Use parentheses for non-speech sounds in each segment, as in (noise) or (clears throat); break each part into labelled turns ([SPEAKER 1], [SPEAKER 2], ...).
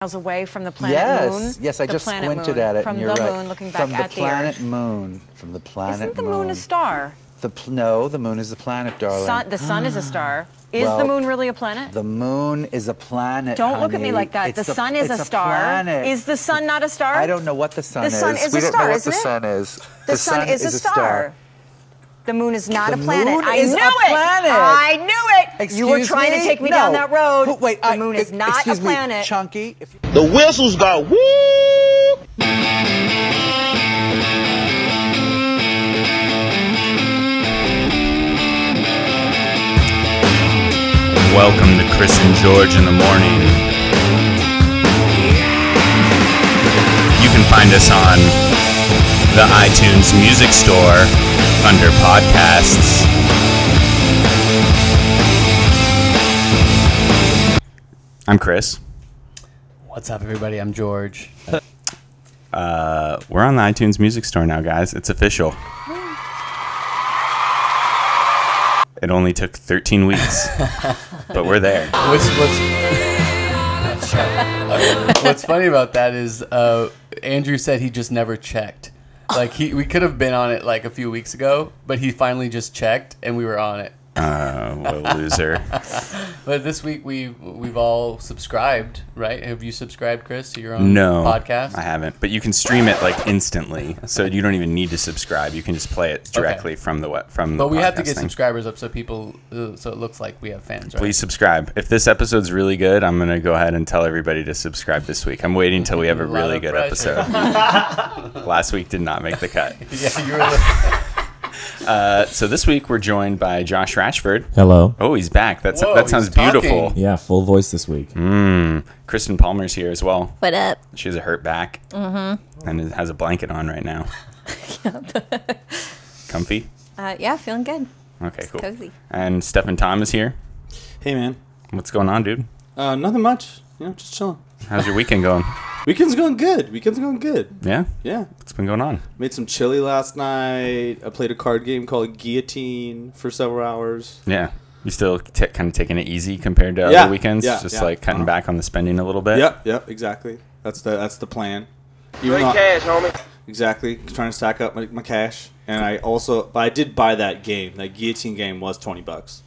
[SPEAKER 1] miles away from the planet
[SPEAKER 2] yes,
[SPEAKER 1] moon.
[SPEAKER 2] yes, I
[SPEAKER 1] The
[SPEAKER 2] just
[SPEAKER 1] planet
[SPEAKER 2] squinted
[SPEAKER 1] moon.
[SPEAKER 2] at it,
[SPEAKER 1] From
[SPEAKER 2] and you're
[SPEAKER 1] the
[SPEAKER 2] right.
[SPEAKER 1] moon, looking
[SPEAKER 2] from
[SPEAKER 1] back
[SPEAKER 2] the
[SPEAKER 1] at the
[SPEAKER 2] planet
[SPEAKER 1] Earth.
[SPEAKER 2] moon. From the planet
[SPEAKER 1] Isn't the
[SPEAKER 2] moon.
[SPEAKER 1] moon a star?
[SPEAKER 2] The pl- no, the moon is the planet, darling.
[SPEAKER 1] Sun, the sun is a star. Is the
[SPEAKER 2] Well,
[SPEAKER 1] moon really a planet?
[SPEAKER 2] The moon is a planet.
[SPEAKER 1] Don't look at me
[SPEAKER 2] honey.
[SPEAKER 1] like that.
[SPEAKER 2] It's
[SPEAKER 1] The sun is
[SPEAKER 2] it's
[SPEAKER 1] a star.
[SPEAKER 2] planet.
[SPEAKER 1] Is the sun not a star?
[SPEAKER 2] I don't know what the sun
[SPEAKER 1] The
[SPEAKER 2] is.
[SPEAKER 1] sun is
[SPEAKER 2] we
[SPEAKER 1] a
[SPEAKER 2] don't
[SPEAKER 1] star,
[SPEAKER 2] know what
[SPEAKER 1] isn't
[SPEAKER 2] the
[SPEAKER 1] it?
[SPEAKER 2] sun is.
[SPEAKER 1] The, sun, is a star. The moon is not
[SPEAKER 2] The
[SPEAKER 1] a planet.
[SPEAKER 2] moon
[SPEAKER 1] I
[SPEAKER 2] is
[SPEAKER 1] knew
[SPEAKER 2] a
[SPEAKER 1] it.
[SPEAKER 2] planet.
[SPEAKER 1] I knew it. you were
[SPEAKER 2] Excuse
[SPEAKER 1] trying to take me
[SPEAKER 2] No.
[SPEAKER 1] down that road.
[SPEAKER 2] Who- wait,
[SPEAKER 1] the
[SPEAKER 2] I-
[SPEAKER 1] moon is
[SPEAKER 2] e-
[SPEAKER 1] not
[SPEAKER 2] excuse
[SPEAKER 1] a
[SPEAKER 2] me,
[SPEAKER 1] planet.
[SPEAKER 2] Chunky. If you-
[SPEAKER 3] The whistles go woo.
[SPEAKER 4] Welcome to Chris and George in the morning. You can find us on the iTunes Music Store under podcasts. I'm Chris.
[SPEAKER 5] What's up, everybody? I'm George. (laughs)
[SPEAKER 4] Uh, We're on the iTunes Music Store now, guys. It's official. It only took 13 weeks, but we're there.
[SPEAKER 5] What's what's (laughs) what's funny about that is uh, Andrew said he just never checked. Like he, we could have been on it like a few weeks ago, but he finally just checked and we were on it.
[SPEAKER 4] Uh, what a loser.
[SPEAKER 5] (laughs) But this week we we've all subscribed, right? Have you subscribed, Chris, to your own
[SPEAKER 4] no
[SPEAKER 5] podcast?
[SPEAKER 4] i haven't but you can stream it like instantly so you don't even need to subscribe you can just play it directly from the web from
[SPEAKER 5] But
[SPEAKER 4] the
[SPEAKER 5] we have to
[SPEAKER 4] podcast
[SPEAKER 5] get
[SPEAKER 4] thing.
[SPEAKER 5] subscribers up so people, uh, so it looks like we have fans, right?
[SPEAKER 4] please subscribe if this episode's really good i'm gonna go ahead and tell everybody to subscribe this week i'm waiting until
[SPEAKER 5] (laughs)
[SPEAKER 4] we have a,
[SPEAKER 5] lot
[SPEAKER 4] really
[SPEAKER 5] of
[SPEAKER 4] good
[SPEAKER 5] pressure.
[SPEAKER 4] episode
[SPEAKER 5] (laughs)
[SPEAKER 4] last week did not make the cut
[SPEAKER 5] Yeah, you were the,
[SPEAKER 4] uh, so this week we're joined by josh rashford
[SPEAKER 6] Hello.
[SPEAKER 4] oh he's back That's,
[SPEAKER 5] Whoa,
[SPEAKER 4] that sounds
[SPEAKER 5] he's talking.
[SPEAKER 4] beautiful
[SPEAKER 6] Yeah, full voice this week.
[SPEAKER 7] Mm.
[SPEAKER 4] kristen palmer's here as well
[SPEAKER 8] What up?
[SPEAKER 4] she has a hurt back mm-hmm. and has a blanket on right
[SPEAKER 8] (laughs)
[SPEAKER 4] now comfy
[SPEAKER 8] Uh, yeah, feeling good.
[SPEAKER 4] okay cool
[SPEAKER 8] Cozy.
[SPEAKER 4] And Stephen Tom is here.
[SPEAKER 6] Hey, man.
[SPEAKER 4] What's going on, dude?
[SPEAKER 6] Uh, nothing much. You know, just chilling.
[SPEAKER 4] How's your weekend
[SPEAKER 6] (laughs)
[SPEAKER 4] going?
[SPEAKER 6] Weekend's going good. Weekend's going good.
[SPEAKER 4] Yeah?
[SPEAKER 6] Yeah.
[SPEAKER 4] What's been going on?
[SPEAKER 6] Made some chili last night. I played a card game called Guillotine for several hours.
[SPEAKER 4] Yeah. You still t- kind of taking it easy compared to
[SPEAKER 6] Yeah,
[SPEAKER 4] other weekends?
[SPEAKER 6] yeah,
[SPEAKER 4] Just
[SPEAKER 6] yeah. Uh-huh.
[SPEAKER 4] like cutting back on the spending a little bit?
[SPEAKER 6] Yep, yep, exactly. That's the that's the plan. Even though-
[SPEAKER 3] cash, homie.
[SPEAKER 6] exactly. Trying to stack up my, my cash. And I also but I did buy that game. That guillotine game was twenty bucks.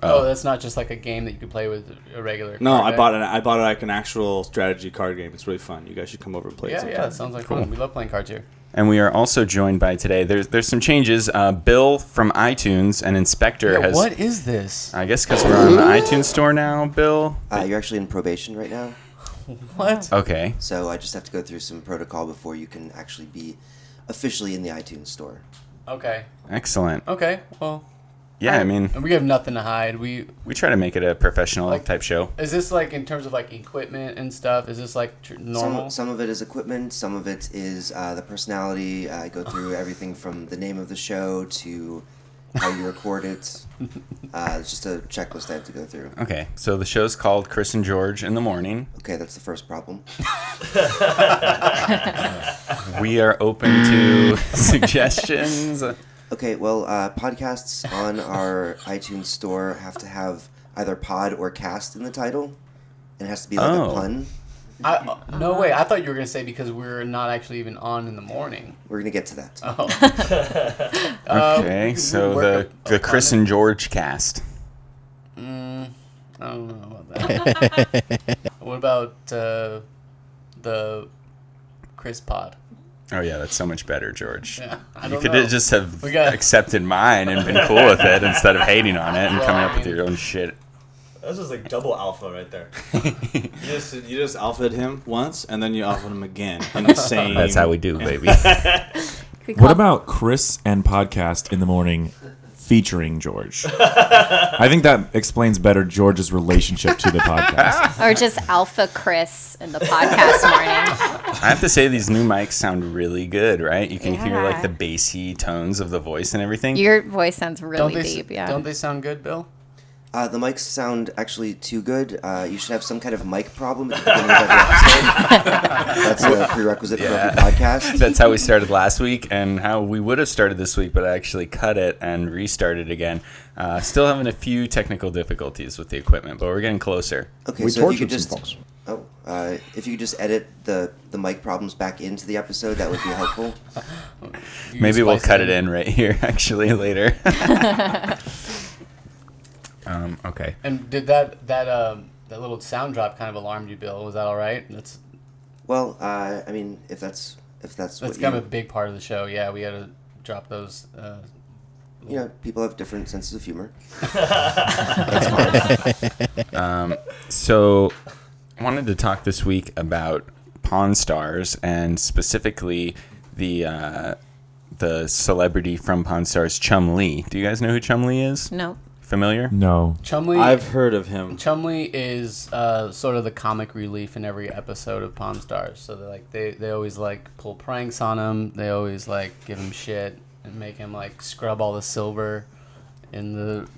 [SPEAKER 4] uh,
[SPEAKER 5] oh, that's not just like a game that you could play with a regular.
[SPEAKER 6] No,
[SPEAKER 5] card,
[SPEAKER 6] I
[SPEAKER 5] right?
[SPEAKER 6] bought an I bought it like an actual strategy card game. It's really fun. You guys should come over and play it
[SPEAKER 5] Yeah,
[SPEAKER 6] sometime.
[SPEAKER 5] yeah, that sounds like
[SPEAKER 4] Cool.
[SPEAKER 5] fun. We love playing cards here.
[SPEAKER 4] And we are also joined by today. There's there's some changes. Uh, Bill from iTunes, an inspector, has.
[SPEAKER 5] what is this?
[SPEAKER 4] I guess because we're on the iTunes store now, Bill.
[SPEAKER 9] Uh, you're actually in probation right now,
[SPEAKER 5] What?
[SPEAKER 4] Okay.
[SPEAKER 9] so I just have to go through some protocol before you can actually be officially in the iTunes store.
[SPEAKER 5] Okay.
[SPEAKER 4] Excellent.
[SPEAKER 5] Okay. Well,
[SPEAKER 4] Yeah, I mean,
[SPEAKER 5] we have nothing to hide. We
[SPEAKER 4] we try to make it a professional
[SPEAKER 5] Like-
[SPEAKER 4] type show.
[SPEAKER 5] is this like in terms of like equipment and stuff? Is this like tr- normal?
[SPEAKER 9] Some, some of it is equipment, some of it is uh, the personality. Uh, I go through everything from the name of the show to how you record it. Uh, it's just a checklist I have to go through.
[SPEAKER 4] Okay. So the show's called Chris and George in the Morning.
[SPEAKER 9] Okay, that's the first problem.
[SPEAKER 4] We are open (laughs) to suggestions.
[SPEAKER 9] Okay, well, uh, podcasts on our iTunes store have to have either pod or cast in the title, and it has to be like
[SPEAKER 4] Oh.
[SPEAKER 9] a pun.
[SPEAKER 5] I, uh, no
[SPEAKER 9] Uh-huh.
[SPEAKER 5] way. I thought you were gonna say because we're not actually even on in the morning. Oh. Uh,
[SPEAKER 9] We're gonna get to that. (laughs)
[SPEAKER 5] we
[SPEAKER 4] Okay,
[SPEAKER 5] could
[SPEAKER 4] so
[SPEAKER 5] work
[SPEAKER 4] the
[SPEAKER 5] up-
[SPEAKER 4] the
[SPEAKER 5] up on
[SPEAKER 4] Chris
[SPEAKER 5] it.
[SPEAKER 4] and George cast.
[SPEAKER 5] mm, I don't know about that.
[SPEAKER 4] (laughs)
[SPEAKER 5] what about uh, the Chris Pod?
[SPEAKER 4] Oh yeah, that's so much better, George.
[SPEAKER 5] I
[SPEAKER 4] you
[SPEAKER 5] don't
[SPEAKER 4] could
[SPEAKER 5] know.
[SPEAKER 4] just have
[SPEAKER 5] We got-
[SPEAKER 4] accepted mine and been cool with it instead of hating on it and
[SPEAKER 5] Well,
[SPEAKER 4] coming
[SPEAKER 5] I
[SPEAKER 4] up with
[SPEAKER 5] mean-
[SPEAKER 4] your own shit.
[SPEAKER 10] This is like double alpha right there.
[SPEAKER 6] You just you just alphaed him once, and then you alphaed him again in the same.
[SPEAKER 4] That's how we do, (laughs) baby.
[SPEAKER 7] What about Chris and podcast in the morning featuring George? I think that explains better George's relationship to the podcast.
[SPEAKER 8] (laughs) Or just Alpha Chris in the podcast morning.
[SPEAKER 5] (laughs)
[SPEAKER 4] I have to say these new mics sound really good, right? You can hear like
[SPEAKER 8] Yeah.
[SPEAKER 4] the bassy tones of the voice and everything.
[SPEAKER 8] Your voice sounds really
[SPEAKER 5] Don't they? s-
[SPEAKER 8] deep. Yeah.
[SPEAKER 5] Don't they sound good, Bill?
[SPEAKER 9] Uh, the mics sound actually too good. Uh, you should have some kind of mic problem at the beginning of every episode.
[SPEAKER 4] (laughs)
[SPEAKER 9] That's a prerequisite for every podcast.
[SPEAKER 4] That's how we started last week and how we would have started this week, but I actually cut it and restarted again. Uh, still having a few technical difficulties with the equipment, but we're getting closer.
[SPEAKER 9] okay,
[SPEAKER 11] we
[SPEAKER 9] so if you could
[SPEAKER 11] tortured
[SPEAKER 9] just.
[SPEAKER 11] some folks.
[SPEAKER 9] Oh, uh, Uh, if you could just edit the, the mic problems back into the episode, that would be helpful.
[SPEAKER 5] You
[SPEAKER 4] Maybe we'll
[SPEAKER 5] spice
[SPEAKER 4] cut it in right here, (laughs) actually,
[SPEAKER 9] (laughs)
[SPEAKER 4] later. um, okay.
[SPEAKER 5] And did that that um that little sound drop kind of alarmed you, Bill? Was that all right? That's
[SPEAKER 9] Well, uh, I mean, if that's if that's,
[SPEAKER 5] that's
[SPEAKER 9] what
[SPEAKER 5] kind
[SPEAKER 9] you,
[SPEAKER 5] of a big part of the show. Yeah, we had to drop those. Uh,
[SPEAKER 9] you know, people have different senses
[SPEAKER 4] (laughs)
[SPEAKER 9] of humor.
[SPEAKER 4] Um, So, I wanted to talk this week about Pawn Stars and specifically the uh, the celebrity from Pawn Stars, Chum Lee. Do you guys know who Chum Lee is?
[SPEAKER 8] No.
[SPEAKER 4] Familiar?
[SPEAKER 7] No.
[SPEAKER 5] Chumley.
[SPEAKER 6] I've heard of him.
[SPEAKER 5] Chumley is uh, sort of the comic relief in every episode of Palm Stars. So they like they, they always like pull pranks on him. They always like give him shit and make him like scrub all the silver in the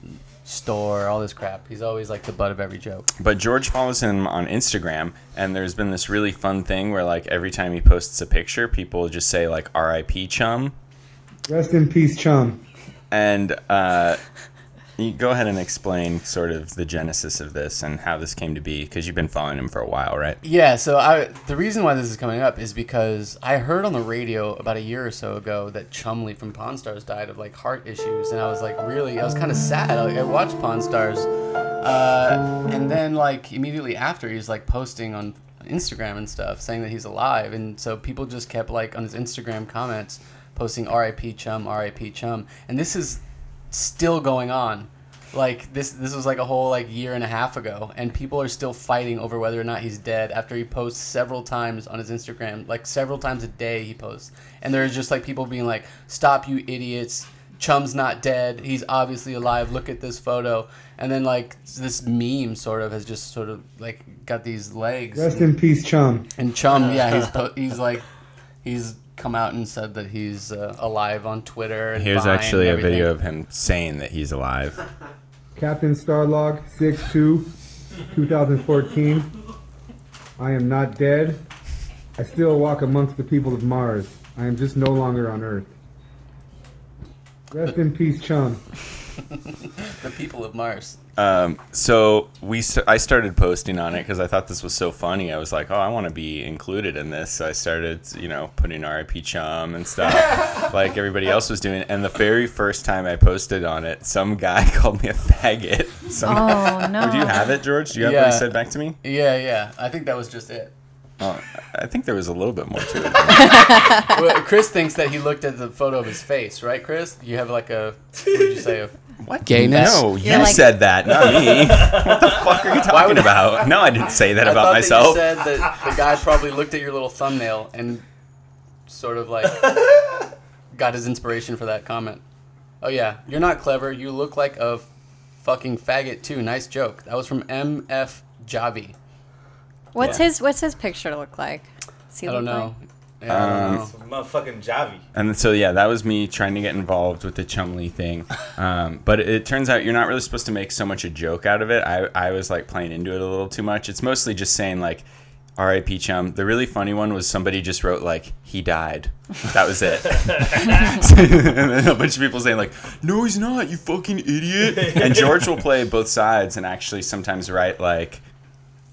[SPEAKER 5] store, all this crap. He's always like the butt of every joke.
[SPEAKER 4] But George follows him on Instagram, and there's been this really fun thing where, like, every time he posts a picture, people just say, like, RIP Chum.
[SPEAKER 11] Rest in peace, chum.
[SPEAKER 4] And uh, you go ahead and explain sort of the genesis of this and how this came to be, because you've been following him for a while, right?
[SPEAKER 5] Yeah, so I the reason why this is coming up is because I heard on the radio about a year or so ago that Chumley from Pawn Stars died of like heart issues, and I was like really, I was kind of sad. Like I watched Pawn Stars, uh, and then like immediately after, he was like posting on Instagram and stuff saying that he's alive, and so people just kept like on his Instagram comments posting "R.I.P. Chum, R.I.P. Chum," and this is still going on. Like this, this was like a whole like year and a half ago, and people are still fighting over whether or not he's dead. After he posts several times on his Instagram, like several times a day, he posts, and there's just like people being like, "Stop, you idiots! Chum's not dead. He's obviously alive. Look at this photo." And then like this meme sort of has just sort of like got these legs.
[SPEAKER 11] Rest in peace, chum.
[SPEAKER 5] And Chum, yeah,
[SPEAKER 4] (laughs)
[SPEAKER 5] he's po- he's like he's come out and said that he's uh, alive on Twitter. And
[SPEAKER 4] Here's
[SPEAKER 5] Vine and
[SPEAKER 4] actually a
[SPEAKER 5] everything.
[SPEAKER 4] video of him saying that he's alive.
[SPEAKER 11] Captain Starlog 62 2014. I am not dead. I still walk amongst the people of Mars. I am just no longer on Earth. Rest in peace, chum.
[SPEAKER 5] (laughs) The people of Mars.
[SPEAKER 4] Um, so we s- I started posting on it because I thought this was so funny. I was like, oh, I want to be included in this. So I started, you know, putting RIP Chum and stuff
[SPEAKER 1] (laughs)
[SPEAKER 4] like everybody else was doing. And the very first time I posted on it, some guy (laughs) called me a faggot. Some, (laughs)
[SPEAKER 1] Oh no.
[SPEAKER 4] Do you have it, George? Do you have what
[SPEAKER 5] Yeah.
[SPEAKER 4] he said back to me?
[SPEAKER 5] Yeah, yeah. I think that was just it.
[SPEAKER 4] Oh, I think there was a little bit more to it.
[SPEAKER 5] Well, Chris thinks that he looked at the photo of his face, right, Chris? You have like a what did you say? A,
[SPEAKER 4] What?
[SPEAKER 5] (laughs) Gayness?
[SPEAKER 4] No, you
[SPEAKER 1] You're like-
[SPEAKER 4] said that, not
[SPEAKER 5] (laughs)
[SPEAKER 4] me. (laughs) what the fuck are you talking about? No, I didn't say that
[SPEAKER 5] I
[SPEAKER 4] about
[SPEAKER 5] thought
[SPEAKER 4] myself.
[SPEAKER 5] That you said that the guy probably looked at your little thumbnail and sort of like got his inspiration for that comment. Oh yeah, you're not clever. You look like a fucking faggot too. Nice joke. That was from MF Javi.
[SPEAKER 8] What's
[SPEAKER 4] Yeah.
[SPEAKER 8] his What's his picture look like? Does he
[SPEAKER 5] I don't
[SPEAKER 8] look
[SPEAKER 5] know. Yeah, I
[SPEAKER 4] Um,
[SPEAKER 5] don't know.
[SPEAKER 10] Motherfucking Javi.
[SPEAKER 4] And so yeah, that was me trying to get involved with the Chumley thing. Um, but it turns out you're not really supposed to make so much a joke out of it. I, I was like playing into it a little too much. It's mostly just saying like R.I.P. Chum. The really funny one was somebody just wrote like he died. That was it. (laughs) and then a bunch of people saying like, no, he's not. You fucking
[SPEAKER 6] (laughs)
[SPEAKER 4] idiot. And George will play both sides and actually sometimes write like.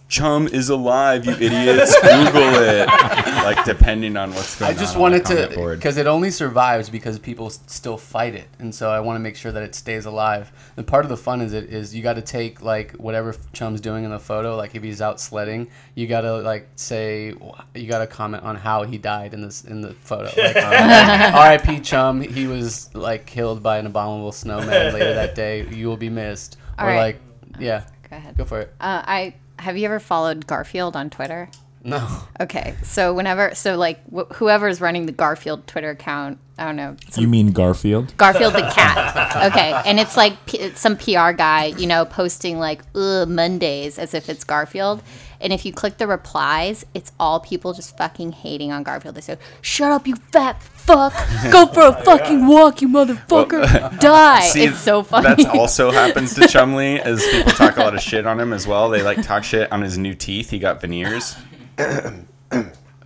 [SPEAKER 4] Chum is alive, you idiots! Google it. Like depending on what's going
[SPEAKER 5] I
[SPEAKER 4] on.
[SPEAKER 5] just
[SPEAKER 4] on the
[SPEAKER 5] wanted
[SPEAKER 4] comment
[SPEAKER 5] to
[SPEAKER 4] board.
[SPEAKER 5] because it only survives because people s- still fight it, and so I want to make sure that it stays alive. And part of the fun is it is you got to take like whatever Chum's doing in the photo, like if he's out sledding, you got to like say you got to comment on how he died in this in the photo. Like, um, R.I.P. Chum. He was like killed by an abominable snowman later that day. You will be missed.
[SPEAKER 8] All
[SPEAKER 5] or
[SPEAKER 8] right.
[SPEAKER 5] like yeah,
[SPEAKER 8] Go ahead.
[SPEAKER 5] go for it.
[SPEAKER 8] Uh, I have you ever followed Garfield on Twitter?
[SPEAKER 5] No,
[SPEAKER 8] Okay, so whenever, so like wh- whoever's running the Garfield Twitter account, I don't know,
[SPEAKER 7] (laughs) You mean Garfield?
[SPEAKER 8] Garfield the
[SPEAKER 9] (laughs)
[SPEAKER 8] cat. Okay, and it's like P- it's some PR guy, you know, posting like Ugh, Mondays as if it's Garfield. And if you click the replies, it's all people just fucking hating on Garfield. They say, "Shut up, you fat
[SPEAKER 9] (laughs)
[SPEAKER 8] fuck! Go for a fucking walk,
[SPEAKER 4] (laughs)
[SPEAKER 8] you motherfucker! Die!"
[SPEAKER 4] See,
[SPEAKER 8] it's so funny.
[SPEAKER 4] That (laughs)
[SPEAKER 8] (laughs)
[SPEAKER 4] also happens to Chumley, as people talk a lot of shit on him as well. They like talk shit on his new teeth. He got
[SPEAKER 9] (coughs)
[SPEAKER 4] veneers.
[SPEAKER 5] (laughs)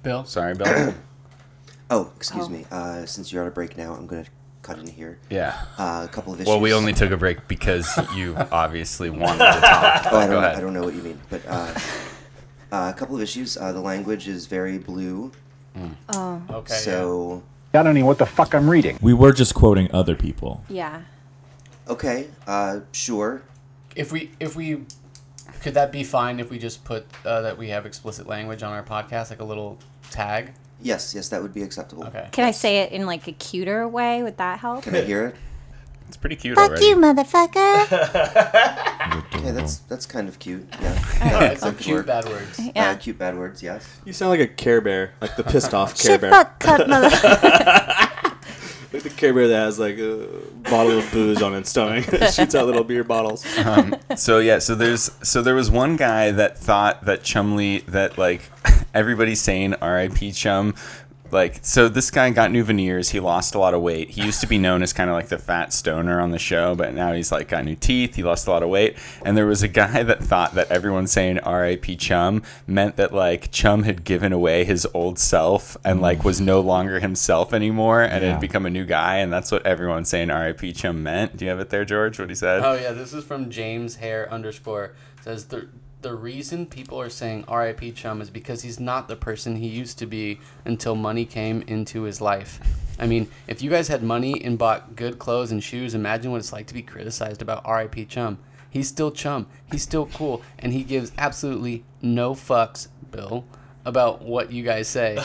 [SPEAKER 5] Bill.
[SPEAKER 4] Sorry, Bill.
[SPEAKER 9] Oh, excuse me. Uh, since you're on a break now, I'm going to cut in here.
[SPEAKER 4] Yeah.
[SPEAKER 9] Uh, a couple of issues.
[SPEAKER 4] Well, we only took a break
[SPEAKER 9] (laughs)
[SPEAKER 4] because you obviously wanted to talk.
[SPEAKER 9] Oh, I don't,
[SPEAKER 4] Go ahead. (laughs)
[SPEAKER 9] I don't know what you mean, but uh, Uh, a couple of issues. Uh, the language is very blue.
[SPEAKER 4] Hmm.
[SPEAKER 8] Oh.
[SPEAKER 5] Okay.
[SPEAKER 9] So
[SPEAKER 12] I don't even know what the fuck I'm reading.
[SPEAKER 7] We were just quoting other people.
[SPEAKER 8] Yeah.
[SPEAKER 9] Okay. Uh, sure.
[SPEAKER 5] If we if we could that be fine if we just put uh, that we have explicit language on our podcast, like a little tag?
[SPEAKER 9] Yes, yes, that would be acceptable.
[SPEAKER 5] Okay.
[SPEAKER 8] Can I say it in like a cuter way? Would that help?
[SPEAKER 9] Can I hear it?
[SPEAKER 4] (laughs) It's pretty cute
[SPEAKER 8] Fuck
[SPEAKER 4] (laughs)
[SPEAKER 9] (laughs)
[SPEAKER 8] you, motherfucker.
[SPEAKER 9] Okay, that's that's kind of cute.
[SPEAKER 5] (laughs) All
[SPEAKER 9] Yeah.
[SPEAKER 5] right,
[SPEAKER 9] That
[SPEAKER 5] so
[SPEAKER 9] could
[SPEAKER 5] cute
[SPEAKER 9] work.
[SPEAKER 5] bad words.
[SPEAKER 8] Yeah.
[SPEAKER 9] Uh, cute bad words. Yes.
[SPEAKER 6] You sound like a Care Bear, like the pissed off Care
[SPEAKER 8] Shit,
[SPEAKER 6] Bear. (laughs)
[SPEAKER 8] fuck, cut, mother-
[SPEAKER 6] like the Care Bear that has like a bottle of booze on its (laughs) stomach, shoots out little beer bottles.
[SPEAKER 4] um, so yeah, so there's so there was one guy that thought that Chumley that like (laughs) everybody's saying R.I.P. Chum. Like so, this guy got new veneers. He lost a lot of weight. He used to be known as kind of like the fat stoner on the show, but now he's like got new teeth. He lost a lot of weight. And there was a guy that thought that everyone saying "R.I.P. Chum" meant that like Chum had given away his old self and like was no longer himself anymore and
[SPEAKER 7] Yeah.
[SPEAKER 4] had become a new guy. And that's what everyone saying "R.I.P. Chum" meant. Do you have it there, George? What he said?
[SPEAKER 5] Oh yeah, this is from James Hare underscore says the the reason people are saying R.I.P. Chum is because he's not the person he used to be until money came into his life. I mean, if you guys had money and bought good clothes and shoes, imagine what it's like to be criticized about R.I.P. Chum. He's still Chum. He's still cool, and he gives absolutely no fucks, Bill, about what you
[SPEAKER 4] (laughs)
[SPEAKER 5] guys say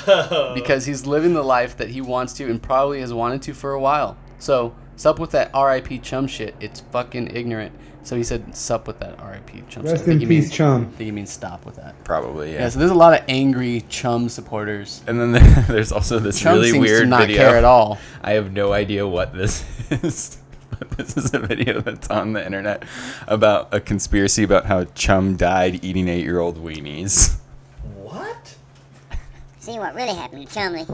[SPEAKER 5] because he's living the life that he wants to and probably has wanted to for a while. So, sup with that RIP chum shit. It's fucking ignorant. So he said, sup with that RIP chum shit. I
[SPEAKER 11] Rest
[SPEAKER 5] think
[SPEAKER 11] in
[SPEAKER 5] he
[SPEAKER 11] peace,
[SPEAKER 5] means-
[SPEAKER 11] chum.
[SPEAKER 5] I think he means stop with that.
[SPEAKER 4] Probably, yeah.
[SPEAKER 5] Yeah, so there's a lot of angry chum supporters.
[SPEAKER 4] And then there, (laughs) there's also this
[SPEAKER 5] Chum
[SPEAKER 4] really
[SPEAKER 5] seems to
[SPEAKER 4] weird
[SPEAKER 5] not
[SPEAKER 4] video.
[SPEAKER 5] care at all.
[SPEAKER 4] (laughs) I have no idea what this (laughs) is. But this is a video that's on the internet about a conspiracy about how Chum died eating eight-year-old weenies.
[SPEAKER 10] What?
[SPEAKER 13] See what really happened to Chumley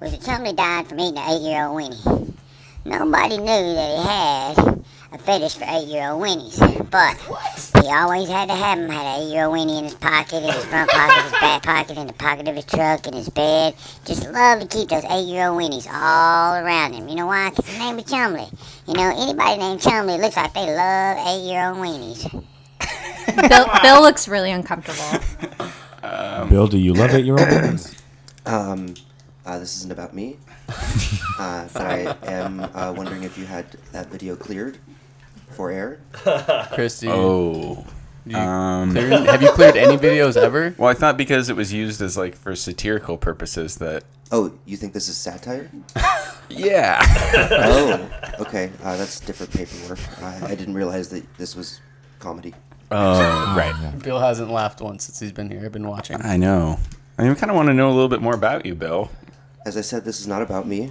[SPEAKER 13] was that Chumley died from eating an eight-year-old weenie. Nobody knew that he had a fetish for eight-year-old weenies, but he always had to have them. Had an eight-year-old weenie in his pocket, in his front pocket, his back pocket, in the pocket of his truck, in his bed. Just loved to keep those eight-year-old weenies all around him. You know why? 'Cause the name was Chumley. You know, anybody named Chumley looks like they love eight-year-old weenies.
[SPEAKER 8] Bill, Bill looks really uncomfortable.
[SPEAKER 7] Bill, do you love eight-year-old (coughs) ones?
[SPEAKER 9] (laughs) Um, uh, this isn't about me. uh, but I am uh, wondering if you had that video cleared for air.
[SPEAKER 5] Christy.
[SPEAKER 4] Oh. um,
[SPEAKER 5] You cleared- have you cleared any videos ever?
[SPEAKER 4] (laughs) Well, I thought because it was used as like for satirical purposes that.
[SPEAKER 9] Oh, you think this is satire?
[SPEAKER 4] yeah. (laughs)
[SPEAKER 9] oh, okay. Uh, that's different paperwork. I, I didn't realize that this was comedy.
[SPEAKER 4] Oh, right.
[SPEAKER 5] (laughs) Bill hasn't laughed once since he's been here. I've been watching.
[SPEAKER 4] I know. I mean, kind of want to know a little bit more about you, Bill.
[SPEAKER 9] As I said, this is not about me.
[SPEAKER 4] (laughs)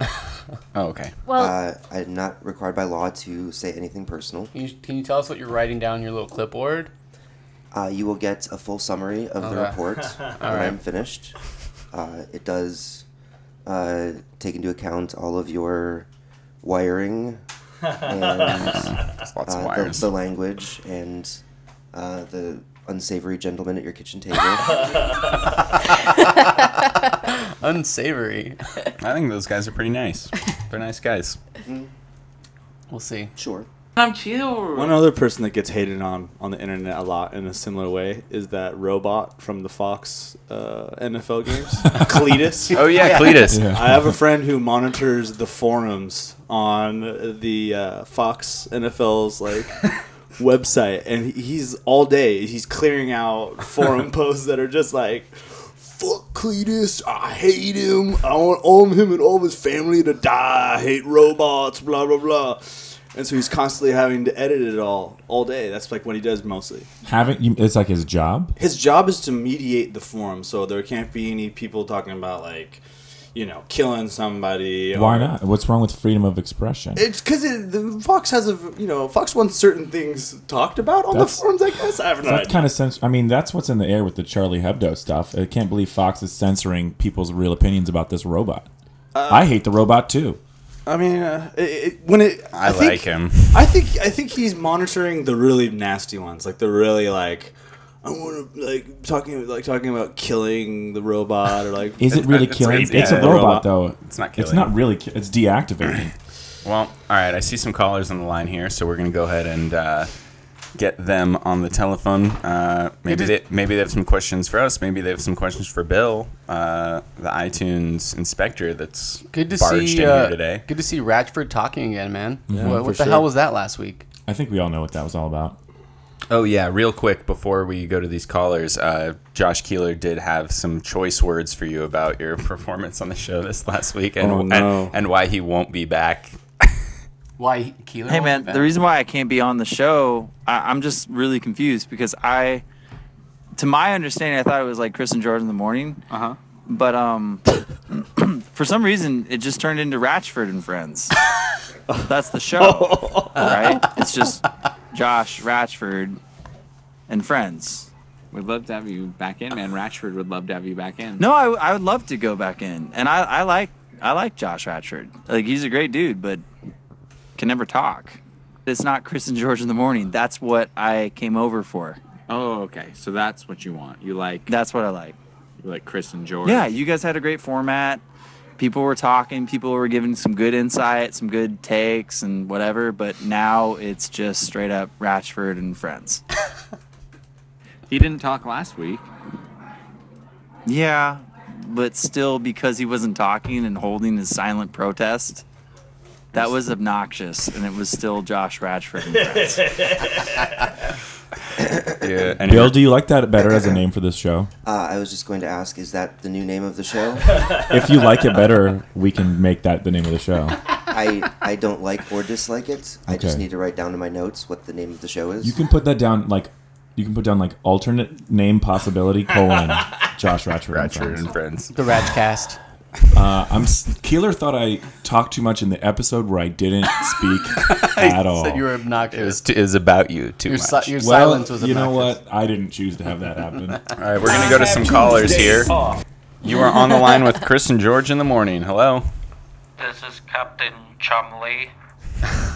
[SPEAKER 4] oh, okay.
[SPEAKER 8] Well-
[SPEAKER 9] uh, I'm not required by law to say anything personal.
[SPEAKER 5] Can you, can you tell us what you're writing down in your little clipboard?
[SPEAKER 9] Uh, you will get a full summary of the
[SPEAKER 5] Okay.
[SPEAKER 9] report
[SPEAKER 5] (laughs) All
[SPEAKER 9] when
[SPEAKER 5] right.
[SPEAKER 9] I'm finished. Uh, it does uh, take into account all of your
[SPEAKER 7] (laughs)
[SPEAKER 9] wiring and
[SPEAKER 4] Lots of
[SPEAKER 9] uh, the-
[SPEAKER 4] wires.
[SPEAKER 9] The, language and uh, the unsavory gentleman at your kitchen
[SPEAKER 7] (laughs)
[SPEAKER 9] table.
[SPEAKER 5] Unsavory.
[SPEAKER 4] I think those guys are pretty
[SPEAKER 5] (laughs)
[SPEAKER 4] nice. They're nice guys.
[SPEAKER 5] We'll see.
[SPEAKER 9] Sure.
[SPEAKER 14] Mm. I'm chill.
[SPEAKER 6] One other person that gets hated on on the internet a lot in a similar way is that robot from the Fox uh,
[SPEAKER 4] (laughs)
[SPEAKER 6] NFL games, Cletus.
[SPEAKER 4] Oh, yeah, Cletus. Yeah.
[SPEAKER 6] I have a friend who monitors the forums on the uh, Fox NFL's
[SPEAKER 7] (laughs)
[SPEAKER 6] like website, and he- he's all day he's clearing out
[SPEAKER 7] (laughs)
[SPEAKER 6] forum posts that are just like. Fuck Cletus, I hate him. I want all of him and all of his family to die. I hate robots, blah blah blah. And so he's constantly having to edit it all all day. That's like what he does mostly.
[SPEAKER 7] Haven't you? It's like his job.
[SPEAKER 6] His job is to mediate the forum, so there can't be any people talking about like, you know, killing somebody.
[SPEAKER 7] Why
[SPEAKER 6] or-
[SPEAKER 7] not? What's wrong with freedom of expression?
[SPEAKER 6] It's because it, the Fox has a you know Fox wants certain things talked about on
[SPEAKER 7] That's-
[SPEAKER 6] the forums. I guess I have no
[SPEAKER 7] That
[SPEAKER 6] idea.
[SPEAKER 7] kind of sense. I mean, that's what's in the air with the Charlie Hebdo stuff. I can't believe Fox is censoring people's real opinions about this robot.
[SPEAKER 6] Uh,
[SPEAKER 7] I hate the robot too.
[SPEAKER 6] I mean, uh, it, it, when it
[SPEAKER 4] I
[SPEAKER 6] think-
[SPEAKER 4] like him.
[SPEAKER 6] I think I think he's monitoring the really nasty ones, like the really like. I want to like talking like talking about killing the robot or like. (laughs)
[SPEAKER 7] Is it really killing? It's, a robot, though.
[SPEAKER 4] It's not
[SPEAKER 7] It's not really. ki- It's (clears throat) deactivating.
[SPEAKER 4] Well, all right. I see some callers on the line here, so we're going to go ahead and uh, get them on the telephone. Uh, maybe
[SPEAKER 5] It
[SPEAKER 4] they maybe they have some questions for us. Maybe they have some questions for Bill, uh, the iTunes inspector that's
[SPEAKER 5] Good to
[SPEAKER 4] barged
[SPEAKER 5] see.
[SPEAKER 4] in
[SPEAKER 5] uh,
[SPEAKER 4] here today.
[SPEAKER 5] Good to see Ratchford talking again, man.
[SPEAKER 4] Yeah,
[SPEAKER 5] what
[SPEAKER 4] for
[SPEAKER 5] what the
[SPEAKER 4] sure.
[SPEAKER 5] hell was that last week?
[SPEAKER 7] I think we all know what that was all about.
[SPEAKER 4] Oh yeah, real quick before we go to these callers, uh, Josh Keeler did have some choice words for you about your (laughs) performance on the show this last week and
[SPEAKER 2] Oh, no.
[SPEAKER 4] and, and why he won't be back.
[SPEAKER 5] Why Keeler?
[SPEAKER 2] Hey man, the reason why I can't be on the show, I, I'm just really confused because I, to my understanding, I thought it was like Chris and George in the morning,
[SPEAKER 5] Uh huh.
[SPEAKER 2] but um, (clears throat) for some reason it just turned into Ratchford and Friends. That's the show, right? It's just Josh Ratchford and Friends.
[SPEAKER 14] We'd love to have you back in, man. Ratchford would love to have you back in.
[SPEAKER 2] No, I, I would love to go back in, and I, I like I like Josh Ratchford. Like he's a great dude, but can never talk. It's not Chris and George in the morning. That's what I came over for.
[SPEAKER 14] Oh, okay. So that's what you want. You like
[SPEAKER 2] That's what I like.
[SPEAKER 14] you like Chris and George.
[SPEAKER 2] Yeah, you guys had a great format. People were talking. People were giving some good insight, some good takes, and whatever. But now it's just straight up Ratchford and friends.
[SPEAKER 14] he didn't talk last week.
[SPEAKER 2] Yeah, but still, because he wasn't talking and holding his silent protest, that was obnoxious, and it was still Josh Ratchford and friends.
[SPEAKER 4] (laughs) yeah.
[SPEAKER 7] Bill, do you like that better as a name for this show?
[SPEAKER 9] (laughs) Uh, I was just going to ask, is that the new name of the show?
[SPEAKER 7] If you like it better, we can make that the name of the show.
[SPEAKER 9] I, I don't like or dislike it. I just
[SPEAKER 7] Okay.
[SPEAKER 9] need to write down in my notes what the name of the show is.
[SPEAKER 7] You can put that down like you can put down like alternate
[SPEAKER 4] (laughs)
[SPEAKER 7] name possibility colon Josh Ratcher and
[SPEAKER 4] Ratchford
[SPEAKER 7] friends.
[SPEAKER 4] and Friends.
[SPEAKER 5] The Ratchcast.
[SPEAKER 7] Uh, I'm s- Keeler thought I talked too much in the episode where I didn't
[SPEAKER 4] (laughs)
[SPEAKER 7] speak
[SPEAKER 5] (laughs)
[SPEAKER 7] at all.
[SPEAKER 5] Said you were obnoxious.
[SPEAKER 4] It was t- is about you too
[SPEAKER 5] Your si-
[SPEAKER 4] much.
[SPEAKER 5] your Well, silence was
[SPEAKER 7] you know what? I didn't choose to have
[SPEAKER 4] (laughs)
[SPEAKER 7] that happen. all
[SPEAKER 4] right, We're gonna go to some callers
[SPEAKER 7] (laughs)
[SPEAKER 4] here. You are on the line with Chris and George in the morning. Hello.
[SPEAKER 15] This is Captain Chumley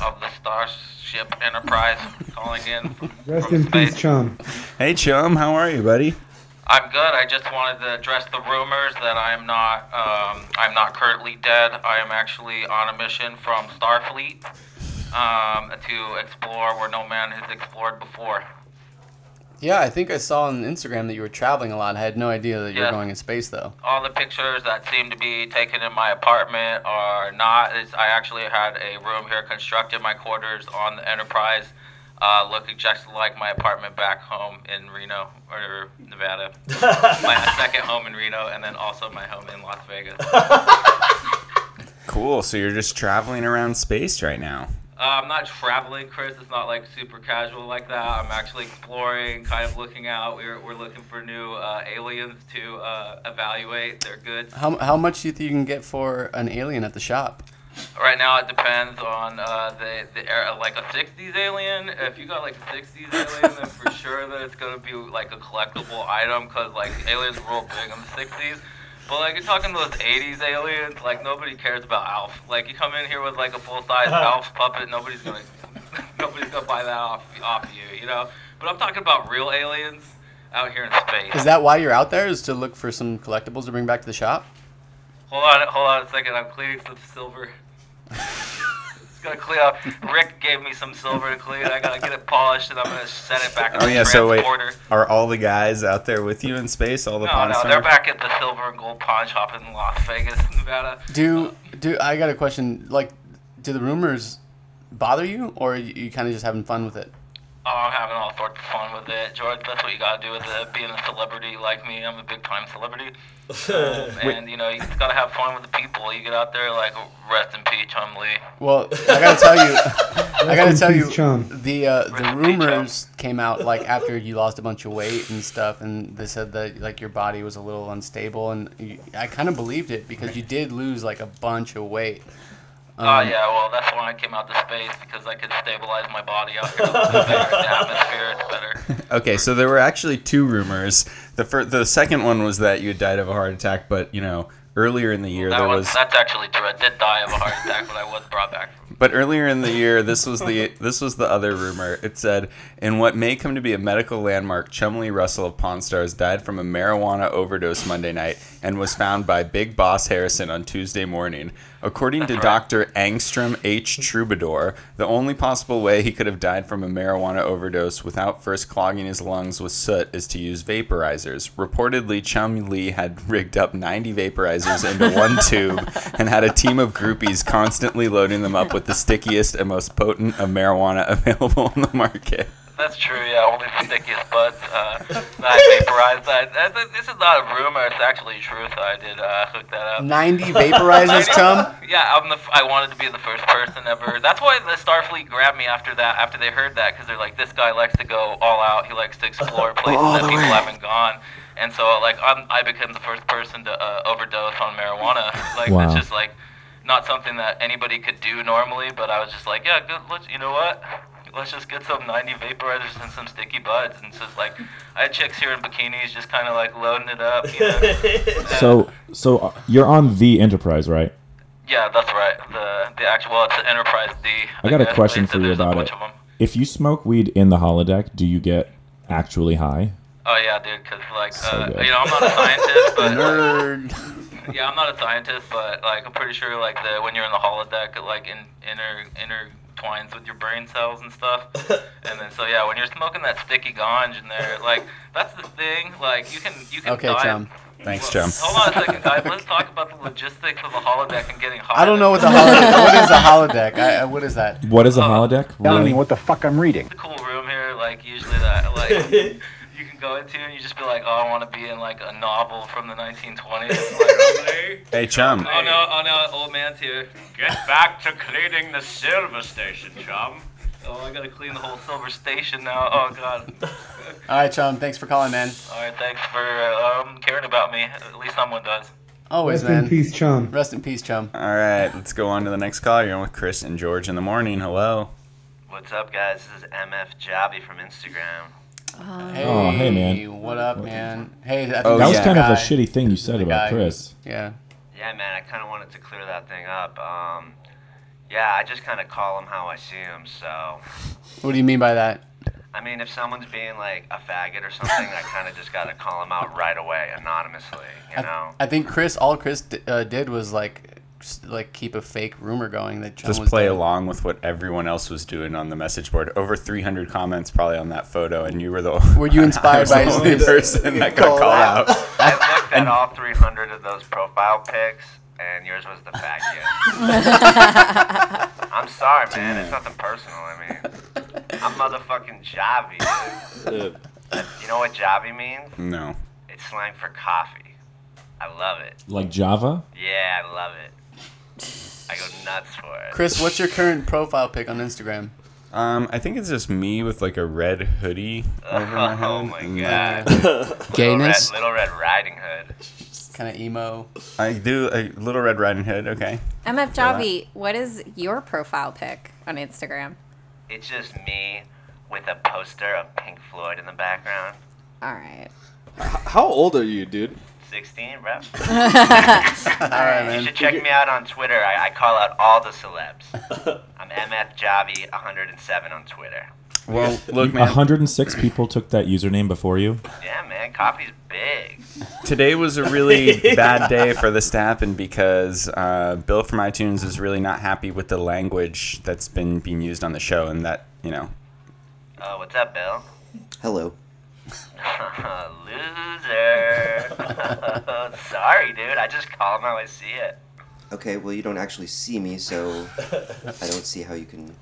[SPEAKER 15] of the Starship Enterprise calling in. From,
[SPEAKER 11] Rest in peace, chum.
[SPEAKER 4] Hey chum, how are you, buddy?
[SPEAKER 15] I'm good. I just wanted to address the rumors that I'm not um, I'm not currently dead. I am actually on a mission from Starfleet um, to explore where no man has explored before.
[SPEAKER 5] Yeah, I think I saw on Instagram that you were traveling a lot. I had no idea that you were
[SPEAKER 15] Yeah.
[SPEAKER 5] going in space though.
[SPEAKER 15] All the pictures that seem to be taken in my apartment are not. It's, I actually had a room here constructed, my quarters on the Enterprise, uh, looking just like my apartment back home in Reno or Nevada. my second home in Reno, and then also my home in Las Vegas.
[SPEAKER 4] Cool. So you're just traveling around space right now.
[SPEAKER 15] Uh, I'm not traveling, Chris. It's not like super casual like that. I'm actually exploring, kind of looking out. We're, we're looking for new uh, aliens to uh, evaluate. They're good.
[SPEAKER 5] How, how much do you think you can get for an alien at the shop?
[SPEAKER 15] Right now, it depends on uh, the the era, like a '60s alien. If you got like a '60s alien, then for sure that it's gonna be like a collectible item, cause like aliens were real big in the '60s. But like you're talking those '80s aliens, like nobody cares about Alf. Like you come in here with like a full size Alf puppet, nobody's gonna (laughs) nobody's gonna buy that off off you, you know. But I'm talking about real aliens out here in space.
[SPEAKER 5] Is that why you're out there? Is to look for some collectibles to bring back to the shop?
[SPEAKER 15] Hold on, hold on a second. I'm cleaning some silver. It's gonna clean up. Rick gave me some silver to clean. I gotta get it polished, and I'm gonna set it back. in
[SPEAKER 4] Oh
[SPEAKER 15] the
[SPEAKER 4] yeah. So wait,
[SPEAKER 15] transporter.
[SPEAKER 4] are all the guys out there with you in space? All the
[SPEAKER 15] No,
[SPEAKER 4] pawn
[SPEAKER 15] no,
[SPEAKER 4] stars?
[SPEAKER 15] they're back at the silver and gold pawn shop in Las Vegas, Nevada.
[SPEAKER 5] Do do I got a question? Like, do the rumors bother you, or are you, you kind of just having fun with it?
[SPEAKER 15] Oh, I'm having all sorts of fun with it, George. That's what you gotta do with it. Being a celebrity like me, I'm a big time celebrity. Um,
[SPEAKER 5] Wait.
[SPEAKER 15] and you know, you just gotta have fun with the people. You get out there like rest in peace, Chumley.
[SPEAKER 5] Well, I gotta tell
[SPEAKER 7] (laughs)
[SPEAKER 5] you, (laughs) I
[SPEAKER 11] Rest
[SPEAKER 5] gotta
[SPEAKER 11] in
[SPEAKER 5] tell
[SPEAKER 11] peace,
[SPEAKER 5] you,
[SPEAKER 11] chum.
[SPEAKER 5] the uh, the rumors came out like after you lost a bunch of weight and stuff, and they said that like your body was a little unstable, and you, I kind of believed it because you did lose like a bunch of weight.
[SPEAKER 15] oh
[SPEAKER 5] Um,
[SPEAKER 15] yeah, well that's why I came out to space because I could stabilize my body out here. It's better. The atmosphere, it's better.
[SPEAKER 4] Okay, so there were actually two rumors. The fir- the second one was that you had died of a heart attack, but you know earlier in the year
[SPEAKER 15] That
[SPEAKER 4] there
[SPEAKER 15] was,
[SPEAKER 4] was
[SPEAKER 15] that's actually true. I did die of a heart attack, but I was brought back.
[SPEAKER 4] But earlier in the year, this was the this was the other rumor. It said, "In what may come to be a medical landmark, Chumley Russell of Pawn Stars died from a marijuana overdose Monday night and was found by Big Boss Harrison on Tuesday morning. According to Dr. Angstrom H. Troubadour, the only possible way he could have died from a marijuana overdose without first clogging his lungs with soot is to use vaporizers. Reportedly, Chum Lee had rigged up 90 vaporizers into one tube and had a team of groupies constantly loading them up with the stickiest and most potent of marijuana (laughs) available on the market.
[SPEAKER 15] That's true. Yeah, only the stickiest buds. Uh, (laughs) not vaporized. I, I, thi- this is not a rumor. It's actually true. So I did uh, hook that up.
[SPEAKER 5] 90 vaporizers,
[SPEAKER 15] (laughs) 90
[SPEAKER 5] chum?
[SPEAKER 15] Yeah, I'm the. f- I wanted to be the first person ever. That's why the Starfleet grabbed me after that. After they heard that, because they're like, this guy likes to go all out. He likes to
[SPEAKER 16] (laughs)
[SPEAKER 15] explore places
[SPEAKER 16] All
[SPEAKER 15] that
[SPEAKER 16] the
[SPEAKER 15] people
[SPEAKER 16] way.
[SPEAKER 15] haven't gone. And so, like, I'm, I became the first person to uh, overdose on marijuana. (laughs) Like,
[SPEAKER 16] Wow.
[SPEAKER 15] that's just like not something that anybody could do normally. But I was just like, yeah, good, let's. You know what? Let's just get some 90 vaporizers and some sticky buds. And it's just like, I had chicks here in bikinis just kind of like loading it up. You
[SPEAKER 7] (laughs)
[SPEAKER 15] know?
[SPEAKER 7] So, so uh, you're on the Enterprise, right?
[SPEAKER 15] Yeah, that's right. The the actual well, it's the Enterprise D.
[SPEAKER 7] I got a question for you about it. If you smoke weed in the holodeck, do you get actually high?
[SPEAKER 15] Oh yeah, dude. Because like,
[SPEAKER 7] So
[SPEAKER 15] uh,
[SPEAKER 7] good.
[SPEAKER 15] you know, I'm not a scientist, but
[SPEAKER 5] Nerd.
[SPEAKER 15] (laughs) yeah, I'm not a scientist, but like, I'm pretty sure like the when you're in the holodeck, it like in, inter intertwines with your brain cells and stuff. And then so yeah, when you're smoking that sticky ganj in there, like that's the thing. Like you can you can
[SPEAKER 5] Okay,
[SPEAKER 15] die.
[SPEAKER 5] Chum.
[SPEAKER 4] Thanks, Chum.
[SPEAKER 15] Hold on a second, guys. Let's talk about the logistics of the holodeck and getting high.
[SPEAKER 5] I don't know what the
[SPEAKER 15] (laughs)
[SPEAKER 5] holodeck. what is a holodeck? I, I, what is that?
[SPEAKER 7] What
[SPEAKER 4] Uh,
[SPEAKER 7] is a holodeck?
[SPEAKER 5] Telling
[SPEAKER 7] Really?
[SPEAKER 5] me what
[SPEAKER 12] the fuck I'm reading.
[SPEAKER 15] cool room here, like usually that like you can go into and you just be like, oh, I want to be in like a novel from the 1920s.
[SPEAKER 17] (laughs)
[SPEAKER 15] Like,
[SPEAKER 4] Hey, Chum.
[SPEAKER 15] oh no, oh no, old man's here.
[SPEAKER 17] Get back to cleaning the silver station, chum.
[SPEAKER 15] Oh, I gotta clean the whole silver station now. Oh god.
[SPEAKER 5] All right, Chum. Thanks for calling, man.
[SPEAKER 15] All right, thanks for um, caring about me. At least someone does.
[SPEAKER 5] Always,
[SPEAKER 11] Rest in
[SPEAKER 5] man.
[SPEAKER 11] peace, Chum.
[SPEAKER 5] Rest in peace, Chum.
[SPEAKER 4] All right, let's go on to the next caller. You're on with Chris and George in the morning. Hello.
[SPEAKER 18] What's up, guys? This is MF Jobby from Instagram.
[SPEAKER 5] Hey,
[SPEAKER 7] Oh, hey, man. Oh,
[SPEAKER 5] What up, man? Hey, I think
[SPEAKER 7] that
[SPEAKER 5] this
[SPEAKER 7] was
[SPEAKER 5] is
[SPEAKER 7] kind
[SPEAKER 5] the
[SPEAKER 7] of a
[SPEAKER 5] guy.
[SPEAKER 7] shitty thing you said
[SPEAKER 5] The
[SPEAKER 7] about
[SPEAKER 5] guy.
[SPEAKER 7] Chris.
[SPEAKER 5] Yeah.
[SPEAKER 18] Yeah, man, I kind of wanted to clear that thing up. Um, yeah, I just kind of call him how I see him. So,
[SPEAKER 5] What do you mean by that?
[SPEAKER 18] I mean, if someone's being like a faggot or something, I kind of just gotta call him out right away, anonymously. You know?
[SPEAKER 5] I think Chris, all Chris d- uh, did was like, s- like keep a fake rumor going that Chum
[SPEAKER 4] Just
[SPEAKER 5] was
[SPEAKER 4] play
[SPEAKER 5] dead.
[SPEAKER 4] along with what everyone else was doing on the message board. Over 300 comments probably on that photo, and you were the
[SPEAKER 5] Were
[SPEAKER 4] (laughs)
[SPEAKER 5] you
[SPEAKER 4] I
[SPEAKER 5] inspired
[SPEAKER 4] was the
[SPEAKER 5] by his
[SPEAKER 4] only
[SPEAKER 5] news?
[SPEAKER 4] person that got called
[SPEAKER 18] (laughs)
[SPEAKER 4] out?
[SPEAKER 18] I
[SPEAKER 5] (laughs)
[SPEAKER 18] looked at all 300 of those profile pics, and yours was the faggot. I'm sorry, man. It's nothing personal. I mean, I'm motherfucking Javi. dude. You know what Javi means?
[SPEAKER 4] Uh, No.
[SPEAKER 18] It's slang for coffee. I love it.
[SPEAKER 7] Like Java?
[SPEAKER 18] Yeah, I love it. I go nuts for it.
[SPEAKER 5] Chris, what's your current profile pic on Instagram?
[SPEAKER 4] Um, I think it's just me with like a red hoodie over my head.
[SPEAKER 18] (laughs) (laughs) Oh my
[SPEAKER 4] and, (laughs)
[SPEAKER 18] god.
[SPEAKER 4] like,
[SPEAKER 5] (laughs) Gayness?
[SPEAKER 18] Little Red, Little Red Riding Hood.
[SPEAKER 5] Kind of emo.
[SPEAKER 4] I do a little Red Riding Hood. Okay.
[SPEAKER 8] MF Javi, what is your profile pic on Instagram?
[SPEAKER 18] It's just me with a poster of Pink Floyd in the background.
[SPEAKER 8] All right.
[SPEAKER 6] How old are you, dude?
[SPEAKER 18] 16, bro.
[SPEAKER 6] Alright, man.
[SPEAKER 18] You should check me out on Twitter. I, I call out all the celebs. I'm MF Jobby 107 on Twitter.
[SPEAKER 4] Well, look, man.
[SPEAKER 7] 106 people took that username before you.
[SPEAKER 18] Yeah, man, coffee's big.
[SPEAKER 4] Uh, Today was a really
[SPEAKER 5] (laughs)
[SPEAKER 4] bad day for this to happen because uh, Bill from iTunes is really not happy with the language that's been being used on the show, and that you know.
[SPEAKER 18] Oh, what's up, Bill? (laughs)
[SPEAKER 9] Hello.
[SPEAKER 18] Loser. (laughs) Sorry, dude. I just call him how I see it.
[SPEAKER 9] Okay, well, you don't actually see me, so I don't see how you can.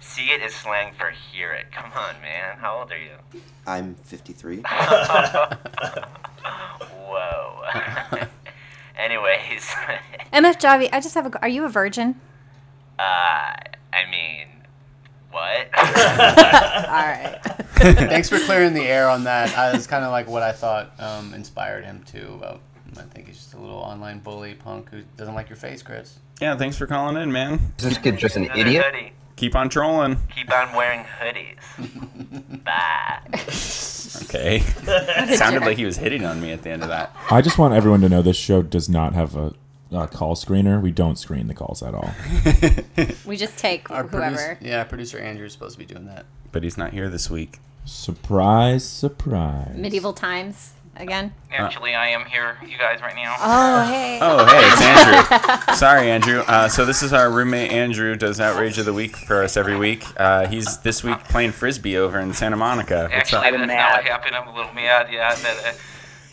[SPEAKER 18] See it is slang for hear it. Come on, man. How old are you? (laughs)
[SPEAKER 9] I'm
[SPEAKER 15] (laughs)
[SPEAKER 9] 53.
[SPEAKER 18] Whoa. (laughs) Anyways,
[SPEAKER 8] MF Javi, I just have a. Are you a virgin?
[SPEAKER 18] uh, I mean,
[SPEAKER 5] (laughs)
[SPEAKER 18] what?
[SPEAKER 8] All right.
[SPEAKER 5] (laughs)
[SPEAKER 18] (laughs)
[SPEAKER 5] Thanks for clearing the air on that. I, that's kind of like what I thought um, inspired him too. About I think he's just a little online bully punk who doesn't like your face, Chris.
[SPEAKER 4] Yeah, thanks for calling in, man.
[SPEAKER 5] Is this kid just an
[SPEAKER 18] Another idiot? hoodie.
[SPEAKER 4] Keep on trolling.
[SPEAKER 18] Keep on wearing
[SPEAKER 5] (laughs)
[SPEAKER 18] hoodies. Bye.
[SPEAKER 4] Okay.
[SPEAKER 18] What a
[SPEAKER 4] Sounded
[SPEAKER 18] jerk.
[SPEAKER 4] like he was hitting on me at the end of that.
[SPEAKER 7] I just want everyone to know this show does not have a uh, call screener. We don't screen the calls at all.
[SPEAKER 8] We just take
[SPEAKER 5] Our
[SPEAKER 8] whoever.
[SPEAKER 5] Producer, yeah, producer Andrew's supposed to be doing that.
[SPEAKER 4] But he's not here this week.
[SPEAKER 7] Surprise, surprise.
[SPEAKER 8] Medieval times again.
[SPEAKER 15] Actually, I am here, you guys, right now.
[SPEAKER 8] Oh, hey.
[SPEAKER 4] Uh. Oh, hey, it's Andrew. (laughs) Sorry, Andrew. Uh, so this is our roommate Andrew does outrage of the week for us every week. Uh, he's this week playing frisbee over in Santa Monica. What's
[SPEAKER 15] Actually,
[SPEAKER 4] up?
[SPEAKER 15] that's not what happened. I'm a little mad. Yeah, that uh,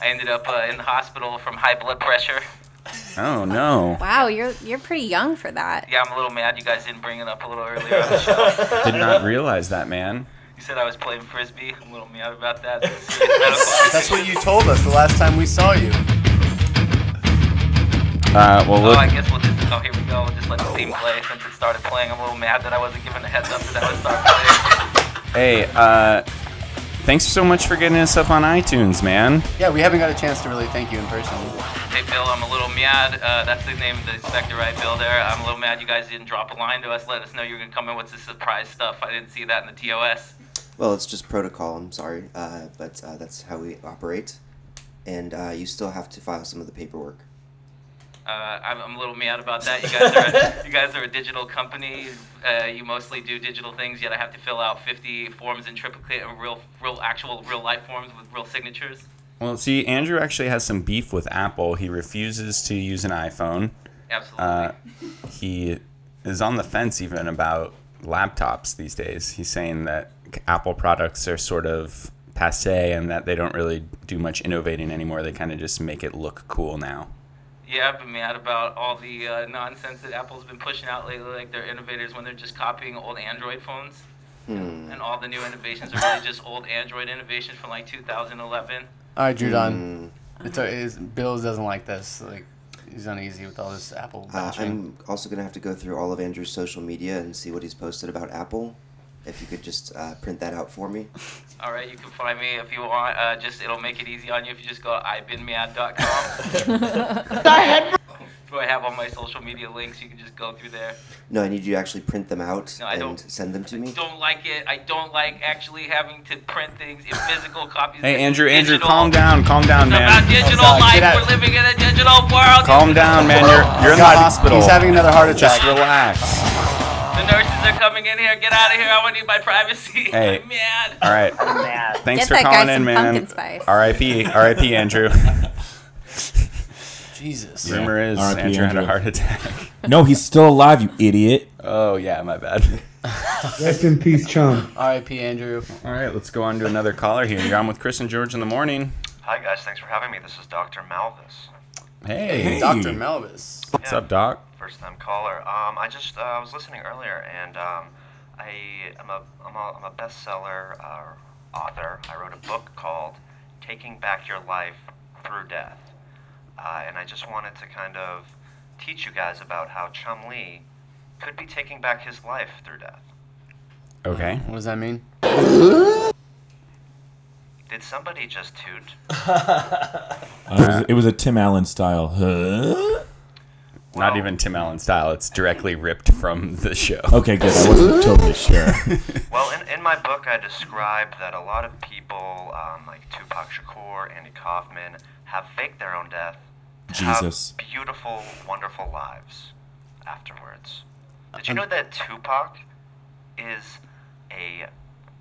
[SPEAKER 15] I ended up uh, in the hospital from high blood pressure.
[SPEAKER 4] Oh no!
[SPEAKER 8] Wow, you're you're pretty young for that.
[SPEAKER 15] Yeah, I'm a little mad. You guys didn't bring it up a
[SPEAKER 5] (laughs)
[SPEAKER 15] little earlier on the show.
[SPEAKER 4] Did not realize that, man.
[SPEAKER 15] You said I was playing frisbee. I'm a little mad about that. (laughs)
[SPEAKER 5] That's what you told us the last time we saw you.
[SPEAKER 4] Uh, well,
[SPEAKER 15] Oh, I
[SPEAKER 4] look.
[SPEAKER 15] guess we'll just. Oh, here we go. We'll just let the theme play since it started playing. I'm a little mad that I wasn't given a heads up that I would start playing.
[SPEAKER 4] Hey, uh, thanks so much for getting us up on iTunes, man.
[SPEAKER 5] Yeah, we haven't got a chance to really thank you in person.
[SPEAKER 15] Hey, Bill, I'm a little mad. Uh, that's the name of the inspector, right, Bill? There. I'm a little mad you guys didn't drop a line to us. Let us know you were going to come in with the surprise stuff. I didn't see that in the TOS.
[SPEAKER 9] Well, it's just protocol. I'm sorry, uh, but uh, that's how we operate, and uh, you still have to file some of the paperwork.
[SPEAKER 15] Uh, I'm, I'm a little mad about that. You guys are a, you guys are a digital company. Uh, you mostly do digital things, yet I have to fill out 50 forms in triplicate and real, real, actual, real life forms with real signatures.
[SPEAKER 4] Well, see, Andrew actually has some beef with Apple. He refuses to use an iPhone.
[SPEAKER 15] Absolutely.
[SPEAKER 4] Uh, he is on the fence even about laptops these days. He's saying that Apple products are sort of passe and that they don't really do much innovating anymore. They kind of just make it look cool now.
[SPEAKER 15] Yeah, I've been mad about all the uh, nonsense that Apple's been pushing out lately, like their innovators when they're just copying old Android phones.
[SPEAKER 5] Hmm.
[SPEAKER 15] And all the new innovations are really just old Android innovations from like 2011.
[SPEAKER 5] All right, Judon.
[SPEAKER 9] Hmm.
[SPEAKER 5] It's, uh, it's, Bills doesn't like this. Like he's uneasy with all this Apple
[SPEAKER 9] Uh,
[SPEAKER 5] bashing.
[SPEAKER 9] I'm also going to have to go through all of Andrew's social media and see what he's posted about Apple. If you could just uh, print that out for me.
[SPEAKER 15] All right, you can find me if you want. Uh, just it'll make it easy on you if you just go to
[SPEAKER 4] (laughs)
[SPEAKER 15] ibinmad.com. Do I have all my social media links? You can just go through there.
[SPEAKER 9] No, I need you to actually print them out
[SPEAKER 15] No, I
[SPEAKER 9] and
[SPEAKER 15] don't-
[SPEAKER 9] send them to me.
[SPEAKER 15] Don't like it. I don't like actually having to print things in
[SPEAKER 4] (laughs)
[SPEAKER 15] physical copies.
[SPEAKER 4] Hey, Andrew, Andrew, calm down, calm down,
[SPEAKER 15] It's
[SPEAKER 4] man.
[SPEAKER 15] about digital life. We're living in a digital world.
[SPEAKER 4] Calm down, man. You're, you're in
[SPEAKER 5] God,
[SPEAKER 4] the hospital.
[SPEAKER 5] he's having another heart attack.
[SPEAKER 4] Just relax.
[SPEAKER 15] The nurses are coming in here. Get out of here. I want to need my privacy.
[SPEAKER 4] (laughs)
[SPEAKER 15] (laughs)
[SPEAKER 4] Hey.
[SPEAKER 15] I'm mad.
[SPEAKER 4] All right. Thanks
[SPEAKER 15] Get
[SPEAKER 4] for
[SPEAKER 15] that guy
[SPEAKER 4] calling
[SPEAKER 15] some
[SPEAKER 4] in,
[SPEAKER 15] pumpkin
[SPEAKER 4] man.
[SPEAKER 15] spice.
[SPEAKER 4] R.I.P. R.I.P.
[SPEAKER 15] (laughs)
[SPEAKER 4] Andrew.
[SPEAKER 5] Jesus.
[SPEAKER 4] Rumor is
[SPEAKER 7] R.I.P.
[SPEAKER 4] Andrew, had a
[SPEAKER 7] Andrew.
[SPEAKER 4] heart attack.
[SPEAKER 7] (laughs) No, he's still alive, you idiot.
[SPEAKER 4] Oh yeah, my bad.
[SPEAKER 11] (laughs) Rest in peace, chum.
[SPEAKER 5] R.I.P. Andrew.
[SPEAKER 4] All right, let's go on to another caller here. You're on with Chris and George in the morning.
[SPEAKER 18] Hi guys, thanks for having me. This is Dr. Malvis.
[SPEAKER 4] Hey,
[SPEAKER 5] Hey, Dr. Melvis.
[SPEAKER 4] What's up, Doc?
[SPEAKER 18] First time caller. Um, I just uh, I was listening earlier, and um, I am a I'm a, I'm a bestseller uh, author. I wrote a book called "Taking Back Your Life Through Death," uh, and I just wanted to kind of teach you guys about how Chum Lee could be taking back his life through death.
[SPEAKER 4] Okay.
[SPEAKER 5] What does
[SPEAKER 9] (laughs)
[SPEAKER 5] that mean?
[SPEAKER 18] Did somebody just toot?
[SPEAKER 7] Uh, it, was, it was a Tim Allen style. Huh?
[SPEAKER 4] Not even Tim Allen style. It's directly ripped from the show.
[SPEAKER 7] Okay, good.
[SPEAKER 4] (laughs)
[SPEAKER 7] I wasn't totally sure.
[SPEAKER 18] Well, in, in my book, I described that a lot of people, um, like Tupac Shakur, Andy Kaufman, have faked their own death to have
[SPEAKER 7] Jesus.
[SPEAKER 18] beautiful, wonderful lives afterwards. Did you know that Tupac is a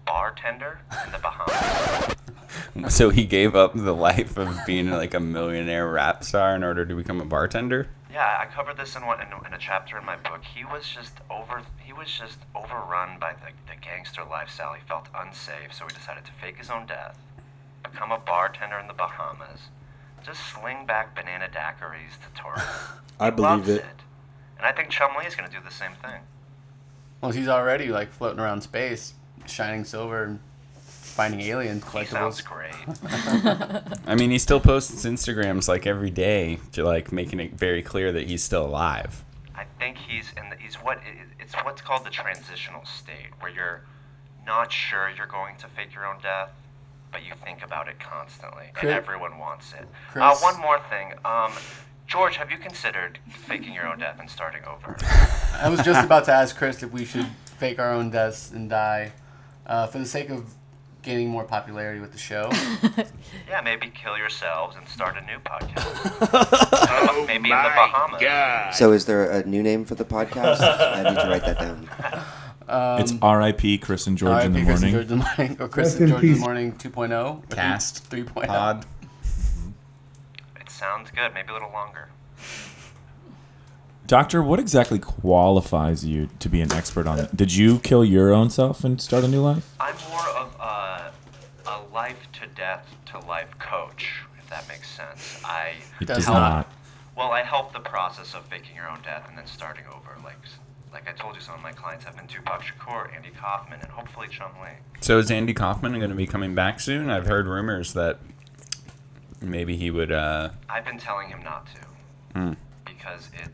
[SPEAKER 18] bartender in the Bahamas?
[SPEAKER 4] So he gave up the life of being like a millionaire rap star in order to become a bartender.
[SPEAKER 18] Yeah, I covered this in one in, in a chapter in my book. He was just over. He was just overrun by the, the gangster lifestyle. He felt unsafe, so he decided to fake his own death, become a bartender in the Bahamas, just sling back banana daiquiris to tourists.
[SPEAKER 6] I believe it.
[SPEAKER 18] and I think Chumley is going to do the same thing.
[SPEAKER 5] Well, he's already like floating around space, shining silver, and finding alien collectibles.
[SPEAKER 18] sounds great.
[SPEAKER 4] I mean, he still posts Instagrams like every day, to, like making it very clear that he's still alive.
[SPEAKER 18] I think he's in. The, he's what it- it's what's called the transitional state, where you're not sure you're going to fake your own death, but you think about it constantly,
[SPEAKER 5] Chris-
[SPEAKER 18] and everyone wants it. Uh,
[SPEAKER 5] Chris-
[SPEAKER 18] one more thing, um, George, have you considered faking your own death and starting over?
[SPEAKER 5] (laughs) (laughs) I was just about to ask Chris if we should fake our own deaths and die uh, for the sake of gaining more popularity with
[SPEAKER 9] (laughs)
[SPEAKER 5] the show.
[SPEAKER 18] (laughs) Yeah, maybe kill yourselves and start a new
[SPEAKER 5] (laughs)
[SPEAKER 18] podcast. Uh, maybe in the Bahamas.
[SPEAKER 9] So, is there a new name for the podcast? I need to write
[SPEAKER 4] (laughs)
[SPEAKER 9] that down.
[SPEAKER 5] Um,
[SPEAKER 7] it's R.I.P. Chris and George in the
[SPEAKER 5] RIP Chris
[SPEAKER 7] morning.
[SPEAKER 5] and George in the morning,
[SPEAKER 4] oh,
[SPEAKER 5] or Chris
[SPEAKER 7] Rest
[SPEAKER 5] and
[SPEAKER 7] in
[SPEAKER 5] George in the
[SPEAKER 7] peace.
[SPEAKER 5] morning oh, 2.0,
[SPEAKER 4] Cast,
[SPEAKER 5] 3.0.
[SPEAKER 4] pod.
[SPEAKER 18] It sounds good. Maybe a little longer.
[SPEAKER 7] Doctor, what exactly qualifies you to be an expert on it? Did you kill your own self and start a new life?
[SPEAKER 18] I'm more of a, a life to death to life coach, if that makes sense. I
[SPEAKER 7] It does not.
[SPEAKER 18] Well, I help the process of faking your own death and then starting over. Like, like I told you, some of my clients have been Tupac Shakur, Andy Kaufman, and hopefully Chumley.
[SPEAKER 4] So is Andy Kaufman going to be coming back soon? I've heard rumors that maybe he would. Uh,
[SPEAKER 18] I've been telling him not to
[SPEAKER 4] hmm.
[SPEAKER 18] because it,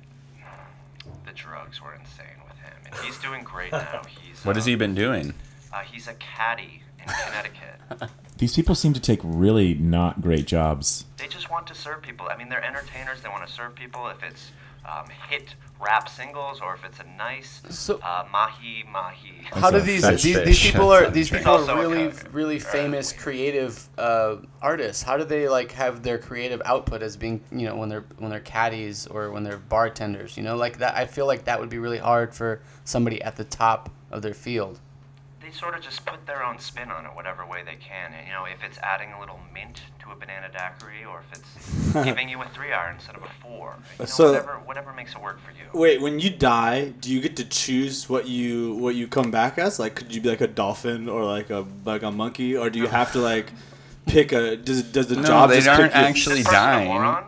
[SPEAKER 18] the drugs were insane with him, and he's doing
[SPEAKER 4] (laughs)
[SPEAKER 18] great now. He's
[SPEAKER 4] What has
[SPEAKER 18] um,
[SPEAKER 4] he been doing?
[SPEAKER 18] Uh, he's a caddy in
[SPEAKER 4] (laughs)
[SPEAKER 18] Connecticut.
[SPEAKER 7] These people seem to take really not great jobs.
[SPEAKER 18] They just want to serve people. I mean, they're entertainers. They want to serve people. If it's um, hit rap singles or if it's a nice uh, mahi mahi.
[SPEAKER 5] How do these these, these people are these people
[SPEAKER 18] It's
[SPEAKER 5] are
[SPEAKER 18] also a
[SPEAKER 5] really
[SPEAKER 18] coke.
[SPEAKER 5] really famous creative uh, artists? How do they like have their creative output as being you know when they're when they're caddies or when they're bartenders? You know, like that. I feel like that would be really hard for somebody at the top of their field.
[SPEAKER 18] They sort of just put their own spin on it, whatever way they can. And you know, if it's adding a little mint to a banana daiquiri, or if
[SPEAKER 6] (laughs)
[SPEAKER 18] it's giving you a three hour instead of a four, you know,
[SPEAKER 6] So-
[SPEAKER 18] whatever whatever makes it work for you.
[SPEAKER 6] Wait, when you die, do you get to choose what you what you come back as? Like, could you be like a dolphin or like a like a monkey, or do you have to like pick a? Does does the
[SPEAKER 4] No,
[SPEAKER 6] job?
[SPEAKER 4] they
[SPEAKER 6] just
[SPEAKER 4] aren't
[SPEAKER 6] pick you?
[SPEAKER 4] actually dying.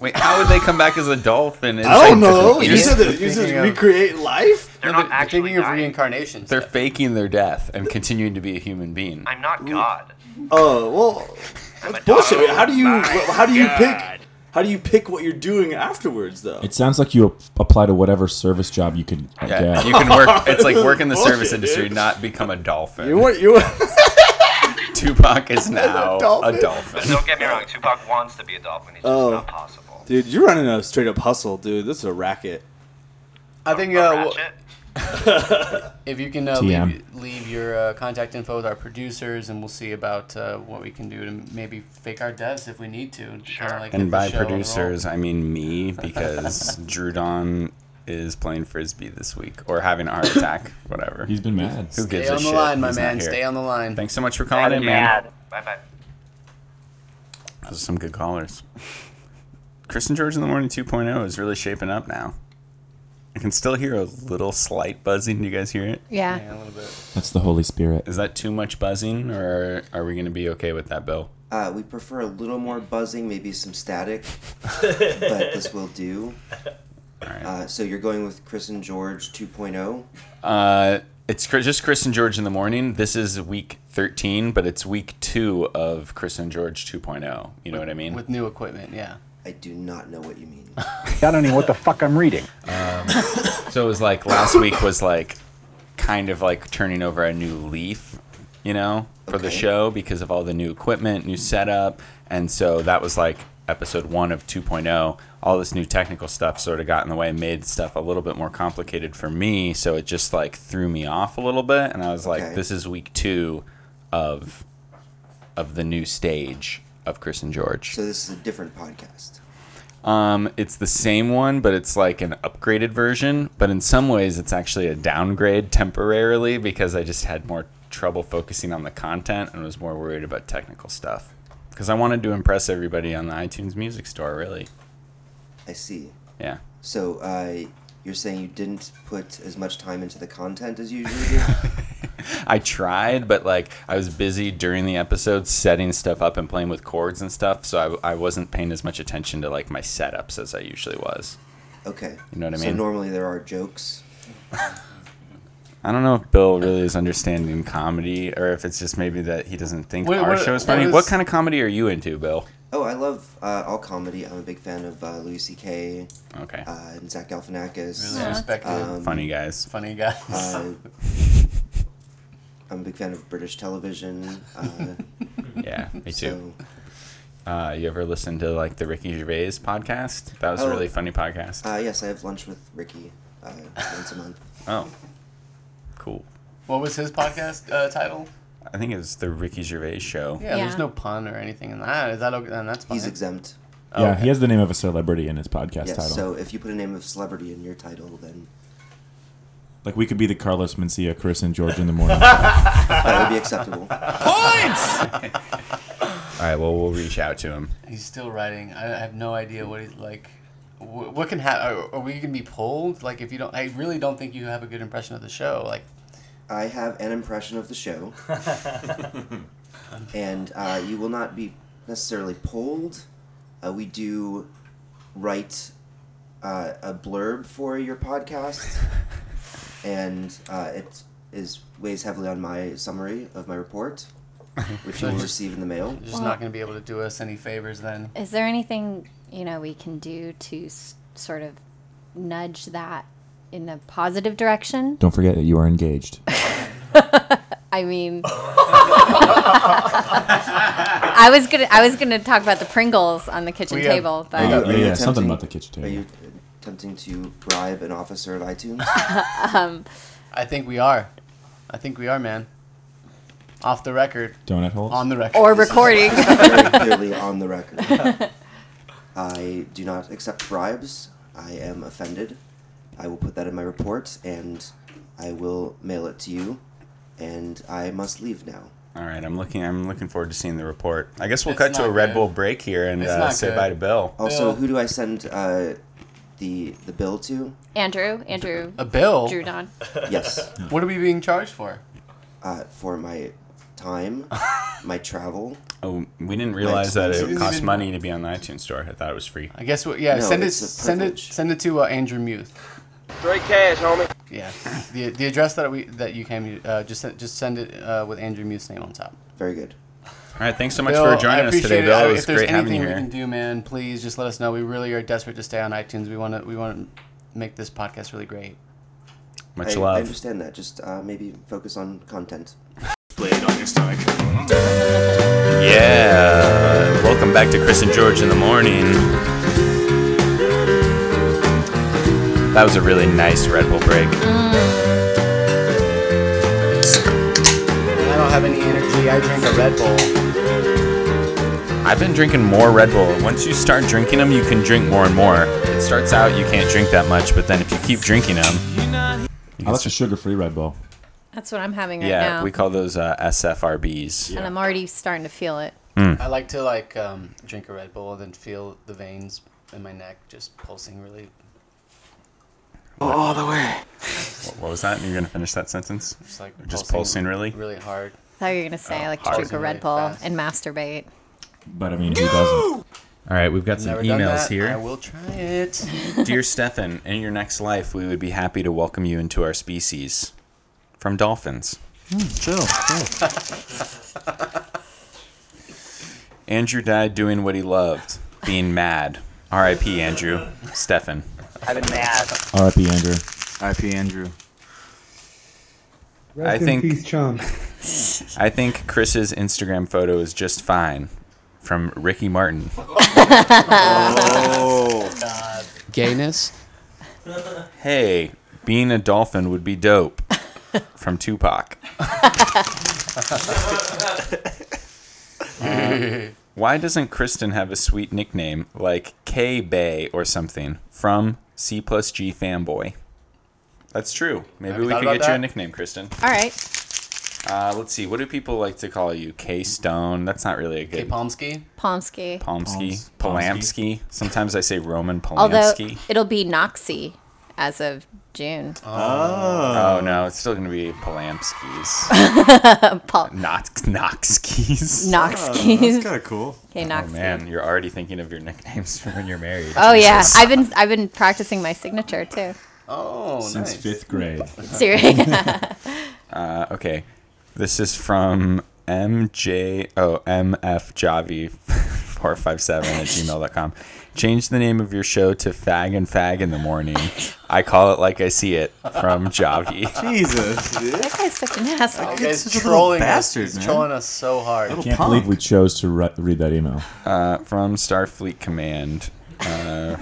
[SPEAKER 4] Wait, how would they come back as a dolphin? It's
[SPEAKER 6] I don't
[SPEAKER 4] like-
[SPEAKER 6] know. You said
[SPEAKER 4] They're
[SPEAKER 6] that you
[SPEAKER 4] thinking
[SPEAKER 6] said
[SPEAKER 4] of-
[SPEAKER 6] recreate life.
[SPEAKER 18] They're not actually
[SPEAKER 5] thinking of reincarnation.
[SPEAKER 4] They're faking their death and continuing to be a human being.
[SPEAKER 18] I'm not God.
[SPEAKER 6] Oh well, that's bullshit. How do you how do you pick how do you pick what you're doing afterwards though?
[SPEAKER 7] It sounds like you ap- apply to whatever service job you could
[SPEAKER 4] Yeah,
[SPEAKER 7] get.
[SPEAKER 4] you can work. It's
[SPEAKER 6] (laughs)
[SPEAKER 4] like work in the
[SPEAKER 6] Bullshit,
[SPEAKER 4] service industry,
[SPEAKER 6] dude.
[SPEAKER 4] not become a dolphin.
[SPEAKER 6] You want you.
[SPEAKER 4] (laughs) Tupac is now a dolphin.
[SPEAKER 6] dolphin.
[SPEAKER 18] But don't get me wrong, Tupac wants to be a dolphin. He's
[SPEAKER 6] Oh,
[SPEAKER 18] just not possible.
[SPEAKER 6] dude, you're running a straight up hustle, dude. This is a racket.
[SPEAKER 5] I think uh, w- (laughs) if you can uh,
[SPEAKER 6] TM.
[SPEAKER 5] leave, leave your uh, contact info with our producers, and we'll see about uh, what we can do to maybe fake our deaths if we need to. Sure. Like
[SPEAKER 4] And
[SPEAKER 5] get the
[SPEAKER 4] by
[SPEAKER 5] show on the roll.
[SPEAKER 4] producers, I mean
[SPEAKER 5] (laughs)
[SPEAKER 4] me, because Drew Don is playing frisbee this week or having a
[SPEAKER 5] (coughs)
[SPEAKER 4] heart attack, whatever. He's
[SPEAKER 7] been mad.
[SPEAKER 4] Who gives
[SPEAKER 5] Stay
[SPEAKER 4] a
[SPEAKER 5] on the
[SPEAKER 4] shit?
[SPEAKER 5] line, my
[SPEAKER 4] He's not
[SPEAKER 5] man.
[SPEAKER 4] here.
[SPEAKER 5] Stay on the line.
[SPEAKER 4] Thanks so much for calling in, man.
[SPEAKER 18] Bye bye.
[SPEAKER 4] Those are some good callers. Chris and George in the Morning 2.0 is really shaping up now. I can still hear a little slight buzzing. Do you guys hear it?
[SPEAKER 8] Yeah.
[SPEAKER 5] a little bit.
[SPEAKER 7] (laughs) That's the Holy Spirit.
[SPEAKER 4] Is that too much buzzing, or are we going to be okay with that, Bill?
[SPEAKER 9] Uh, we prefer a little more buzzing, maybe some
[SPEAKER 5] (laughs)
[SPEAKER 9] static, but this will do. Uh, so you're going with Chris and George oh? 2.0.
[SPEAKER 4] Uh, it's Chris, just Chris and George in the morning. This is week 13, but it's week two of Chris and George 2.0. You know what I mean?
[SPEAKER 5] With new equipment, yeah.
[SPEAKER 9] I do not know what you mean.
[SPEAKER 12] I don't know what the fuck I'm reading.
[SPEAKER 4] Um, so it was like last week was like kind of like turning over a new leaf, you know, for the show because of all the new equipment, new setup. And so that was like episode one of 2.0. All this new technical stuff sort of got in the way, made stuff a little bit more complicated for me. So it just like threw me off a little bit. And I was like,
[SPEAKER 9] Okay.
[SPEAKER 4] this is week two of of the new stage of Chris and George.
[SPEAKER 9] So this is a different podcast.
[SPEAKER 4] Um, it's the same one, but it's like an upgraded version. But in some ways, it's actually a downgrade temporarily because I just had more trouble focusing on the content and was more worried about technical stuff. Because I wanted to impress everybody on the iTunes Music Store, really.
[SPEAKER 9] I see.
[SPEAKER 4] Yeah.
[SPEAKER 9] So uh, you're saying you didn't put as much time into the content as you usually do?
[SPEAKER 4] (laughs) I tried, but like I was busy during the episode setting stuff up and playing with chords and stuff, so I, I wasn't paying as much attention to like my setups as I usually was.
[SPEAKER 9] Okay.
[SPEAKER 4] You know what I
[SPEAKER 9] so
[SPEAKER 4] mean?
[SPEAKER 9] normally there are jokes.
[SPEAKER 4] I don't know if Bill really is understanding comedy, or if it's just maybe that he doesn't think
[SPEAKER 9] Wait,
[SPEAKER 4] our
[SPEAKER 9] what-
[SPEAKER 4] show is
[SPEAKER 9] what
[SPEAKER 4] funny.
[SPEAKER 9] is-
[SPEAKER 4] What kind of comedy are you into,
[SPEAKER 5] (laughs)
[SPEAKER 4] Bill?
[SPEAKER 9] Oh, I love uh, all comedy. I'm a big fan of uh, Louis C.K.
[SPEAKER 4] Okay.
[SPEAKER 9] Uh, and Zach Galifianakis. Um,
[SPEAKER 5] Really respected.
[SPEAKER 4] funny guys.
[SPEAKER 5] Funny guys.
[SPEAKER 9] Uh, I'm a big fan of British television. Uh,
[SPEAKER 4] (laughs) Yeah, me too. Uh, you ever listen to like the Ricky Gervais podcast? That was a
[SPEAKER 9] Oh.
[SPEAKER 4] really funny podcast.
[SPEAKER 9] uh, yes, I have lunch with Ricky uh, once a month.
[SPEAKER 4] Oh, cool.
[SPEAKER 5] What was his podcast uh, title?
[SPEAKER 4] I think it's the Ricky Gervais show.
[SPEAKER 5] Yeah, there's no pun or anything in that. Is that okay? Then that's fine.
[SPEAKER 9] He's exempt.
[SPEAKER 7] yeah, he has the name of a celebrity in his podcast
[SPEAKER 9] Yes,
[SPEAKER 7] title.
[SPEAKER 9] so if you put a name of celebrity in your title, then
[SPEAKER 7] like we could be the Carlos Mencia, Chris, and George in the morning.
[SPEAKER 9] that would be
[SPEAKER 5] (laughs)
[SPEAKER 9] acceptable.
[SPEAKER 4] All right, well, we'll reach out to him.
[SPEAKER 5] He's still writing. I I have no idea what he's like. wh- What can happen? Are, are we gonna be pulled? Like, if you don't, I really don't think you have a good impression of the show. Like,
[SPEAKER 9] I have an impression of the show, and uh, you will not be necessarily polled. Uh, we do write uh, a blurb for your podcast, and uh, it is weighs heavily on my summary of my report, which you will receive in the mail.
[SPEAKER 5] You're just not gonna be able to do us any favors then.
[SPEAKER 8] Is there anything you know we can do to s- sort of nudge that in a positive direction? (laughs)
[SPEAKER 7] Don't forget that you are engaged.
[SPEAKER 8] I mean, I was gonna I was gonna talk about the Pringles on the kitchen
[SPEAKER 9] We have-
[SPEAKER 8] table,
[SPEAKER 9] Are you-
[SPEAKER 8] but
[SPEAKER 9] are you
[SPEAKER 7] yeah,
[SPEAKER 9] attempting-
[SPEAKER 7] something about the kitchen
[SPEAKER 9] Are
[SPEAKER 7] table.
[SPEAKER 9] you attempting to bribe an officer of iTunes?
[SPEAKER 8] (laughs) um,
[SPEAKER 5] I think we are. I think we are, man. Off the record.
[SPEAKER 7] Donut holes?
[SPEAKER 5] On the record.
[SPEAKER 8] Or recording.
[SPEAKER 9] very clearly on the record. I do not accept bribes. I am offended. I will put that in my report and I will mail it to you. And I must leave now.
[SPEAKER 4] All right, I'm looking. I'm looking forward to seeing the report. I guess we'll
[SPEAKER 9] It's
[SPEAKER 4] cut to
[SPEAKER 9] not
[SPEAKER 4] a Red
[SPEAKER 9] good.
[SPEAKER 4] Bull break here and uh, say bye to Bill.
[SPEAKER 9] Also, who do I send uh, the the bill to?
[SPEAKER 8] Andrew, Andrew,
[SPEAKER 5] A bill?
[SPEAKER 8] Drew Don.
[SPEAKER 9] Yes.
[SPEAKER 5] (laughs) What are we being charged for?
[SPEAKER 9] Uh, for my
[SPEAKER 5] (laughs)
[SPEAKER 9] time, my travel.
[SPEAKER 4] Oh, we didn't realize that
[SPEAKER 9] expenses.
[SPEAKER 4] it cost money to be on the iTunes store. I thought it was free.
[SPEAKER 5] I guess. What, yeah.
[SPEAKER 9] No,
[SPEAKER 5] send it.
[SPEAKER 9] it's a
[SPEAKER 5] Send it. Send it to uh, Andrew Muth.
[SPEAKER 16] Straight cash, homie.
[SPEAKER 5] Yeah. the, the address that we that you came uh, just send, just send it uh, with Andrew Muth's name on top.
[SPEAKER 9] Very good.
[SPEAKER 4] All right, thanks so much
[SPEAKER 5] Bill,
[SPEAKER 4] for joining
[SPEAKER 5] I
[SPEAKER 4] us today,
[SPEAKER 5] appreciate
[SPEAKER 4] Bill.
[SPEAKER 5] I-
[SPEAKER 4] It
[SPEAKER 5] if
[SPEAKER 4] was
[SPEAKER 5] there's
[SPEAKER 4] great having
[SPEAKER 5] anything
[SPEAKER 4] you
[SPEAKER 5] we
[SPEAKER 4] here.
[SPEAKER 5] can do, man, please just let us know. We really are desperate to stay on iTunes. We want to we want to make this podcast really great.
[SPEAKER 9] I, I understand that. Just uh, maybe focus on content.
[SPEAKER 6] Blade on your stomach.
[SPEAKER 4] Yeah, welcome back to Chris and George in the morning. That was a really nice Red Bull break. Mm.
[SPEAKER 5] I don't have any energy. I drink a Red Bull.
[SPEAKER 4] I've been drinking more Red Bull. Once you start drinking them, you can drink more and more. It starts out you can't drink that much, but then if you keep drinking them,
[SPEAKER 7] I like the sugar-free Red Bull.
[SPEAKER 8] That's what I'm having right
[SPEAKER 4] yeah,
[SPEAKER 8] now,
[SPEAKER 4] we call those uh, SFRBs.
[SPEAKER 8] and I'm already starting to feel it.
[SPEAKER 4] Mm.
[SPEAKER 5] I like to like um, drink a Red Bull and then feel the veins in my neck just pulsing really.
[SPEAKER 4] All the way. What, what was that? You're gonna finish that sentence?
[SPEAKER 5] Just like
[SPEAKER 4] Or just pulsing, really.
[SPEAKER 5] Really hard.
[SPEAKER 8] I thought you were gonna say
[SPEAKER 5] Uh,
[SPEAKER 8] I like to
[SPEAKER 4] hard.
[SPEAKER 8] drink a Red Bull and masturbate.
[SPEAKER 4] But I mean, who doesn't? All right, we've got some
[SPEAKER 5] Never done
[SPEAKER 4] emails
[SPEAKER 5] that. I
[SPEAKER 4] here.
[SPEAKER 5] (laughs) will
[SPEAKER 8] (laughs)
[SPEAKER 5] try it.
[SPEAKER 4] (laughs) Dear Stefan, in your next life, we would be happy to welcome you into our species. From dolphins. Andrew died doing what he loved, being mad. R.I.P. Andrew. Stefan.
[SPEAKER 16] I've been mad.
[SPEAKER 7] R.I.P. Andrew.
[SPEAKER 2] R.I.P. Andrew.
[SPEAKER 11] Rest
[SPEAKER 4] I
[SPEAKER 11] in
[SPEAKER 4] think-
[SPEAKER 11] peace, chum.
[SPEAKER 4] I think Chris's Instagram photo is just fine. From Ricky Martin.
[SPEAKER 19] Oh.
[SPEAKER 5] (laughs) Oh, Gayness.
[SPEAKER 4] Hey, being a dolphin would be dope. From Tupac. Uh, why doesn't Kristen have a sweet nickname like K Bay or something? From C plus G fanboy. That's true. Maybe
[SPEAKER 5] Have you
[SPEAKER 4] we
[SPEAKER 5] thought
[SPEAKER 4] could
[SPEAKER 5] about
[SPEAKER 4] get you a
[SPEAKER 5] that?
[SPEAKER 4] nickname, Kristen.
[SPEAKER 8] All right.
[SPEAKER 4] Uh, let's see. What do people like to call you? K Stone. That's not really a good.
[SPEAKER 5] Pomsky.
[SPEAKER 8] Pomsky.
[SPEAKER 4] Pomsky.
[SPEAKER 8] Pomsky.
[SPEAKER 4] Polamsky. Sometimes I say Roman
[SPEAKER 8] Although
[SPEAKER 4] Polamsky.
[SPEAKER 8] it'll be Noxy as of June.
[SPEAKER 4] Oh. no, it's still gonna be Polamskis.
[SPEAKER 8] (laughs) Pol-
[SPEAKER 4] Not
[SPEAKER 8] (laughs)
[SPEAKER 4] Noxkis.
[SPEAKER 8] Noxkis. Oh, that's kinda
[SPEAKER 4] cool.
[SPEAKER 8] Okay,
[SPEAKER 4] Oh
[SPEAKER 8] Noxy.
[SPEAKER 4] man, you're already thinking of your nicknames (laughs) for when you're married.
[SPEAKER 8] Oh yeah,
[SPEAKER 4] Jesus.
[SPEAKER 8] I've been I've been practicing my signature too.
[SPEAKER 5] Oh,
[SPEAKER 4] Since nice. fifth grade.
[SPEAKER 8] Seriously.
[SPEAKER 4] Uh, okay, this is from MJ oh MFJavi (laughs) four five seven at gmail.com. Change the name of your show to Fag and Fag in the morning. I call it like I see it from Javi.
[SPEAKER 6] (laughs) Jesus, dude.
[SPEAKER 8] that guy's such an asshole.
[SPEAKER 5] That guy's trolling
[SPEAKER 6] bastard,
[SPEAKER 5] us. He's
[SPEAKER 6] man.
[SPEAKER 8] (laughs)
[SPEAKER 5] trolling us so hard.
[SPEAKER 7] I can't believe we chose to re- read
[SPEAKER 4] (laughs)
[SPEAKER 7] that email.
[SPEAKER 4] uh, from Starfleet Command. Uh,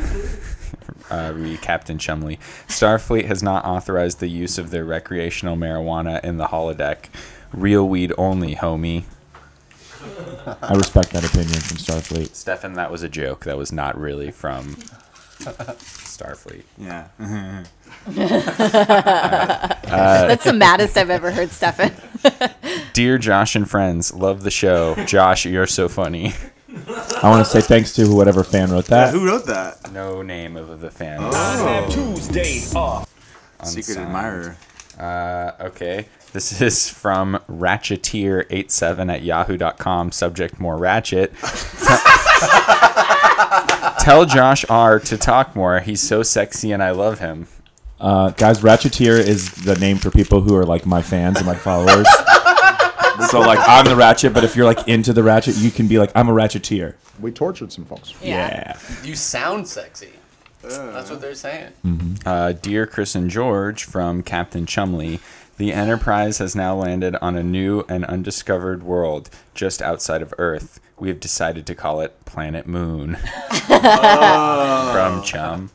[SPEAKER 4] (laughs) uh, re Captain Chumley. Starfleet has not authorized the use of their recreational marijuana in the holodeck. Real weed only, homie.
[SPEAKER 7] I respect that opinion from Starfleet.
[SPEAKER 4] Stefan, that was a joke. That was not really from (laughs) Starfleet.
[SPEAKER 6] Yeah.
[SPEAKER 4] Uh,
[SPEAKER 8] (laughs) That's the maddest I've ever heard, Stefan.
[SPEAKER 4] Dear Josh and friends, love the show. Josh, you're so funny.
[SPEAKER 7] I want to say thanks to whatever fan wrote that.
[SPEAKER 4] wrote that? No name of the fan.
[SPEAKER 10] Tuesday off.
[SPEAKER 2] Secret
[SPEAKER 4] admirer. Uh, okay. This is from Ratcheteer87 at yahoo.com. Subject more ratchet. (laughs) Tell Josh R to talk more. He's so sexy and I love him.
[SPEAKER 7] Uh, guys, Ratcheteer is the name for people who are like my fans and
[SPEAKER 4] (laughs)
[SPEAKER 7] my followers. so like I'm the Ratchet, but if you're like into the Ratchet, you can be like I'm a Ratcheteer.
[SPEAKER 20] We tortured some folks.
[SPEAKER 7] Yeah.
[SPEAKER 5] You sound sexy. That's what they're saying.
[SPEAKER 4] Uh, Dear Chris and George from Captain Chumley, the Enterprise has now landed on a new and undiscovered world just outside of Earth. We have decided to call it Planet Moon. (laughs) From Chum.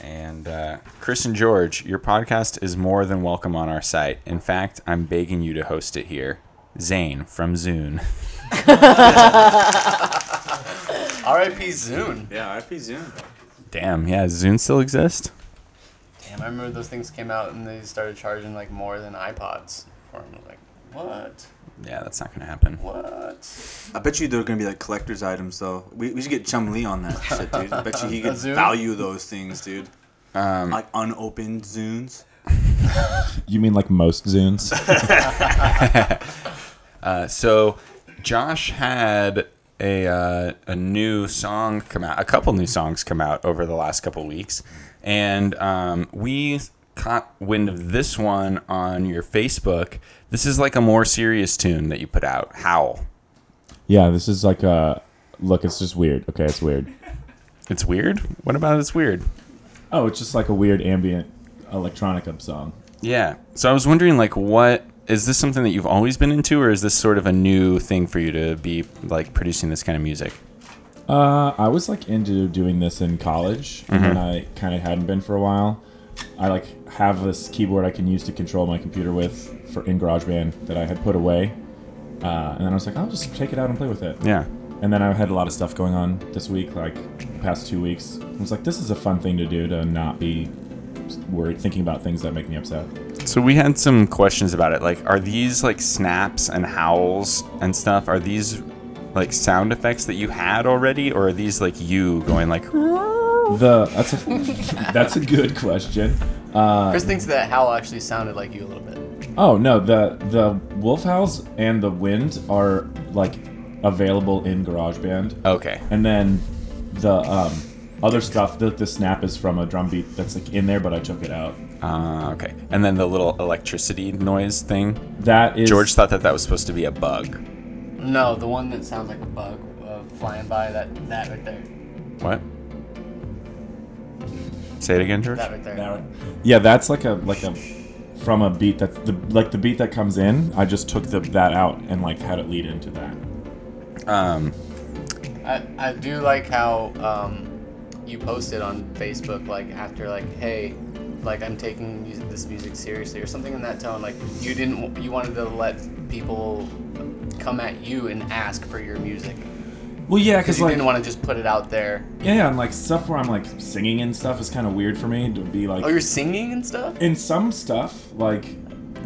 [SPEAKER 4] And uh, Chris and George, your podcast is more than welcome on our site. In fact, I'm begging you to host it here. Zane from Zune. (laughs)
[SPEAKER 5] (laughs) R.I.P. Zune.
[SPEAKER 2] Yeah, R.I.P. Zune.
[SPEAKER 4] Damn, yeah, does Zune still exist?
[SPEAKER 5] Damn, I remember those things came out and they started charging like more than iPods for them. Like, what?
[SPEAKER 4] Yeah, that's not gonna happen.
[SPEAKER 5] What?
[SPEAKER 19] I bet you they're gonna be like collector's items though. We, we should get Chum Lee
[SPEAKER 5] (laughs)
[SPEAKER 19] on that shit, dude. I bet you he could
[SPEAKER 5] Zoom?
[SPEAKER 19] value those things, dude.
[SPEAKER 4] Um,
[SPEAKER 19] like
[SPEAKER 4] (laughs)
[SPEAKER 19] unopened Zunes.
[SPEAKER 7] You mean like most Zunes?
[SPEAKER 4] (laughs) uh, so Josh had a uh, a new song come out, a couple new songs come out over the last couple weeks, and um, we caught wind of this one on your Facebook. This is like a more serious tune that you put out, Howl.
[SPEAKER 7] yeah, this is like uh look, it's just weird. Okay, it's weird.
[SPEAKER 4] It's weird. What about it's weird?
[SPEAKER 7] Oh, it's just like a weird ambient electronica song.
[SPEAKER 4] Yeah. So I was wondering, like, what is this something that you've always been into, or is this sort of a new thing for you to be like producing this kind of music?
[SPEAKER 7] Uh, I was like into doing this in college, and then I kind of hadn't been for a while. I like have this keyboard I can use to control my computer with for in GarageBand that I had put away, uh, and then I was like, I'll just take it out and play with it.
[SPEAKER 4] Yeah.
[SPEAKER 7] And then I had a lot of stuff going on this week, like the past two weeks. I was like, this is a fun thing to do to not be worried thinking about things that make me upset.
[SPEAKER 4] So we had some questions about it. Like, are these like snaps and howls and stuff? Are these like sound effects that you had already, or are these like you going like?
[SPEAKER 7] The that's a (laughs) that's a good question. Uh,
[SPEAKER 5] Chris thinks that Howl actually sounded like you a little bit.
[SPEAKER 7] Oh no, the the wolf howls and the wind are like available in GarageBand.
[SPEAKER 4] Okay.
[SPEAKER 7] And then the um, other stuff, the, the snap is from a drum beat that's like in there, but I took it out.
[SPEAKER 4] Uh, okay. And then the little electricity noise thing.
[SPEAKER 7] That is-
[SPEAKER 4] George thought that that was supposed to be a bug.
[SPEAKER 5] No, the one that sounds like a bug uh, flying by. That that right there.
[SPEAKER 4] What? Say it again, George.
[SPEAKER 5] That right there.
[SPEAKER 7] Yeah, that's like a like a from a beat that's the like the beat that comes in. I just took the that out and like had it lead into that.
[SPEAKER 4] Um,
[SPEAKER 5] I, I do like how um, you posted on Facebook like after like hey like I'm taking music, this music seriously or something in that tone like you didn't w- you wanted to let people come at you and ask for your music
[SPEAKER 7] Well, yeah, because
[SPEAKER 5] you
[SPEAKER 7] like
[SPEAKER 5] didn't want to just put it out there
[SPEAKER 7] yeah, yeah, and like stuff where I'm like singing and stuff is kind of weird for me to be like.
[SPEAKER 5] oh you're singing and stuff
[SPEAKER 7] in some stuff like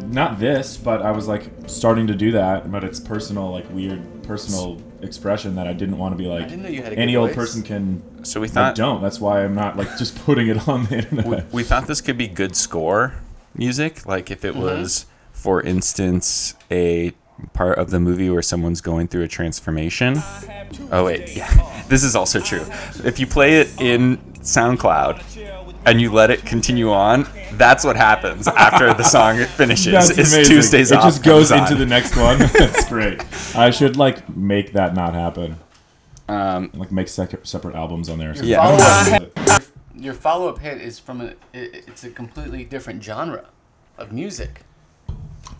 [SPEAKER 7] not this but i was like starting to do that but it's personal like weird personal expression that i didn't want to be like
[SPEAKER 5] didn't know you had a
[SPEAKER 7] any
[SPEAKER 5] good
[SPEAKER 7] old
[SPEAKER 5] voice.
[SPEAKER 7] person can
[SPEAKER 4] So we
[SPEAKER 7] i
[SPEAKER 4] thought-
[SPEAKER 7] don't that's why i'm not like just putting it on the internet (laughs)
[SPEAKER 4] we thought this could be good score music. Like if it
[SPEAKER 2] Mm-hmm.
[SPEAKER 7] Mhm.
[SPEAKER 4] was, for instance, a part of the movie where someone's going through a transformation. Oh wait, yeah, (laughs) this is also true. If you play it in SoundCloud and you let it continue on, that's what happens after the song finishes.
[SPEAKER 7] That's
[SPEAKER 4] is
[SPEAKER 7] amazing.
[SPEAKER 4] Tuesdays
[SPEAKER 7] it
[SPEAKER 4] off
[SPEAKER 7] just goes
[SPEAKER 4] comes
[SPEAKER 7] into
[SPEAKER 4] on.
[SPEAKER 7] the
[SPEAKER 4] (laughs)
[SPEAKER 7] next one that's great i should like make that not happen
[SPEAKER 4] um
[SPEAKER 7] like make sec- separate albums on there or
[SPEAKER 5] your
[SPEAKER 7] something.
[SPEAKER 5] follow up your follow up hit is from a it, it's a completely different genre of music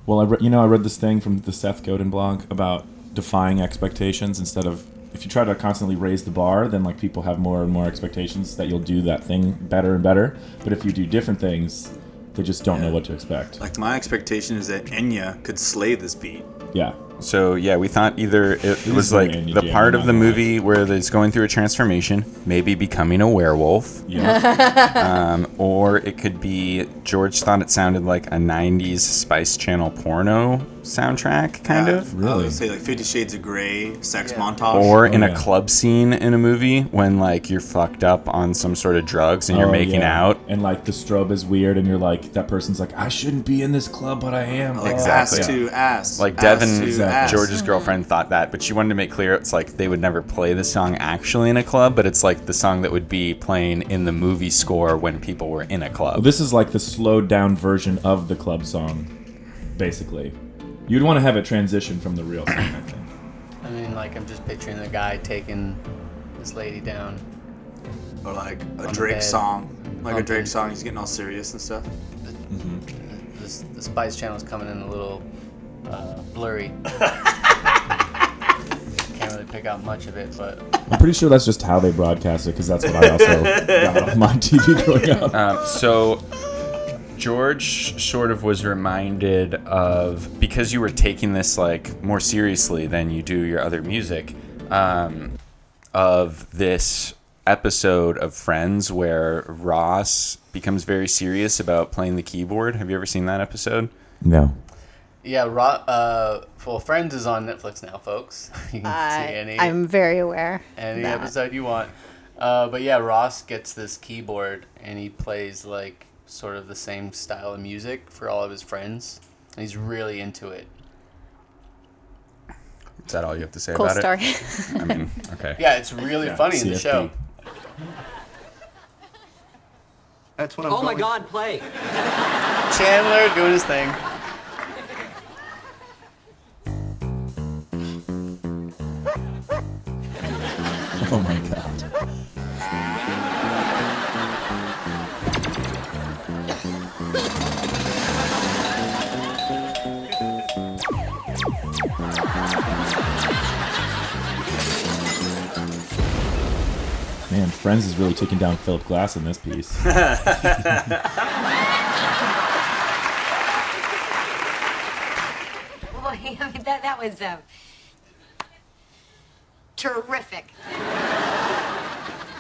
[SPEAKER 7] Well, I re- you know I read this thing from the Seth Godin blog about defying expectations instead of if you try to constantly raise the bar, then like people have more and more expectations that you'll do that thing better and better. But if you do different things, They just don't know what to expect.
[SPEAKER 19] Like my expectation is that Enya could slay this beat.
[SPEAKER 7] Yeah.
[SPEAKER 4] So yeah, we thought either it, it was like
[SPEAKER 7] Indiana,
[SPEAKER 4] the part of
[SPEAKER 7] not
[SPEAKER 4] the
[SPEAKER 7] gonna
[SPEAKER 4] movie where it's going through a transformation, maybe becoming a werewolf.
[SPEAKER 7] (laughs) Yeah.
[SPEAKER 4] um, or it could be George thought it sounded like a '90s Spice Channel porno soundtrack, kind
[SPEAKER 19] Yeah,
[SPEAKER 4] of.
[SPEAKER 19] I would say like Fifty Shades of Grey, sex
[SPEAKER 7] Oh,
[SPEAKER 19] montage,
[SPEAKER 4] Or in a club scene in a movie when like you're fucked up on some sort of drugs and you're
[SPEAKER 7] Oh,
[SPEAKER 4] making
[SPEAKER 7] yeah.
[SPEAKER 4] out.
[SPEAKER 7] And like the strobe is weird, and you're like, that person's like, I shouldn't be in this club, but I am.
[SPEAKER 19] Like
[SPEAKER 7] Oh,
[SPEAKER 19] ass
[SPEAKER 7] yeah.
[SPEAKER 19] to ass,
[SPEAKER 4] Like
[SPEAKER 19] ass
[SPEAKER 4] Devin,
[SPEAKER 19] to ass.
[SPEAKER 4] George's girlfriend thought that, but she wanted to make clear it's like they would never play the song actually in a club, but it's like the song that would be playing in the movie score when people were in a
[SPEAKER 7] Well,
[SPEAKER 4] club.
[SPEAKER 7] this is like the slowed down version of the club song, basically. You'd want to have a transition from the real song, I think.
[SPEAKER 5] I mean, like I'm just picturing the guy taking this lady down.
[SPEAKER 19] Or like
[SPEAKER 5] On
[SPEAKER 19] a
[SPEAKER 5] the
[SPEAKER 19] Drake
[SPEAKER 5] bed.
[SPEAKER 19] song, like a
[SPEAKER 5] Okay.
[SPEAKER 19] Drake song. He's getting all serious and stuff.
[SPEAKER 5] This, the Spice Channel's coming in a little uh,
[SPEAKER 19] (laughs)
[SPEAKER 5] blurry. Can't really pick out much of it, but
[SPEAKER 7] I'm pretty sure that's just how they broadcast it, because that's what I also got on my (laughs) TV growing up.
[SPEAKER 4] Um, so George sort of was reminded of because you were taking this like more seriously than you do your other music, um, of this episode of Friends where Ross becomes very serious about playing the keyboard. Have you ever seen that episode?
[SPEAKER 7] No.
[SPEAKER 5] yeah, Ro- uh, well, Friends is on Netflix now, folks. (laughs) You can see any.
[SPEAKER 8] I'm very aware.
[SPEAKER 5] any
[SPEAKER 8] that.
[SPEAKER 5] episode you want. Uh, but yeah, Ross gets this keyboard and he plays like sort of the same style of music for all of his friends, and he's really into it.
[SPEAKER 4] Is that all you have to say
[SPEAKER 8] Cool
[SPEAKER 4] about
[SPEAKER 8] story.
[SPEAKER 4] it? (laughs) I
[SPEAKER 8] (laughs)
[SPEAKER 4] mean, okay.
[SPEAKER 5] Yeah, it's really
[SPEAKER 4] Yeah,
[SPEAKER 5] funny in the
[SPEAKER 4] CFP.
[SPEAKER 5] show.
[SPEAKER 19] That's what
[SPEAKER 5] I'm Oh my going-
[SPEAKER 20] God, play.
[SPEAKER 5] Chandler doing his thing.
[SPEAKER 7] Oh my god. Man, Friends is really taking down Philip Glass in this piece.
[SPEAKER 21] Boy, (laughs) I mean, that, that was um, terrific.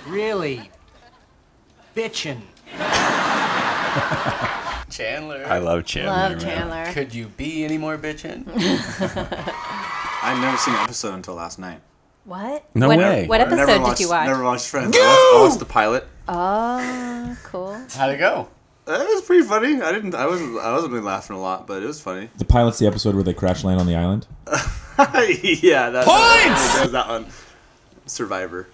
[SPEAKER 20] Really bitchin'.
[SPEAKER 5] Chandler.
[SPEAKER 4] I love Chandler,
[SPEAKER 19] Love man. Chandler.
[SPEAKER 5] Could you be any
[SPEAKER 4] (laughs)
[SPEAKER 8] (laughs)
[SPEAKER 5] more bitchin'?
[SPEAKER 19] I've never seen an episode until last night.
[SPEAKER 8] What?
[SPEAKER 4] No
[SPEAKER 8] what,
[SPEAKER 4] way.
[SPEAKER 8] What
[SPEAKER 19] Never
[SPEAKER 8] episode did
[SPEAKER 19] watched-
[SPEAKER 8] you watch?
[SPEAKER 19] Never watched Friends. I watched- I watched the pilot.
[SPEAKER 8] Oh,
[SPEAKER 4] (laughs)
[SPEAKER 8] cool.
[SPEAKER 5] How'd it go?
[SPEAKER 19] That was pretty funny. I didn't. I was. I wasn't really laughing a lot, but it was funny.
[SPEAKER 7] the pilot's the episode where they crash land on the island.
[SPEAKER 19] (laughs) yeah, that, points. That, was that one.
[SPEAKER 8] (laughs)
[SPEAKER 19] Survivor.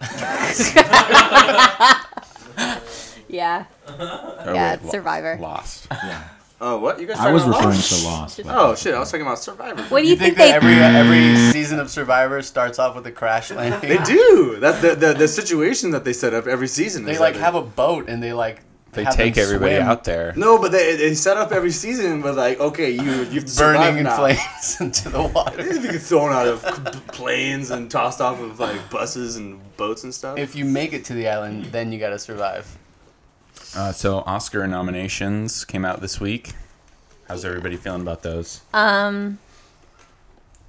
[SPEAKER 8] (laughs) Yeah. yeah, it's Survivor.
[SPEAKER 4] Lost.
[SPEAKER 19] Yeah. Oh, what you guys?
[SPEAKER 7] I
[SPEAKER 19] talking
[SPEAKER 7] was
[SPEAKER 19] about
[SPEAKER 7] referring
[SPEAKER 19] Lost?
[SPEAKER 7] to Lost, but-
[SPEAKER 19] Oh shit! I was talking about Survivor.
[SPEAKER 8] What do you, think,
[SPEAKER 5] that
[SPEAKER 8] they?
[SPEAKER 5] every uh, every season of Survivor starts off with
[SPEAKER 19] (laughs)
[SPEAKER 5] a crash landing?
[SPEAKER 19] They do. That's the, the the situation that they set up every season.
[SPEAKER 5] They
[SPEAKER 19] is
[SPEAKER 5] like
[SPEAKER 19] that
[SPEAKER 5] have a boat and they like
[SPEAKER 4] They
[SPEAKER 5] have
[SPEAKER 4] take
[SPEAKER 5] them
[SPEAKER 4] everybody
[SPEAKER 5] swim.
[SPEAKER 4] out there.
[SPEAKER 19] No, but they, they set up every season with like, okay, you you've
[SPEAKER 5] Burning in
[SPEAKER 19] now.
[SPEAKER 5] flames into the water.
[SPEAKER 19] If you get thrown out of (laughs) c- planes and tossed off of like buses and boats and stuff. (laughs)
[SPEAKER 5] If you make it to the island, then you gotta survive.
[SPEAKER 4] Uh, so Oscar nominations came out this week. How's everybody feeling about those?
[SPEAKER 8] Um,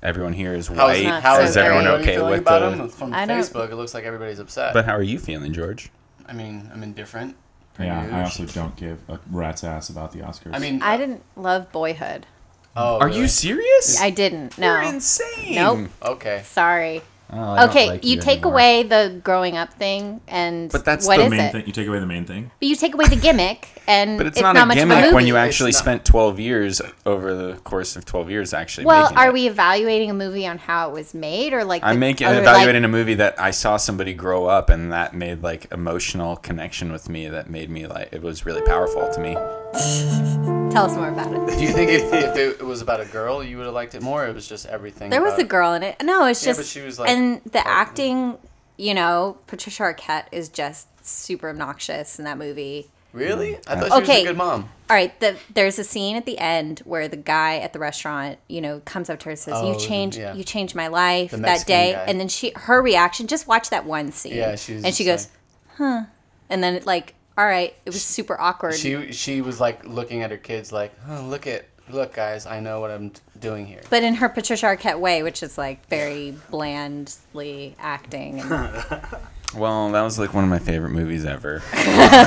[SPEAKER 4] Everyone here is
[SPEAKER 5] How
[SPEAKER 4] white.
[SPEAKER 5] is, how
[SPEAKER 4] is everyone
[SPEAKER 5] everybody
[SPEAKER 4] okay
[SPEAKER 5] feeling
[SPEAKER 4] with
[SPEAKER 5] about them?
[SPEAKER 4] the?
[SPEAKER 5] From
[SPEAKER 8] I don't-
[SPEAKER 5] Facebook, it looks like everybody's upset.
[SPEAKER 4] But how are you feeling, George?
[SPEAKER 5] I mean, I'm indifferent.
[SPEAKER 7] Yeah, I
[SPEAKER 5] Huge.
[SPEAKER 7] also don't give a rat's ass about the Oscars.
[SPEAKER 5] I mean,
[SPEAKER 8] I didn't love Boyhood.
[SPEAKER 5] oh,
[SPEAKER 4] Are you serious?
[SPEAKER 8] I didn't. No.
[SPEAKER 4] You're insane.
[SPEAKER 8] Nope.
[SPEAKER 5] Okay.
[SPEAKER 8] Sorry.
[SPEAKER 7] Oh, I don't
[SPEAKER 8] okay,
[SPEAKER 7] like
[SPEAKER 8] you,
[SPEAKER 7] you
[SPEAKER 8] take
[SPEAKER 7] anymore.
[SPEAKER 8] away the growing up thing, and
[SPEAKER 4] But that's
[SPEAKER 8] what
[SPEAKER 4] the
[SPEAKER 8] is
[SPEAKER 7] main
[SPEAKER 8] it?
[SPEAKER 7] thing. You take away the main thing.
[SPEAKER 8] But you take away the gimmick, and
[SPEAKER 4] But it's,
[SPEAKER 8] Mm, not,
[SPEAKER 4] not, a
[SPEAKER 8] much of a
[SPEAKER 4] gimmick
[SPEAKER 8] movie.
[SPEAKER 4] when you actually spent 12 years over the course of 12 years actually
[SPEAKER 8] Well,
[SPEAKER 4] making
[SPEAKER 8] are
[SPEAKER 4] it.
[SPEAKER 8] we evaluating a movie on how it was made, or like
[SPEAKER 4] I'm
[SPEAKER 8] the
[SPEAKER 4] making
[SPEAKER 8] other,
[SPEAKER 4] evaluating
[SPEAKER 8] like,
[SPEAKER 4] a movie that I saw somebody grow up and that made like emotional connection with me that made me like it was really powerful to me.
[SPEAKER 8] Tell us more about it.
[SPEAKER 5] (laughs) Do you think
[SPEAKER 8] (laughs)
[SPEAKER 5] if, if it was about a girl, you would have liked it more? It was just everything.
[SPEAKER 8] There was
[SPEAKER 5] about-
[SPEAKER 8] a girl in it. No, it's
[SPEAKER 5] Yeah,
[SPEAKER 8] just
[SPEAKER 5] but she was like-
[SPEAKER 8] and the acting. You know, Patricia Arquette is just super obnoxious in that movie.
[SPEAKER 5] Really? I thought she was
[SPEAKER 8] Okay.
[SPEAKER 5] a good mom.
[SPEAKER 8] All right, the, there's a scene at the end where the guy at the restaurant, you know, comes up to her and says,
[SPEAKER 5] Oh,
[SPEAKER 8] "You changed,
[SPEAKER 5] yeah.
[SPEAKER 8] you changed my life
[SPEAKER 5] The
[SPEAKER 8] that
[SPEAKER 5] Mexican
[SPEAKER 8] day."
[SPEAKER 5] guy.
[SPEAKER 8] And then she, her reaction, just watch that one scene.
[SPEAKER 5] Yeah, she was
[SPEAKER 8] and she
[SPEAKER 5] just
[SPEAKER 8] goes, "Huh," and then it like all right, it was super awkward.
[SPEAKER 5] She she was like looking at her kids like, oh, look at look guys, I know what I'm doing here.
[SPEAKER 8] but in her Patricia Arquette way, which is like very blandly acting. And
[SPEAKER 5] (laughs)
[SPEAKER 4] Well, that was like one of my favorite movies ever. (laughs)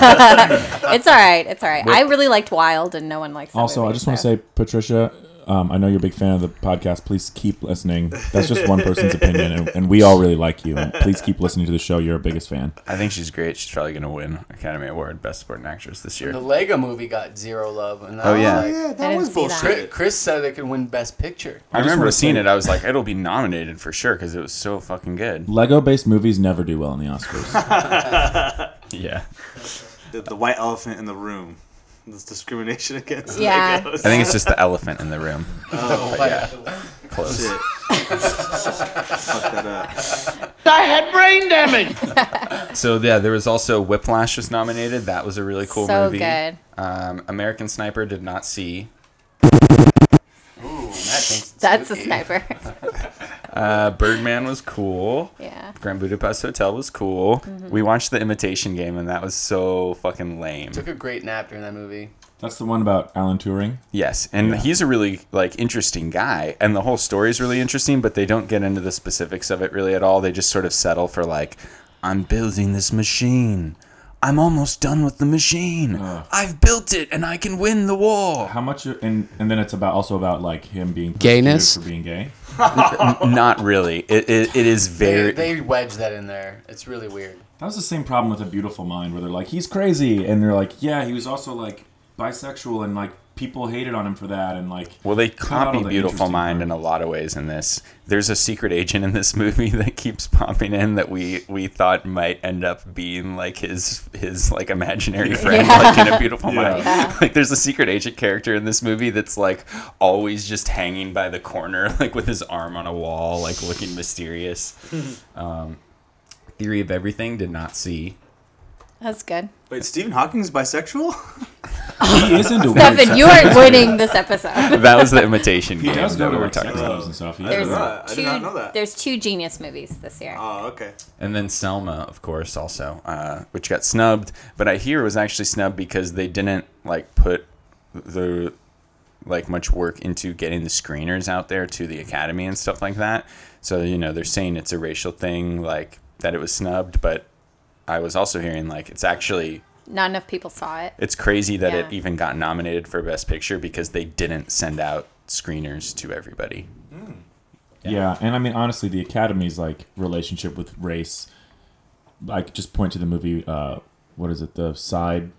[SPEAKER 8] it's all right. It's all right.
[SPEAKER 7] But-
[SPEAKER 8] I really liked Wild, and no one likes. that
[SPEAKER 7] Also, I
[SPEAKER 8] movie,
[SPEAKER 7] just want
[SPEAKER 8] so.
[SPEAKER 7] to say, Patricia, um, I know you're a big fan of the podcast. Please keep listening. That's just one person's opinion, and, and we all really like you. And please keep listening to the show. You're our biggest fan.
[SPEAKER 4] I think she's great. She's probably going to win Academy Award Best Supporting Actress this year.
[SPEAKER 5] The Lego movie got zero love. And that
[SPEAKER 4] Oh,
[SPEAKER 5] was
[SPEAKER 4] yeah.
[SPEAKER 5] like-
[SPEAKER 4] Oh,
[SPEAKER 8] yeah, that I didn't was see that.
[SPEAKER 5] Chris, Chris said it could win Best Picture.
[SPEAKER 4] I remember seeing it. I was like, it'll be nominated for sure because it was so fucking good.
[SPEAKER 7] Lego-based movies never do well in the Oscars. (laughs)
[SPEAKER 4] Yeah.
[SPEAKER 19] The, the white elephant in the room. This discrimination (laughs) against
[SPEAKER 8] Yeah.
[SPEAKER 19] Legos.
[SPEAKER 4] I think it's just the elephant in the room.
[SPEAKER 19] (laughs) Oh,
[SPEAKER 4] But (laughs) yeah.
[SPEAKER 19] (laughs)
[SPEAKER 4] Close.
[SPEAKER 19] Shit. Fuck that up.
[SPEAKER 10] I had brain damage.
[SPEAKER 8] (laughs)
[SPEAKER 4] So yeah, there was also Whiplash was nominated. That was a really cool
[SPEAKER 8] So
[SPEAKER 4] movie.
[SPEAKER 8] good.
[SPEAKER 4] Um, American Sniper did not see.
[SPEAKER 8] That's a sniper. (laughs)
[SPEAKER 4] Uh, Birdman was cool.
[SPEAKER 8] Yeah. Mm-hmm.
[SPEAKER 4] Grand Budapest Hotel was cool.
[SPEAKER 5] Mhm.
[SPEAKER 4] We watched The Imitation Game, and that was so fucking lame.
[SPEAKER 5] Took a great nap during that movie.
[SPEAKER 7] That's the one about Alan Turing.
[SPEAKER 4] Yes, and
[SPEAKER 7] Yeah.
[SPEAKER 4] he's a really like interesting guy, and the whole story is really interesting. But they don't get into the specifics of it really at all. They just sort of settle for like, I'm building this machine. I'm almost done with the machine. I've built it, and I can win the war.
[SPEAKER 7] How much? uh, And and then it's about also about like him being persecuted
[SPEAKER 5] Gayness?
[SPEAKER 7] for being gay.
[SPEAKER 4] (laughs) N- not really. It, it, it is
[SPEAKER 5] They,
[SPEAKER 4] very.
[SPEAKER 5] they wedged that in there. It's really weird.
[SPEAKER 7] That was the same problem with A Beautiful Mind, where they're like, he's crazy, and they're like, yeah, he was also like bisexual, and like people hated on him for that, and like.
[SPEAKER 4] Well, they
[SPEAKER 7] cut out all
[SPEAKER 4] copy
[SPEAKER 7] the
[SPEAKER 4] Beautiful
[SPEAKER 7] interesting-
[SPEAKER 4] Mind in a lot of ways in this. There's a secret agent in this (laughs) movie that keeps popping in that we we thought might end up being like his his like imaginary friend
[SPEAKER 2] Yeah.
[SPEAKER 4] like in a Beautiful
[SPEAKER 2] Yeah.
[SPEAKER 4] Mind.
[SPEAKER 2] Yeah.
[SPEAKER 4] Like there's a secret agent character in this movie that's like always just hanging by the corner (laughs) like with his arm on a wall like looking mysterious. um, Theory of Everything did not see.
[SPEAKER 8] That's good.
[SPEAKER 19] Wait, Stephen Hawking's bisexual?
[SPEAKER 7] he
[SPEAKER 8] (laughs)
[SPEAKER 7] is into weird
[SPEAKER 8] Stefan,
[SPEAKER 7] stuff.
[SPEAKER 8] you aren't winning this episode.
[SPEAKER 4] That was the imitation
[SPEAKER 7] He
[SPEAKER 4] game
[SPEAKER 7] does
[SPEAKER 4] that
[SPEAKER 7] go to
[SPEAKER 4] we were
[SPEAKER 7] like
[SPEAKER 4] talking
[SPEAKER 7] sex
[SPEAKER 4] about.
[SPEAKER 7] clubs and stuff. He
[SPEAKER 8] There's
[SPEAKER 7] does.
[SPEAKER 8] two, There's two genius movies this year.
[SPEAKER 19] Oh, okay.
[SPEAKER 4] And then Selma, of course, also, uh, which got snubbed, but I hear was actually snubbed because they didn't like put the like much work into getting the screeners out there to the academy and stuff like that. So you know they're saying it's a racial thing, like that it was snubbed, but I was also hearing like it's actually
[SPEAKER 8] Not enough people saw it.
[SPEAKER 4] it's crazy that it
[SPEAKER 8] Yeah.
[SPEAKER 4] even got nominated for best picture because they didn't send out screeners to everybody.
[SPEAKER 7] Yeah. and I mean honestly, the Academy's like relationship with race, like just point to the movie. Uh, what is it? The side.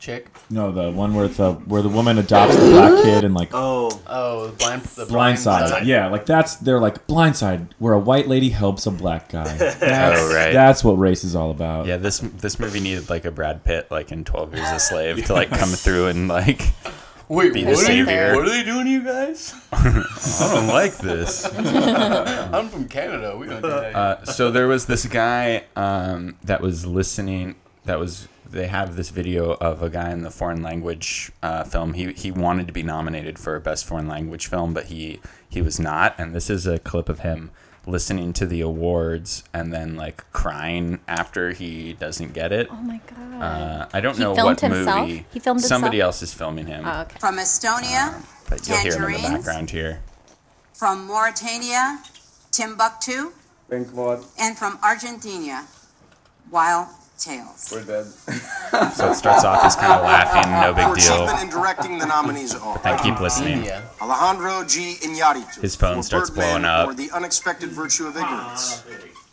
[SPEAKER 5] Chick.
[SPEAKER 7] No, the one where the where the woman adopts
[SPEAKER 5] (gasps)
[SPEAKER 7] the black kid and like
[SPEAKER 5] Oh. Oh, the blind, the blind
[SPEAKER 7] blindside. Yeah, like that's they're like blindside, where a white lady helps a
[SPEAKER 5] (laughs)
[SPEAKER 7] black guy. That's,
[SPEAKER 4] Oh, right.
[SPEAKER 7] That's what race is all about.
[SPEAKER 4] Yeah, this this movie needed like a Brad Pitt, like in Twelve Years a Slave, to like come through and like
[SPEAKER 5] (laughs) Wait,
[SPEAKER 4] be the
[SPEAKER 5] what are, you,
[SPEAKER 4] savior.
[SPEAKER 5] what are they doing to you guys?
[SPEAKER 4] (laughs) I don't like
[SPEAKER 5] (laughs)
[SPEAKER 4] this.
[SPEAKER 5] (laughs) I'm from Canada. We don't do that.
[SPEAKER 4] Uh, so there was this guy um, that was listening. That was they have this video of a guy in the foreign language uh, film. He he wanted to be nominated for best foreign language film, but he he was not. And this is a clip of him listening to the awards and then like crying after he doesn't get it. Oh
[SPEAKER 8] my god!
[SPEAKER 4] Uh, I don't
[SPEAKER 8] He
[SPEAKER 4] know
[SPEAKER 8] filmed
[SPEAKER 4] what
[SPEAKER 8] himself?
[SPEAKER 4] movie.
[SPEAKER 8] He filmed himself?
[SPEAKER 4] Somebody else is filming him, Um,
[SPEAKER 8] Oh, okay.
[SPEAKER 3] From Estonia,
[SPEAKER 4] but you'll hear him in the
[SPEAKER 3] Tangerines?
[SPEAKER 4] background here.
[SPEAKER 3] from Mauritania, Timbuktu,
[SPEAKER 5] Thanks, Lord.
[SPEAKER 3] and from Argentina, Wild Tales.
[SPEAKER 5] We're dead.
[SPEAKER 4] So it starts off as kind of laughing, no
[SPEAKER 22] For
[SPEAKER 4] big deal.
[SPEAKER 22] achievement in directing, the nominees are
[SPEAKER 4] I keep listening.
[SPEAKER 22] Alejandro G. Iñárritu.
[SPEAKER 4] His phone
[SPEAKER 22] for
[SPEAKER 4] starts
[SPEAKER 22] Birdman
[SPEAKER 4] blowing up.
[SPEAKER 22] For the unexpected virtue of ignorance.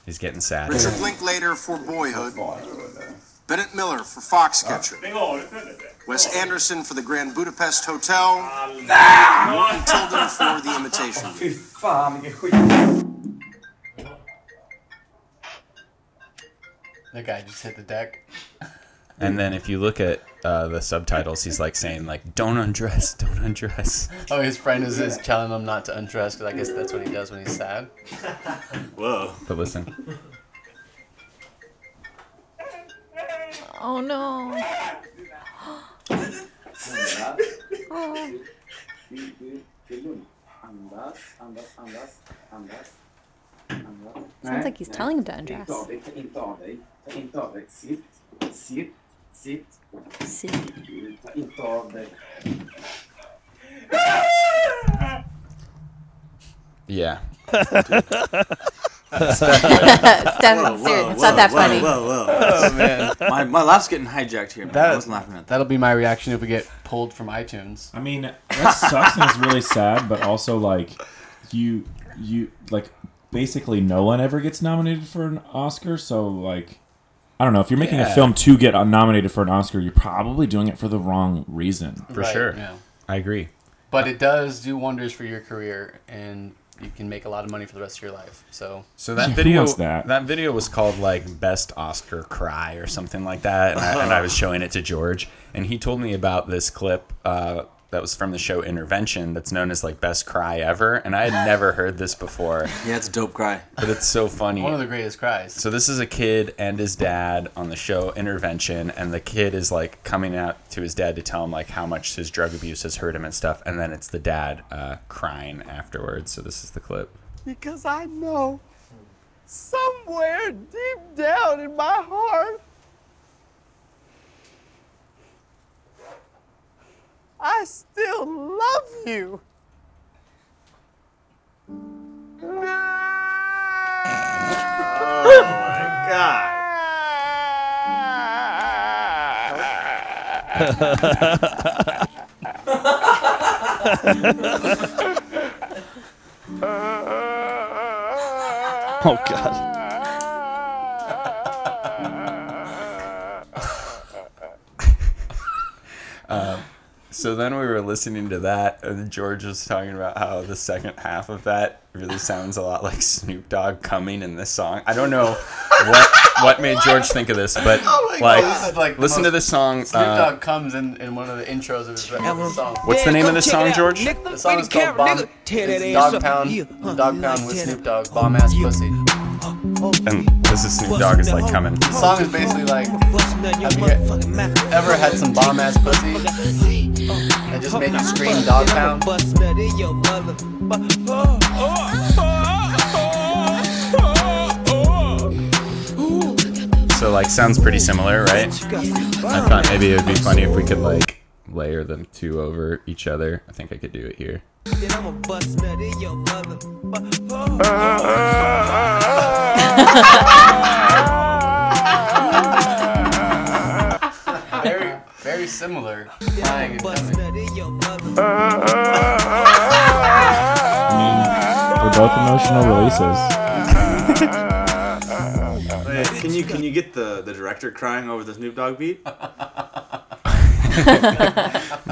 [SPEAKER 4] He's getting sad.
[SPEAKER 22] Richard Linklater for Boyhood. Bennett Miller for Foxcatcher. Wes Anderson for The Grand Budapest Hotel.
[SPEAKER 4] Ah.
[SPEAKER 22] Morton Tilden for The Imitation
[SPEAKER 4] (laughs)
[SPEAKER 22] Game.
[SPEAKER 5] (laughs) That guy just hit the deck.
[SPEAKER 4] And then if you look at uh, the subtitles, he's like saying like, "Don't undress, don't undress."
[SPEAKER 5] (laughs) Oh, his friend is, is telling him not to undress because I guess that's what he does when he's
[SPEAKER 7] (laughs)
[SPEAKER 5] sad.
[SPEAKER 4] Whoa! But listen,
[SPEAKER 8] Oh no. oh.
[SPEAKER 19] (laughs)
[SPEAKER 8] Sounds like he's telling him to undress.
[SPEAKER 23] Sitt.
[SPEAKER 8] Sitt.
[SPEAKER 23] Ta inte av dig.
[SPEAKER 7] (laughs)
[SPEAKER 4] Yeah.
[SPEAKER 8] Stefan, serious, it's not that funny.
[SPEAKER 6] Whoa, whoa, whoa.
[SPEAKER 5] (laughs) Oh, man.
[SPEAKER 6] My, my laugh's getting hijacked here, man.
[SPEAKER 5] That,
[SPEAKER 6] I was laughing
[SPEAKER 5] (laughs)
[SPEAKER 6] at that.
[SPEAKER 5] That'll be my reaction if we get pulled from iTunes.
[SPEAKER 7] I mean, that sucks and it's really sad, but also like you you like basically no one ever gets nominated for an Oscar, so like I don't know if you're making
[SPEAKER 4] Yeah.
[SPEAKER 7] a film to get uh, nominated for an Oscar, you're probably doing it for the wrong reason.
[SPEAKER 4] For sure.
[SPEAKER 5] yeah.
[SPEAKER 4] I agree.
[SPEAKER 5] (laughs) But it does do wonders for your career, and you can make a lot of money for the rest of your life. So,
[SPEAKER 4] So that
[SPEAKER 7] Yeah, who
[SPEAKER 4] video,
[SPEAKER 7] wants
[SPEAKER 4] that?
[SPEAKER 7] that?
[SPEAKER 4] video was called like Best Oscar Cry or something like that, and I, and I was
[SPEAKER 7] Uh-huh.
[SPEAKER 4] showing it to George, and he told me about this clip uh, that was from the show Intervention, that's known as like Best Cry Ever, and I had never heard this before.
[SPEAKER 6] Yeah, it's a dope cry,
[SPEAKER 4] but it's so funny.
[SPEAKER 5] one of the greatest cries.
[SPEAKER 4] So this is a kid and his dad on the show Intervention, and the kid is like coming out to his dad to tell him like how much his drug abuse has hurt him and stuff, and then it's the dad uh, crying afterwards. So this is the clip.
[SPEAKER 19] Because I know somewhere deep down in my heart, I still love you.
[SPEAKER 24] Oh my god.
[SPEAKER 10] Oh god.
[SPEAKER 4] Um, so then we were listening to that, and George was talking about how the second half of that really sounds a lot like Snoop Dogg coming in this song. I don't know what what made George think of this, but
[SPEAKER 5] (laughs) Oh my
[SPEAKER 4] like,
[SPEAKER 5] God, this is like the
[SPEAKER 4] listen to
[SPEAKER 5] most-
[SPEAKER 4] this song.
[SPEAKER 5] Snoop
[SPEAKER 4] Uh,
[SPEAKER 5] Dogg comes in, in one of the intros of his, of his song.
[SPEAKER 4] What's the name of this song, George?
[SPEAKER 5] The song is called Bomb. It's Dog Pound. Dog Pound with Snoop Dogg. Bomb ass pussy.
[SPEAKER 4] And this is Snoop Dogg is like coming.
[SPEAKER 5] The song is basically like, have you ever had some bomb ass pussy that just made you scream dog pound?
[SPEAKER 4] So like sounds pretty similar, right? I thought maybe it would be funny if we could like layer them two over each other. I think I could do it here.
[SPEAKER 5] very, very similar. Lying and coming.
[SPEAKER 7] They're both emotional releases.
[SPEAKER 6] Wait, can you can you get the, the director crying over the Snoop Dogg beat?
[SPEAKER 5] Uh-huh.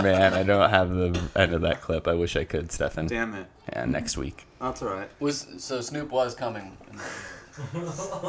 [SPEAKER 4] Man, I don't have the end of that clip. I wish I could, Stefan.
[SPEAKER 6] Damn it.
[SPEAKER 4] Yeah, next week.
[SPEAKER 6] That's all right.
[SPEAKER 5] Was so Snoop was coming.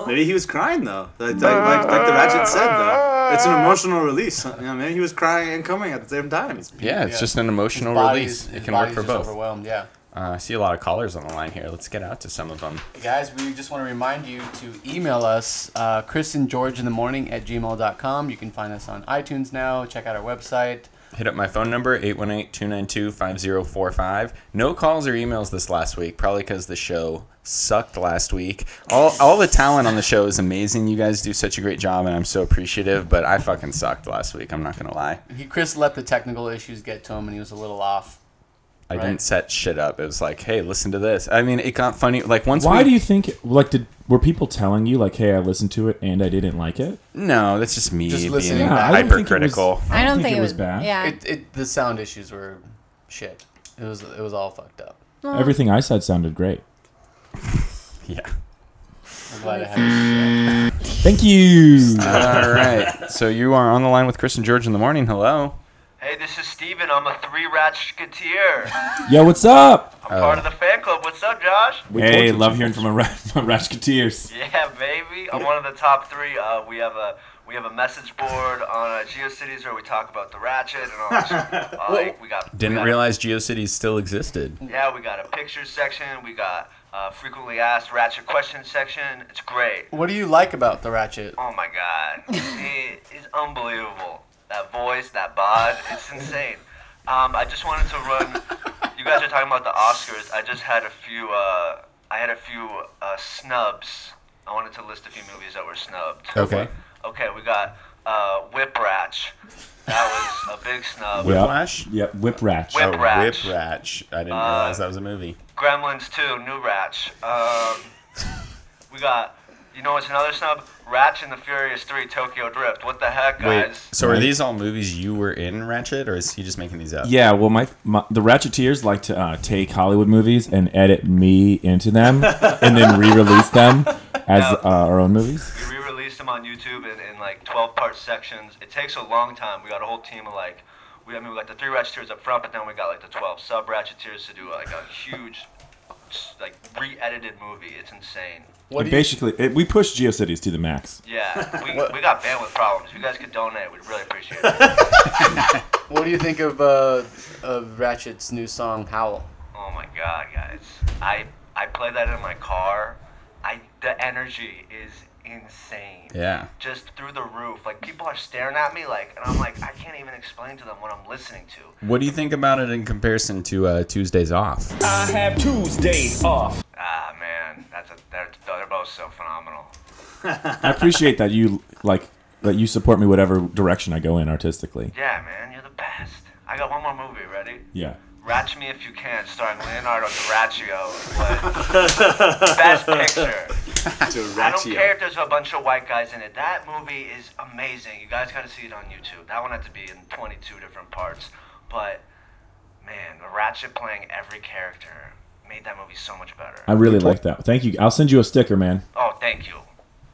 [SPEAKER 6] Maybe he was crying though, like like, like, like the Ratchet said though. It's an emotional release. You know, maybe he was crying and coming at the same time.
[SPEAKER 4] Yeah, it's just an emotional release. It can work for both.
[SPEAKER 5] Overwhelmed, yeah.
[SPEAKER 4] Uh, I see a lot of callers on the line here. Let's get out to some of them.
[SPEAKER 5] Guys, we just want to remind you to email us, uh, Chris and George in the morning at gmail.com. You can find us on iTunes now. Check out our website.
[SPEAKER 4] Hit up my phone number, 818 292 5045. No calls or emails this last week, probably because the show sucked last week. All, all the talent on the show is amazing. You guys do such a great job, and I'm so appreciative, but I fucking sucked last week. I'm not going to lie.
[SPEAKER 5] He, Chris let the technical issues get to him, and he was a little off.
[SPEAKER 4] I
[SPEAKER 5] Right.
[SPEAKER 4] didn't set shit up. It was like, hey, listen to this. I mean, it got funny. Like, once
[SPEAKER 7] Why
[SPEAKER 4] we-
[SPEAKER 7] do you think like did were people telling you like, hey, I listened to it and I didn't like it?
[SPEAKER 4] No, that's just me
[SPEAKER 5] Just
[SPEAKER 4] being
[SPEAKER 5] listening back. Yeah, I don't think it was-
[SPEAKER 4] hypercritical.
[SPEAKER 8] I don't think it was bad. Yeah.
[SPEAKER 5] It, it, the sound issues were shit. It was it was all fucked up.
[SPEAKER 4] Uh.
[SPEAKER 8] Well,
[SPEAKER 7] Everything I said sounded (laughs) great.
[SPEAKER 4] Yeah.
[SPEAKER 5] I'm glad I had this.
[SPEAKER 7] Thank you.
[SPEAKER 4] All right. So you are on the line with Chris and George in the morning. Hello.
[SPEAKER 18] Hey, this is Steven. I'm a three ratcheteer.
[SPEAKER 7] Yo, what's up?
[SPEAKER 18] I'm part of the fan club. What's up, Josh?
[SPEAKER 7] hey, love hearing from a ra- (laughs) from Ratchketeers.
[SPEAKER 18] Yeah, baby. I'm one of the top three. Uh, we have a we have a message board on uh, GeoCities where we talk about the ratchet and all this. Uh, like, we got
[SPEAKER 4] Didn't realize GeoCities still existed.
[SPEAKER 18] yeah, we got a pictures section. We got uh, frequently asked ratchet questions section. It's great.
[SPEAKER 5] What do you like about the Ratchet?
[SPEAKER 18] Oh my god, it is unbelievable. That voice, that bod, it's insane. Um, I just wanted to run. You guys are talking about the Oscars. I just had a few. Uh, I had a few uh, snubs. I wanted to list a few movies that were snubbed.
[SPEAKER 4] Okay.
[SPEAKER 18] Okay, we got uh, Whipratch. That was a big snub.
[SPEAKER 4] Uh, Whiplash?
[SPEAKER 7] Yep, Whipratch.
[SPEAKER 4] Oh,
[SPEAKER 18] Whipratch.
[SPEAKER 4] Whipratch. I didn't
[SPEAKER 18] Uh,
[SPEAKER 4] realize that was a movie.
[SPEAKER 18] Gremlins 2, new Ratch. Um, we got, you know what's another snub? Ratch and the Furious 3, Tokyo Drift. What the heck, guys?
[SPEAKER 4] Wait, so are these all movies you were in, Ratchet, or is he just making these up?
[SPEAKER 7] Yeah, well, my, my the Ratcheteers like to uh, take Hollywood movies and edit me
[SPEAKER 4] (laughs)
[SPEAKER 7] into them, and then re-release them as uh, our own movies.
[SPEAKER 18] We re-released them on YouTube in, in like 12-part sections. It takes a long time. We got a whole team of like, we I mean we got the three ratcheteers up front, but then we got like the 12 sub ratcheteers to do like a huge, s- like re-edited movie. It's insane.
[SPEAKER 7] It basically, it, we push GeoCities to the max.
[SPEAKER 18] Yeah, we, we got bandwidth problems. If you guys could donate, we'd really appreciate it.
[SPEAKER 5] (laughs) What do you think of uh, of Ratchet's new song "Howl"?
[SPEAKER 18] Oh my god, guys! I I play that in my car. I the energy is insane.
[SPEAKER 4] Yeah.
[SPEAKER 18] Just through the roof. Like people are staring at me like, and I'm like, I can't even explain to them what I'm listening to.
[SPEAKER 4] What do you think about it in comparison to uh, Tuesdays Off?
[SPEAKER 18] I have Tuesdays off. Ah man, that's a they're, they're both so phenomenal.
[SPEAKER 7] I appreciate that you like that you support me whatever direction I go in artistically.
[SPEAKER 18] (laughs) Yeah, man, you're the best. I got one more movie. Ready?
[SPEAKER 7] Yeah.
[SPEAKER 18] Ratch Me If You Can, starring Leonardo
[SPEAKER 7] (laughs)
[SPEAKER 18] DiRaccio. What? Best picture. I don't
[SPEAKER 19] DiRaccio.
[SPEAKER 18] care if there's a bunch of white guys in it. That movie is amazing. You guys got to see it on YouTube. That one had to be in 22 different parts. But, man, the Ratchet playing every character made that movie so much better.
[SPEAKER 7] I really like that. Thank you. I'll send you a sticker, man.
[SPEAKER 18] Oh, thank you.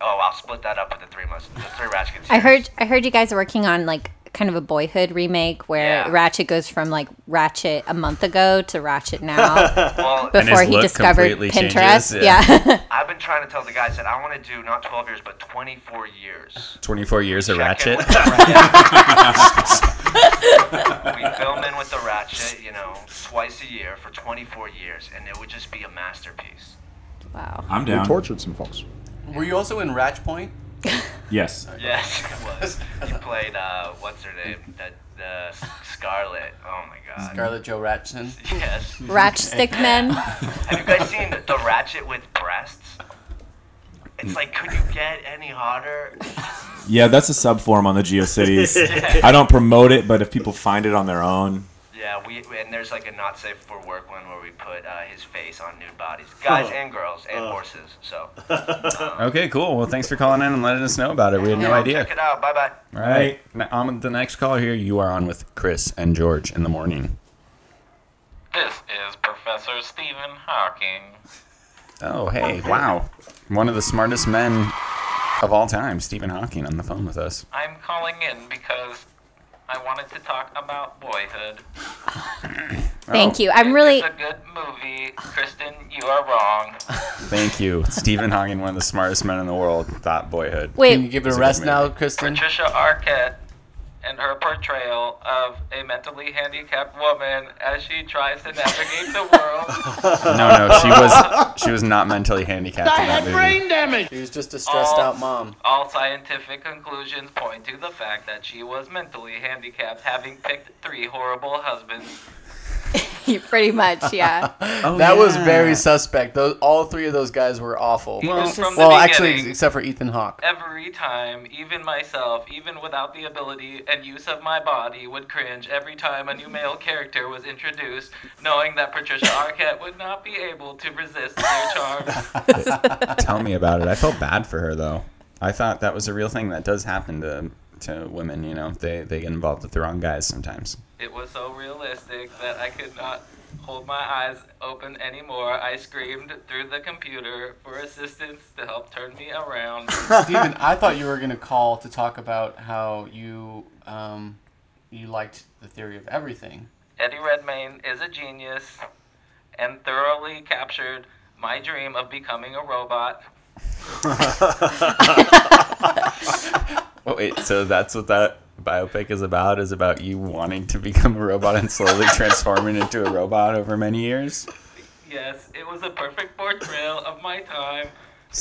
[SPEAKER 18] Oh, I'll split that up with the three, mus- the three Ratchets.
[SPEAKER 8] I heard I heard you guys are working on like kind of a boyhood remake where Ratchet goes from like Ratchet a month ago to Ratchet
[SPEAKER 18] (laughs)
[SPEAKER 5] (laughs)
[SPEAKER 8] now
[SPEAKER 4] And his
[SPEAKER 8] before he
[SPEAKER 4] look
[SPEAKER 8] discovered
[SPEAKER 4] completely changes,
[SPEAKER 8] Pinterest.
[SPEAKER 4] yeah.
[SPEAKER 8] yeah.
[SPEAKER 18] I've been trying to tell the guys that I want to do not 12 years, but 24 years.
[SPEAKER 4] 24 years of
[SPEAKER 18] Check
[SPEAKER 4] Ratchet?
[SPEAKER 18] in with the ratchet. we film in with the ratchet, you know, twice a year for 24 years, and it would just be a masterpiece.
[SPEAKER 8] Wow.
[SPEAKER 7] I'm down.
[SPEAKER 25] We tortured some folks.
[SPEAKER 5] Were you also in Ratch Point?
[SPEAKER 7] Yes.
[SPEAKER 18] Yes, (laughs) it was. He played uh, what's her name? That the Scarlet. Oh my God.
[SPEAKER 5] Scarlett Joe Ratchin.
[SPEAKER 18] (laughs) Yes. (laughs)
[SPEAKER 8] Ratchstickmen.
[SPEAKER 18] Have you guys seen the ratchet with breasts? It's like, could you get any hotter?
[SPEAKER 7] Yeah, that's a subform on the GeoCities. I don't promote it, but if people find it on their own,
[SPEAKER 18] Yeah, we and there's like a not safe for work one where we put uh, his face on nude bodies, guys and girls and horses. So.
[SPEAKER 4] Okay, cool. Well, thanks for calling in and letting us know about it. We had (laughs) no idea.
[SPEAKER 18] Check it out. Bye bye.
[SPEAKER 4] All right. Now, on with the next caller here. You are on with Chris and George in the morning.
[SPEAKER 15] This is Professor Stephen Hawking.
[SPEAKER 4] Oh, hey. Wow. One of the smartest men of all time, Stephen Hawking, on the phone with us.
[SPEAKER 15] I'm calling in because I wanted to talk about Boyhood.
[SPEAKER 8] (laughs)
[SPEAKER 4] Oh,
[SPEAKER 8] Thank you.
[SPEAKER 5] Oh.
[SPEAKER 8] I'm really (laughs)
[SPEAKER 15] It's a good movie. Kristen, you are wrong.
[SPEAKER 4] Thank you. Stephen Hawking, one of the smartest men in the world, thought Boyhood.
[SPEAKER 8] (laughs) Wait. Can you give
[SPEAKER 5] it a
[SPEAKER 4] It's good
[SPEAKER 5] rest
[SPEAKER 4] movie.
[SPEAKER 5] now, Kristen?
[SPEAKER 15] Patricia Arquette and her portrayal of a mentally handicapped woman as she tries to navigate the world.
[SPEAKER 4] (laughs) No, no, she was she was not mentally handicapped in that movie.
[SPEAKER 15] damage.
[SPEAKER 5] She was just a stressed
[SPEAKER 15] All-
[SPEAKER 5] out mom.
[SPEAKER 15] All scientific conclusions point to the fact that she was mentally handicapped, having picked three horrible husbands.
[SPEAKER 8] pretty (laughs) much,
[SPEAKER 4] (laughs)
[SPEAKER 8] Oh, yeah.
[SPEAKER 5] (laughs)
[SPEAKER 4] Oh,
[SPEAKER 5] that was
[SPEAKER 15] yeah.
[SPEAKER 5] very suspect. Those all three of those guys were awful.
[SPEAKER 15] Well- From the
[SPEAKER 5] well actually,
[SPEAKER 15] beginning.
[SPEAKER 5] except for Ethan (laughs) Hawke.
[SPEAKER 15] Every time, even myself, even without the ability and use of my body, would cringe every time a new male character was introduced, knowing that Patricia Arquette would not be able to resist their
[SPEAKER 19] (laughs)
[SPEAKER 15] charm.
[SPEAKER 4] (laughs) Tell me about it. I felt bad for her though. I thought that was a real thing that does happen to to women. You know, they they get involved with the wrong guys sometimes.
[SPEAKER 15] It was so realistic that I could not hold my eyes open anymore. I screamed through the computer for assistance to help turn me around.
[SPEAKER 5] Steven, I thought you were going to call to talk about how you um, you liked the theory of everything.
[SPEAKER 15] Eddie Redmayne is a genius and thoroughly captured my dream of becoming a robot.
[SPEAKER 4] Oh, wait, so that's what that biopic is about? Is about you wanting to become a robot and
[SPEAKER 8] (laughs)
[SPEAKER 4] slowly transforming into a robot over many years?
[SPEAKER 15] Yes, it was a perfect portrayal of my time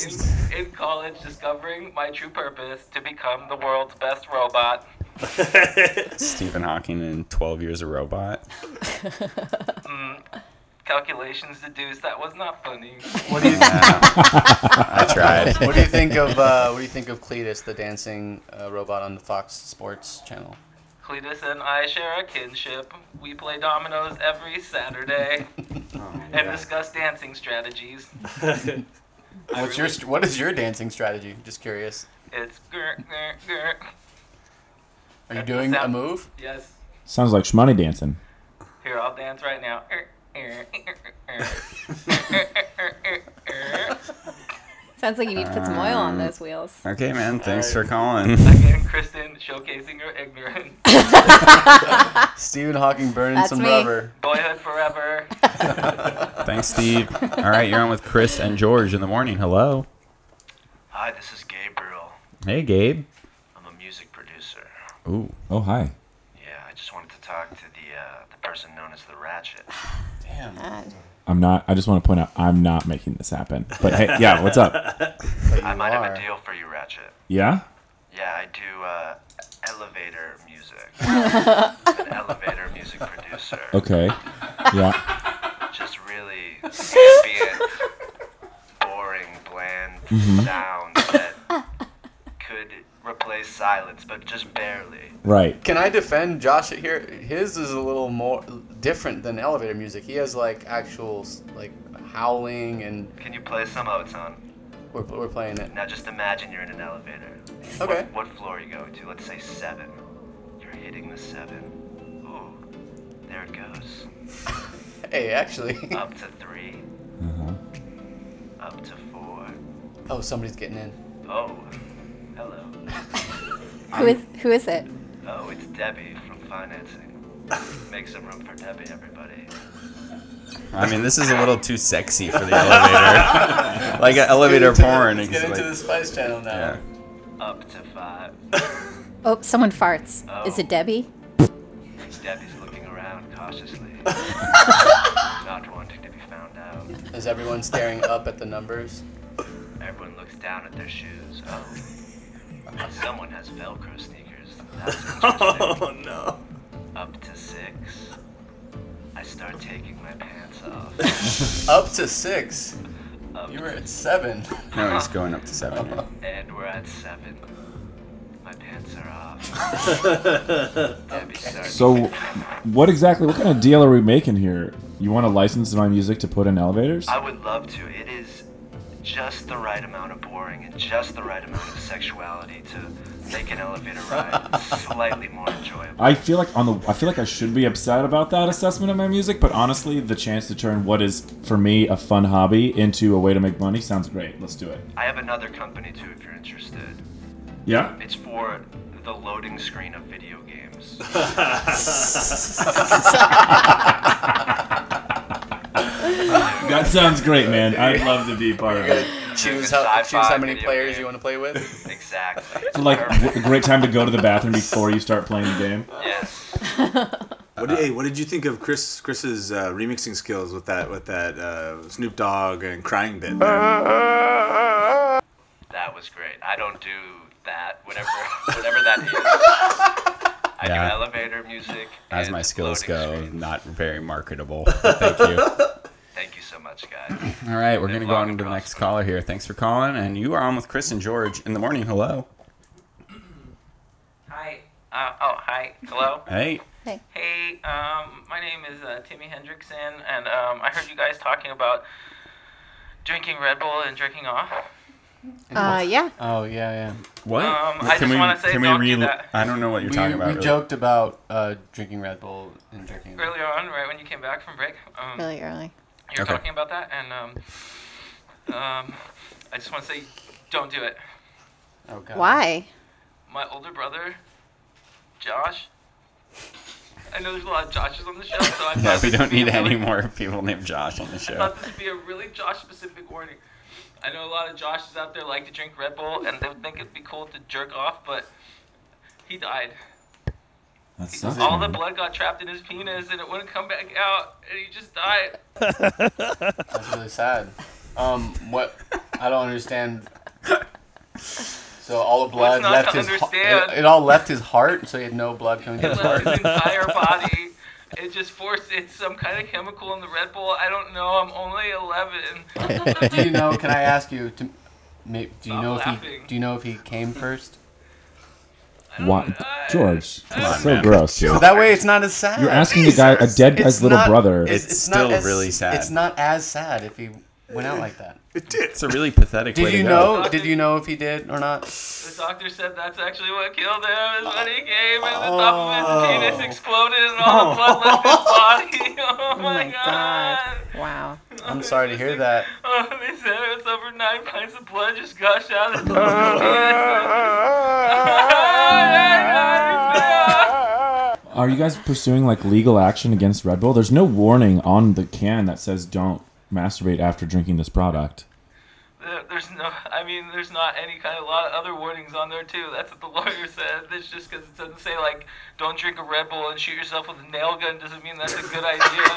[SPEAKER 15] in, in college discovering my true purpose to become the world's best robot.
[SPEAKER 8] (laughs)
[SPEAKER 4] Stephen Hawking in Twelve Years a Robot.
[SPEAKER 15] Mm, calculations deduced that was not funny.
[SPEAKER 5] What do you?
[SPEAKER 4] I tried.
[SPEAKER 5] (laughs) What do you think of uh, What do you think of Cletus, the dancing uh, robot on the Fox Sports Channel?
[SPEAKER 15] Cletus and I share a kinship. We play dominoes every Saturday and discuss dancing strategies.
[SPEAKER 5] What's your st- What is your dancing strategy? Just curious.
[SPEAKER 15] It's grr, grr, grr.
[SPEAKER 5] Are you doing a move?
[SPEAKER 15] Yes.
[SPEAKER 7] Sounds like shmoney dancing.
[SPEAKER 15] Here, I'll dance right now. Er, er, er, er, er, er, er.
[SPEAKER 8] Sounds like you need to put some oil on those wheels.
[SPEAKER 4] Um, Okay, man. Thanks
[SPEAKER 15] All
[SPEAKER 4] for
[SPEAKER 8] (laughs)
[SPEAKER 4] calling.
[SPEAKER 15] Again, Kristen showcasing her ignorance.
[SPEAKER 5] Stephen Hawking burning
[SPEAKER 15] That's
[SPEAKER 5] some
[SPEAKER 15] me.
[SPEAKER 5] rubber. (laughs)
[SPEAKER 15] Boyhood forever.
[SPEAKER 4] Thanks, Steve. All right, you're on with Chris and George in the morning. Hello.
[SPEAKER 18] Hi, this is Gabriel.
[SPEAKER 4] Hey, Gabe.
[SPEAKER 18] I'm a music producer.
[SPEAKER 4] Ooh.
[SPEAKER 7] Oh, hi.
[SPEAKER 18] Yeah, I just wanted to talk to the uh, the person known as the Ratchet. Damn.
[SPEAKER 7] I'm not. I just want to point out I'm not making this happen. But hey, yeah, what's up?
[SPEAKER 18] I might have a deal for you, Ratchet.
[SPEAKER 7] Yeah.
[SPEAKER 18] Yeah, I do uh, elevator music. I'm an elevator music producer.
[SPEAKER 7] (laughs) Okay. Yeah.
[SPEAKER 18] Just really ambient, boring, bland
[SPEAKER 7] Mhm.
[SPEAKER 18] sounds that could replace silence, but just barely.
[SPEAKER 7] Right.
[SPEAKER 5] Can I defend Josh here? His is a little more different than elevator music. He has like actual like howling and.
[SPEAKER 18] Can you play some of it, son?
[SPEAKER 5] We're, we're playing it.
[SPEAKER 18] Now just imagine you're in an elevator.
[SPEAKER 5] Okay.
[SPEAKER 18] What, what floor are you going to? Let's say seven. You're hitting the seven. Ooh, there it goes.
[SPEAKER 5] Hey, actually.
[SPEAKER 18] (laughs) Up to three.
[SPEAKER 4] Uh-huh.
[SPEAKER 18] Up to four.
[SPEAKER 5] Oh, somebody's getting in.
[SPEAKER 18] Oh, hello.
[SPEAKER 8] Who is Who is it?
[SPEAKER 18] Oh, it's Debbie from financing. Make some room for Debbie, everybody.
[SPEAKER 4] I mean, this is a little too sexy for the
[SPEAKER 18] (laughs)
[SPEAKER 4] elevator. like an elevator porn. It's like-
[SPEAKER 5] Spice Channel now.
[SPEAKER 4] yeah.
[SPEAKER 18] Up to five.
[SPEAKER 8] Oh, someone farts.
[SPEAKER 18] Oh.
[SPEAKER 8] Is it Debbie? (gasps)
[SPEAKER 18] Debbie's looking around
[SPEAKER 5] (laughs)
[SPEAKER 18] cautiously, not wanting to be found out.
[SPEAKER 5] Is everyone staring up at the numbers?
[SPEAKER 18] Everyone looks down at their shoes. Oh, someone has Velcro sneakers. That's
[SPEAKER 5] (laughs)
[SPEAKER 6] Oh, no.
[SPEAKER 18] Up to six. I start taking my pants off.
[SPEAKER 5] (laughs) Up to six. You were at seven.
[SPEAKER 4] No, he's going up to seven. yeah.
[SPEAKER 18] (laughs) And we're at seven. My pants are
[SPEAKER 5] (laughs)
[SPEAKER 6] off.
[SPEAKER 18] Debbie starts.
[SPEAKER 7] So, what exactly? What kind of deal are we making here? You want to license my music to put in elevators?
[SPEAKER 18] I would love to. It is just the right amount of boring and just the right amount of sexuality to make an elevator ride slightly more enjoyable.
[SPEAKER 7] I feel like on the I feel like I should be upset about that assessment of my music, but honestly, the chance to turn what is for me a fun hobby into a way to make money sounds great. Let's do it.
[SPEAKER 18] I have another company too if you're interested.
[SPEAKER 7] Yeah?
[SPEAKER 18] It's for the loading screen of video games.
[SPEAKER 7] That sounds great, man. I'd love to be part of it.
[SPEAKER 5] Choose how choose how many players you want to play with.
[SPEAKER 18] Exactly.
[SPEAKER 5] (laughs)
[SPEAKER 7] So, (laughs) like a great time to go to the bathroom before you start playing the game.
[SPEAKER 18] Yes.
[SPEAKER 6] What did, hey, what did you think of Chris Chris's uh, remixing skills with that with that uh, Snoop Dogg and crying bit? There?
[SPEAKER 18] That was great. I don't do that, whatever (laughs) whatever that is. I
[SPEAKER 4] Yeah.
[SPEAKER 18] do elevator music.
[SPEAKER 4] As
[SPEAKER 18] and
[SPEAKER 4] my skills
[SPEAKER 18] loading
[SPEAKER 4] go, not very marketable. but Thank you.
[SPEAKER 18] Thank you so much, guys.
[SPEAKER 4] (clears throat) All right, we're going to go on to the next caller here. Thanks for calling. And you are on with Chris and George in the morning. Hello.
[SPEAKER 15] Hi. Uh, oh, hi. Hello.
[SPEAKER 4] Hey.
[SPEAKER 8] Hey.
[SPEAKER 15] Hey. Um, my name is uh, Timmy Hendrickson, and um, I heard you guys talking about drinking Red Bull and drinking off.
[SPEAKER 8] Uh, yeah.
[SPEAKER 5] (laughs) Oh yeah, yeah.
[SPEAKER 4] What?
[SPEAKER 15] Um, I just wanna say don't do that.
[SPEAKER 4] I don't know what you're
[SPEAKER 5] We-
[SPEAKER 4] talking about,
[SPEAKER 5] We
[SPEAKER 4] really.
[SPEAKER 5] joked about uh, drinking Red Bull and drinking.
[SPEAKER 15] Earlier on, right when you came back from break. Um,
[SPEAKER 8] Really early.
[SPEAKER 15] You're
[SPEAKER 5] Okay.
[SPEAKER 15] talking about that, and um, um, I just want to say, don't do it.
[SPEAKER 5] Oh god.
[SPEAKER 8] Why?
[SPEAKER 15] My older brother, Josh. I know there's a lot of Joshes on the show, so I
[SPEAKER 4] (laughs) Yeah,
[SPEAKER 15] thought
[SPEAKER 4] we
[SPEAKER 15] this
[SPEAKER 4] don't
[SPEAKER 15] would be
[SPEAKER 4] need
[SPEAKER 15] a
[SPEAKER 4] any
[SPEAKER 15] really-
[SPEAKER 4] more people named Josh on the
[SPEAKER 15] I (laughs)
[SPEAKER 4] show.
[SPEAKER 15] thought this would be a really Josh specific warning. I know a lot of Joshes out there like to drink Red Bull and they would think it'd be cool to jerk off, but he died.
[SPEAKER 7] That sucks.
[SPEAKER 15] All the
[SPEAKER 7] man.
[SPEAKER 15] blood got trapped in his penis and it wouldn't come back out and he just died.
[SPEAKER 4] (laughs)
[SPEAKER 5] That's really sad. Um, what? I don't understand. So all the blood
[SPEAKER 15] What's not
[SPEAKER 5] left
[SPEAKER 15] to
[SPEAKER 5] his.
[SPEAKER 15] understand?
[SPEAKER 5] It, it all left his heart, so he had no blood coming.
[SPEAKER 15] It left his entire body It just forced. It's some kind of chemical in the Red Bull. I don't know. I'm only
[SPEAKER 5] (laughs)
[SPEAKER 15] 11.
[SPEAKER 5] do you know? Can I ask you to? ma- Do you
[SPEAKER 15] Stop
[SPEAKER 5] know if he?
[SPEAKER 15] laughing.
[SPEAKER 5] Do you know if he came first?
[SPEAKER 7] Why, George?
[SPEAKER 5] Come
[SPEAKER 7] it's
[SPEAKER 5] on,
[SPEAKER 7] so
[SPEAKER 5] man.
[SPEAKER 7] gross.
[SPEAKER 5] So that way it's not as sad.
[SPEAKER 7] You're asking the guy, a dead
[SPEAKER 5] It's
[SPEAKER 7] guy's little
[SPEAKER 5] not-
[SPEAKER 7] brother.
[SPEAKER 5] not as- It's not as sad if he went out like that.
[SPEAKER 26] It did.
[SPEAKER 4] It's a really pathetic way
[SPEAKER 5] Did
[SPEAKER 4] to
[SPEAKER 5] you
[SPEAKER 4] go.
[SPEAKER 5] know?
[SPEAKER 4] (laughs)
[SPEAKER 5] Did you know if he did or not?
[SPEAKER 15] The doctor said that's actually what killed him. Is when he came and the top
[SPEAKER 5] Oh.
[SPEAKER 15] of his penis exploded and all the blood left his body. (laughs)
[SPEAKER 5] (laughs)
[SPEAKER 15] Oh my god.
[SPEAKER 8] Wow.
[SPEAKER 5] I'm sorry to hear that.
[SPEAKER 15] Oh, they said it was over nine pints of blood just gushed out of his little penis.
[SPEAKER 7] Are you guys pursuing like legal action against Red Bull? There's no warning on the can that says don't masturbate after drinking this product.
[SPEAKER 15] There- (laughs) There's no, I mean, there's not any kind of lot other warnings on there too. That's what the lawyer said. It's just because it doesn't say like, don't drink a Red Bull and shoot yourself with a nail gun doesn't mean that's a good idea.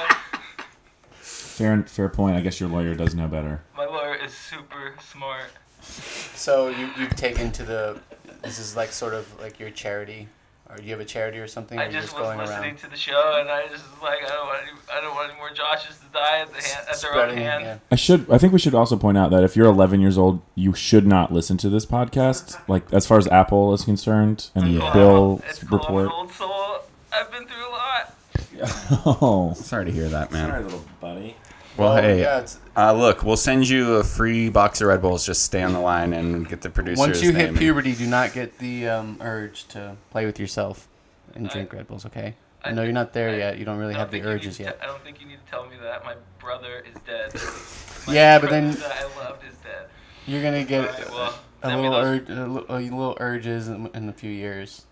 [SPEAKER 7] Fair, fair point. I guess your lawyer does know better.
[SPEAKER 15] My lawyer is super smart.
[SPEAKER 5] So you you've taken to the. This is like sort of like your charity, or do you have a charity or something? or
[SPEAKER 15] I
[SPEAKER 5] you're
[SPEAKER 15] just was
[SPEAKER 5] going
[SPEAKER 15] listening
[SPEAKER 5] around.
[SPEAKER 15] to the show and I just was like, I don't want any, I don't want any more Joshes to die at the hand, at their own
[SPEAKER 5] Spreading,
[SPEAKER 15] hand.
[SPEAKER 7] I should. I think we should also point out that if you're 11 years old, you should not listen to this podcast. Like as far as Apple is concerned, and the Bill report. Oh,
[SPEAKER 4] sorry to hear that, man.
[SPEAKER 7] Sorry, little buddy.
[SPEAKER 4] Well,
[SPEAKER 5] Oh,
[SPEAKER 4] hey,
[SPEAKER 5] yeah, it's-
[SPEAKER 4] uh, look, we'll send you a free box of Red Bulls. Just stay on the line and get the producer's
[SPEAKER 5] Once you
[SPEAKER 4] name.
[SPEAKER 5] hit puberty, do not get the um, urge to play with yourself and drink Red Bulls. Okay. I know you're not there yet. You don't really have the urges yet.
[SPEAKER 15] I don't think you need to tell me that. My brother is
[SPEAKER 5] (laughs)
[SPEAKER 15] dead. My
[SPEAKER 5] Yeah, but
[SPEAKER 15] brother
[SPEAKER 5] then-
[SPEAKER 15] that I loved is dead.
[SPEAKER 5] You're gonna get
[SPEAKER 15] Alright, well,
[SPEAKER 5] a
[SPEAKER 15] send me
[SPEAKER 5] little
[SPEAKER 15] those-
[SPEAKER 5] urge, a li- a little urges in, in a few years.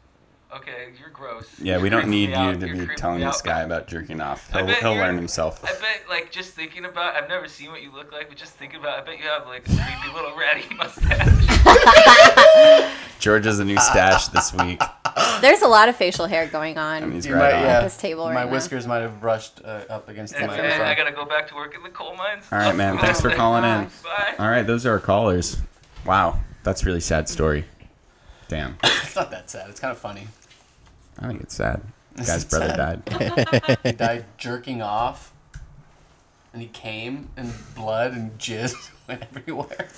[SPEAKER 15] Okay, you're gross.
[SPEAKER 4] yeah, we
[SPEAKER 15] You're
[SPEAKER 4] don't
[SPEAKER 15] creeping
[SPEAKER 4] need
[SPEAKER 15] me
[SPEAKER 4] you
[SPEAKER 15] out.
[SPEAKER 4] to
[SPEAKER 15] You're
[SPEAKER 4] be
[SPEAKER 15] creeping
[SPEAKER 4] telling
[SPEAKER 15] me
[SPEAKER 4] this
[SPEAKER 15] out.
[SPEAKER 4] guy about jerking off.
[SPEAKER 15] I
[SPEAKER 4] He'll,
[SPEAKER 15] bet
[SPEAKER 4] he'll
[SPEAKER 15] you're-
[SPEAKER 4] learn himself.
[SPEAKER 15] I bet, like, just thinking about, I've never seen what you look like, but just thinking about, I bet you have, like, a creepy little ratty (laughs) mustache.
[SPEAKER 4] George has a new stash this week.
[SPEAKER 8] There's a lot of facial hair going on
[SPEAKER 4] mean, he's
[SPEAKER 8] at
[SPEAKER 4] right on.
[SPEAKER 8] this table
[SPEAKER 5] my
[SPEAKER 8] right now.
[SPEAKER 5] whiskers might have brushed uh, up against the
[SPEAKER 15] and man, I
[SPEAKER 5] microphone.
[SPEAKER 15] gotta go back to work in the coal mines.
[SPEAKER 4] All right, man. Thanks
[SPEAKER 15] (laughs)
[SPEAKER 5] Oh
[SPEAKER 4] for calling in.
[SPEAKER 15] Bye.
[SPEAKER 4] All right, those are our callers. Wow, that's a really sad story. Damn,
[SPEAKER 5] (laughs) It's not that sad. It's kind
[SPEAKER 8] (laughs)
[SPEAKER 5] of funny.
[SPEAKER 4] I think it's sad. The guy's
[SPEAKER 5] It's
[SPEAKER 4] brother
[SPEAKER 5] sad.
[SPEAKER 4] died.
[SPEAKER 5] (laughs) he died jerking off, and he came, and blood and jizz (laughs) went everywhere.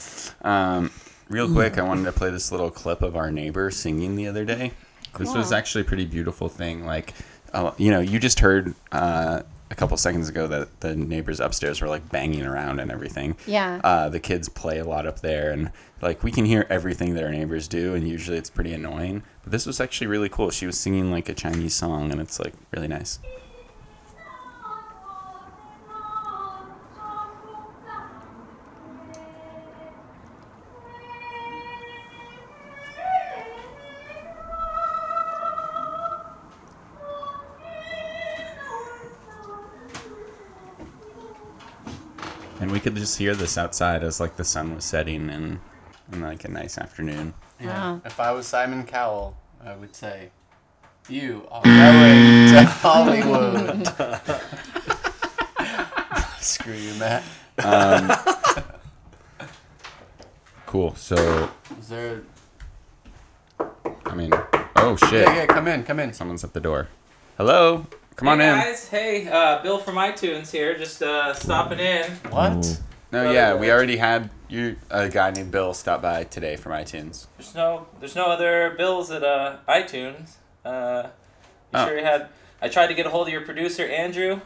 [SPEAKER 4] Um, real quick, I wanted to play this little clip of our neighbor singing the other day. This was
[SPEAKER 5] Cool.
[SPEAKER 4] actually a pretty beautiful thing. Like, uh, you know, you just heard uh, a couple seconds ago that the neighbors upstairs were like banging around and everything.
[SPEAKER 8] Yeah.
[SPEAKER 4] Uh, the kids play a lot up there, and like we can hear everything that our neighbors do, and usually it's pretty annoying. But this was actually really cool. She was singing like a Chinese song, and it's like really nice. And we could just hear this outside as like the sun was setting and, and like a nice afternoon.
[SPEAKER 5] Yeah. If I was Simon Cowell, I would say, "You are
[SPEAKER 4] (laughs)
[SPEAKER 5] going to Hollywood." Screw you, Matt.
[SPEAKER 4] Um, cool. So,
[SPEAKER 5] (laughs) Is there?
[SPEAKER 4] I mean, oh shit.
[SPEAKER 5] Yeah, yeah, come in, come in.
[SPEAKER 4] Someone's at the door. Hello. Come on
[SPEAKER 19] hey
[SPEAKER 4] in.
[SPEAKER 19] guys. Hey, uh, Bill from iTunes here. Just uh, stopping in.
[SPEAKER 4] What? No, yeah, we already had you a guy named Bill stop by today from iTunes.
[SPEAKER 19] There's no, there's no other Bills at uh, iTunes. Uh, you
[SPEAKER 4] Oh.
[SPEAKER 19] sure you had? I tried to get a hold of your producer Andrew.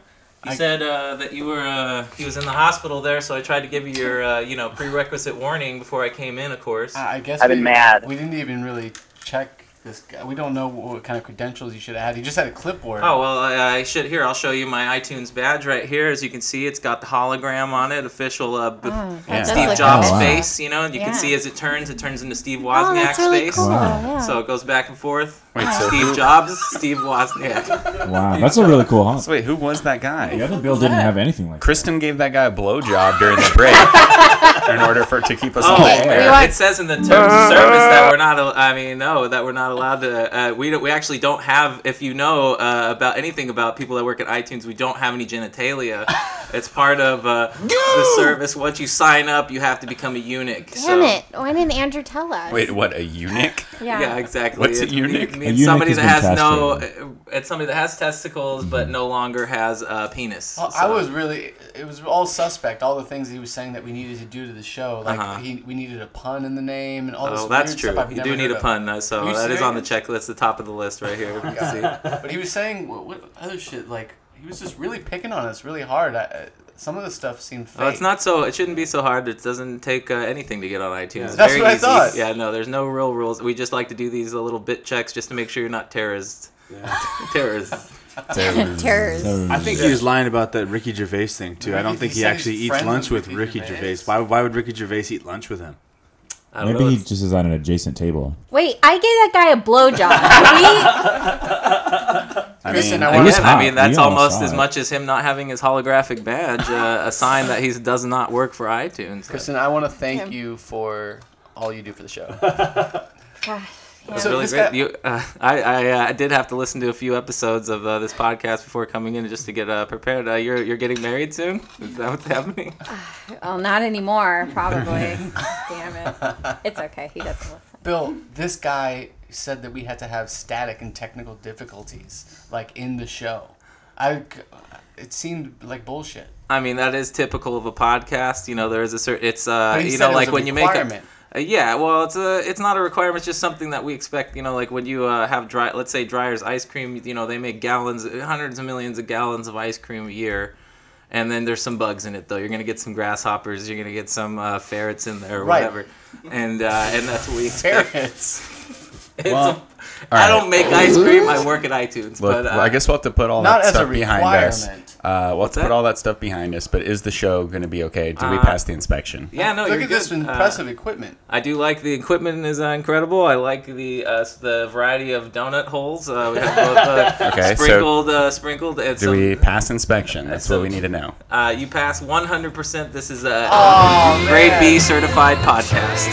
[SPEAKER 19] He I- said uh, that you were uh, he was in the hospital there, so I tried to give you your uh, you know prerequisite warning before I came in. Of course.
[SPEAKER 5] I guess we, We didn't even really check this guy. We don't know what kind of credentials he should have had. He just had a clipboard.
[SPEAKER 19] Oh well, I, I should here. I'll show you my iTunes badge right here. As you can see, it's got the hologram on it, official uh, b- Oh, Steve that does look Jobs cool. Wow. face. You know, and you Yeah. can see as it turns, it turns into Steve Oh, that's Wozniak's really face. cool, Wow. yeah. So it goes back and forth.
[SPEAKER 4] Wait, so
[SPEAKER 19] Steve
[SPEAKER 4] who-
[SPEAKER 19] Jobs, Steve Wozniak.
[SPEAKER 7] Wow, that's a really cool haunt.
[SPEAKER 4] So wait, who was that guy?
[SPEAKER 7] The other Bill didn't have anything like.
[SPEAKER 4] Kristen gave that guy a blowjob during the
[SPEAKER 15] (laughs)
[SPEAKER 4] break in order for to keep us on
[SPEAKER 19] Oh,
[SPEAKER 4] the air.
[SPEAKER 19] it says in the terms of service that we're not. al- I mean, no, that we're not allowed to. Uh, we don't, we actually don't have. If you know uh, about anything about people that work at iTunes, we don't have any genitalia. It's part of uh, the service. Once you sign up, you have to become a eunuch.
[SPEAKER 8] Damn
[SPEAKER 19] so.
[SPEAKER 8] it! Why didn't Andrew tell
[SPEAKER 19] (laughs)
[SPEAKER 8] us?
[SPEAKER 4] Wait, what? A eunuch?
[SPEAKER 15] Yeah. exactly.
[SPEAKER 4] What's
[SPEAKER 15] It
[SPEAKER 4] a eunuch?
[SPEAKER 15] mean-
[SPEAKER 4] A
[SPEAKER 15] means
[SPEAKER 4] eunuch
[SPEAKER 15] somebody
[SPEAKER 4] has
[SPEAKER 15] that
[SPEAKER 4] been
[SPEAKER 15] has no, it's somebody that has testicles
[SPEAKER 5] Mm-hmm.
[SPEAKER 15] but no longer has a penis.
[SPEAKER 5] Well, I
[SPEAKER 15] so-
[SPEAKER 5] was really. It was all suspect. All the things he was saying that we needed to do to the show, like
[SPEAKER 15] Uh-huh.
[SPEAKER 5] he, we needed a pun in the name and all this.
[SPEAKER 15] Oh, that's
[SPEAKER 5] weird
[SPEAKER 15] true.
[SPEAKER 5] Stuff I've
[SPEAKER 15] You
[SPEAKER 5] never
[SPEAKER 15] do need
[SPEAKER 5] heard
[SPEAKER 15] a
[SPEAKER 5] of.
[SPEAKER 15] pun, uh, so
[SPEAKER 5] You Oh
[SPEAKER 15] that is
[SPEAKER 5] see- (laughs)
[SPEAKER 15] on the checklist, the top of the list right here. if you can see.
[SPEAKER 5] Yeah. but he was saying what, what other shit? Like he was just really picking on us really hard. I, I- some of the stuff seemed fake.
[SPEAKER 15] Well, Oh, it's not so. It shouldn't be so hard. It doesn't take uh, anything to get on iTunes. It's
[SPEAKER 5] That's
[SPEAKER 15] very
[SPEAKER 5] what I
[SPEAKER 15] easy.
[SPEAKER 5] thought.
[SPEAKER 15] Yeah, no, there's no real rules. We just like to do these uh, little bit checks just to make sure you're not terrorists. (laughs) terrorists.
[SPEAKER 8] Terrorists. Terrorists.
[SPEAKER 6] I think he was lying about that Ricky Gervais thing too. I don't think he
[SPEAKER 15] He's
[SPEAKER 6] actually
[SPEAKER 15] friends
[SPEAKER 6] eats lunch with
[SPEAKER 15] with Ricky
[SPEAKER 6] Ricky Gervais. Why, why would Ricky Gervais eat lunch with him?
[SPEAKER 7] Maybe he just is at an adjacent table.
[SPEAKER 8] Wait, I gave that guy a blowjob.
[SPEAKER 7] I
[SPEAKER 15] Listen,
[SPEAKER 7] mean,
[SPEAKER 15] I,
[SPEAKER 7] it was hot.
[SPEAKER 15] mean, that's
[SPEAKER 7] We all
[SPEAKER 15] almost
[SPEAKER 7] saw
[SPEAKER 15] as
[SPEAKER 7] it.
[SPEAKER 15] much as him not having his holographic badge, uh, a sign that he does not work for iTunes.
[SPEAKER 5] Kristen, I want to thank you for all you do for the show. (laughs)
[SPEAKER 15] That's
[SPEAKER 5] So
[SPEAKER 15] really
[SPEAKER 5] this
[SPEAKER 15] great.
[SPEAKER 5] guy-
[SPEAKER 15] You- uh, I I uh, did have to listen to a few episodes of uh, this podcast before coming in just to get uh, prepared. Uh, you're you're getting married soon. Is that what's happening?
[SPEAKER 8] well, not anymore, probably. Damn it. It's okay. He doesn't listen.
[SPEAKER 5] Bill, this guy said that we had to have static and technical difficulties, like in the show. I, it seemed like bullshit.
[SPEAKER 15] I mean, that is typical of a podcast. You know, there is a certain. It's uh,
[SPEAKER 5] But he
[SPEAKER 15] you
[SPEAKER 5] said
[SPEAKER 15] know,
[SPEAKER 5] it was
[SPEAKER 15] like
[SPEAKER 5] a
[SPEAKER 15] when you make a.
[SPEAKER 5] requirement.
[SPEAKER 15] Uh, yeah, well, it's a. It's not a requirement. It's just something that we expect. You know, like when you uh, have dry. Let's say Dryer's ice cream. You know, they make gallons, hundreds of millions of gallons of ice cream a year. And then there's some bugs in it, though. You're gonna get some grasshoppers. You're gonna get some uh, ferrets in there, or
[SPEAKER 5] Right.
[SPEAKER 15] whatever. And uh, and that's what we expect. Ferrets. (laughs) it's
[SPEAKER 4] Well,
[SPEAKER 15] a,
[SPEAKER 4] all
[SPEAKER 15] I don't
[SPEAKER 4] right.
[SPEAKER 15] make ice cream. I work at iTunes.
[SPEAKER 4] Look,
[SPEAKER 15] but uh,
[SPEAKER 4] well, I guess we'll have to put all
[SPEAKER 15] not
[SPEAKER 4] that
[SPEAKER 15] as a
[SPEAKER 4] stuff behind us.
[SPEAKER 15] requirement.
[SPEAKER 4] Uh, we'll have to put
[SPEAKER 15] that?
[SPEAKER 4] all that stuff behind us. But is the show going to be okay? Did we
[SPEAKER 15] Uh,
[SPEAKER 4] pass the inspection?
[SPEAKER 15] Yeah, no.
[SPEAKER 5] Look
[SPEAKER 15] you're
[SPEAKER 5] at this
[SPEAKER 15] good. Uh,
[SPEAKER 5] impressive equipment.
[SPEAKER 15] I do like the equipment is uh, incredible. I like the uh, s- the variety of donut holes. Uh, we have both uh,
[SPEAKER 4] (laughs) Okay, so
[SPEAKER 15] sprinkled, uh, sprinkled. And
[SPEAKER 4] Do
[SPEAKER 15] some,
[SPEAKER 4] we pass inspection? That's
[SPEAKER 15] some-
[SPEAKER 4] what we need to know.
[SPEAKER 15] uh, you pass 100%. This is a
[SPEAKER 4] Oh,
[SPEAKER 15] grade
[SPEAKER 4] man.
[SPEAKER 15] B certified podcast.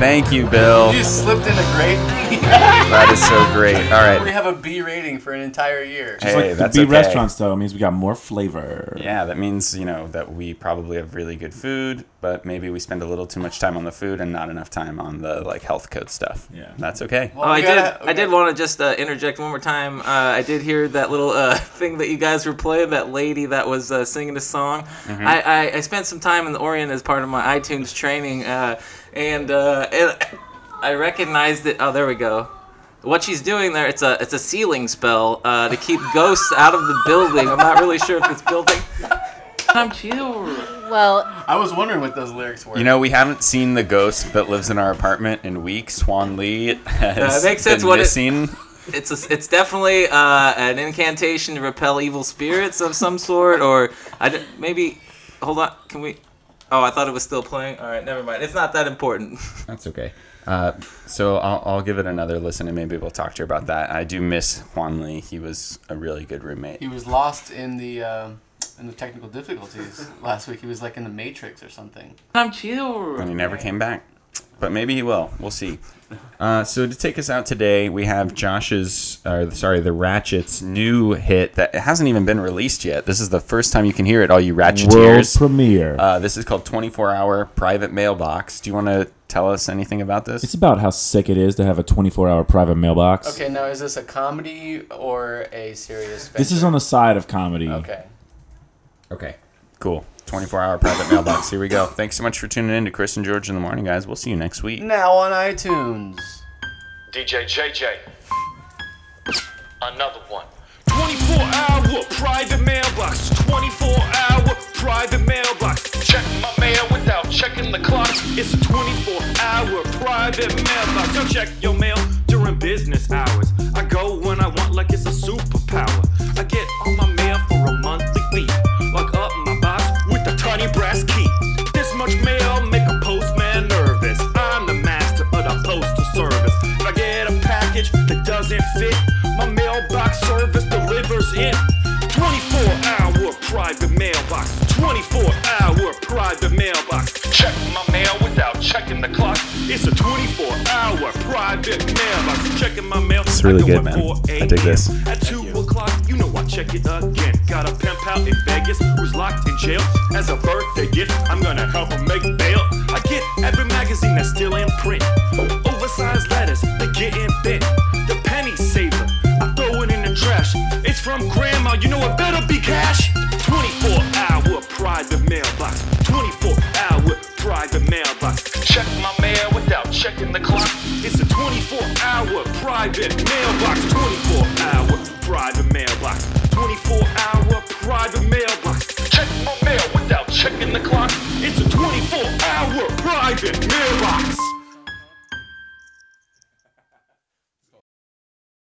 [SPEAKER 4] Thank you, Bill.
[SPEAKER 5] You just slipped in a grade B.
[SPEAKER 4] (laughs) That is so great. All right.
[SPEAKER 5] We have a B rating for an entire year.
[SPEAKER 7] Just like the
[SPEAKER 4] that's
[SPEAKER 7] B
[SPEAKER 4] okay.
[SPEAKER 7] restaurants, though, it means we got more flavor.
[SPEAKER 4] Yeah, that means you know that we probably have really good food, but maybe we spend a little too much time on the food and not enough time on the like health code stuff. Yeah, that's okay.
[SPEAKER 15] oh, I did. I did want to just uh, interject one more time. Uh, I did hear that little uh, (laughs) thing that you guys were playing. That lady that was uh, singing a song.
[SPEAKER 4] Mhm.
[SPEAKER 15] I, I I spent some time in the Orient as part of my iTunes training, uh, and uh, it, I recognized it. Oh, there we go. What she's doing there, it's a it's a sealing spell uh, to keep ghosts out of the building. I'm not really sure if this building. Come chill.
[SPEAKER 8] Well,
[SPEAKER 5] I was wondering what those lyrics were.
[SPEAKER 4] You know, we haven't seen the ghost that lives in our apartment in weeks. Swan Lee has
[SPEAKER 15] Uh, it makes sense
[SPEAKER 4] been
[SPEAKER 15] what it-
[SPEAKER 4] missing.
[SPEAKER 15] (laughs) It's a, it's definitely uh, an incantation to repel evil spirits of some sort, or I d- maybe. Hold on, can we? Oh, I thought it was still playing. All right, never mind. It's not that important.
[SPEAKER 4] That's okay. Uh, so I'll, I'll give it another listen, and maybe we'll talk to her about that. I do miss Juan Lee. He was a really good roommate.
[SPEAKER 5] He was lost in the um in the technical difficulties last week. He was like in the Matrix or something.
[SPEAKER 15] I'm chill.
[SPEAKER 4] and he never came back. But maybe he will. We'll see. Uh, so to take us out today, we have Josh's, uh, sorry, the Ratchet's new hit that it hasn't even been released yet. This is the first time you can hear it, all you
[SPEAKER 7] World
[SPEAKER 4] Ratcheteers.
[SPEAKER 7] premiere.
[SPEAKER 4] Uh, this is called 24 Hour Private Mailbox. Do you want to tell us anything about this?
[SPEAKER 7] It's about how sick it is to have a 24-hour private mailbox.
[SPEAKER 5] Okay, now is this a comedy or a serious?
[SPEAKER 7] This is
[SPEAKER 5] venture?
[SPEAKER 7] on the side of comedy.
[SPEAKER 5] Okay.
[SPEAKER 4] Okay, cool. 24 Hour Private Mailbox. Here we go. Thanks so much for tuning in to Chris and George in the morning, guys. We'll see you next week.
[SPEAKER 5] Now on iTunes.
[SPEAKER 10] DJ JJ. Another one. 24 hour private mailbox. 24 hour private mailbox. Check my mail without checking the clock. It's a 24 hour private mailbox. Don't check your mail during business hours. I go when I want like it's a superpower. I get all my mail for a monthly fee. Lock up my box with a tiny brass key. This much mail make a postman nervous. I'm the master of the postal service. If I get a package that doesn't fit, my mailbox service delivers it. 24 hour private mailbox. 24 hour private mailbox. Check my mail without checking the clock. It's a 24 hour private mailbox. Checking my mail.
[SPEAKER 4] It's really
[SPEAKER 10] I go
[SPEAKER 4] good,
[SPEAKER 10] at
[SPEAKER 4] man.
[SPEAKER 10] 4
[SPEAKER 4] I dig
[SPEAKER 10] a.m.
[SPEAKER 4] this.
[SPEAKER 10] At 2 o'clock, you know I check it again. Got a pimp out in Vegas who's locked in jail. As a birthday gift, I'm gonna help him make bail. I get every magazine that's still in print. Oversized letters, they're getting bent. The penny saver, I throw it in the trash. It's from grandma, you know it better be cash. 24 hour private mailbox. 24 hour private mailbox. Check my mail without checking the clock. It's a 24 hour private mailbox. 24 hour private mailbox. 24 hour private mailbox. Check my mail without checking the clock. It's a 24 hour private mailbox.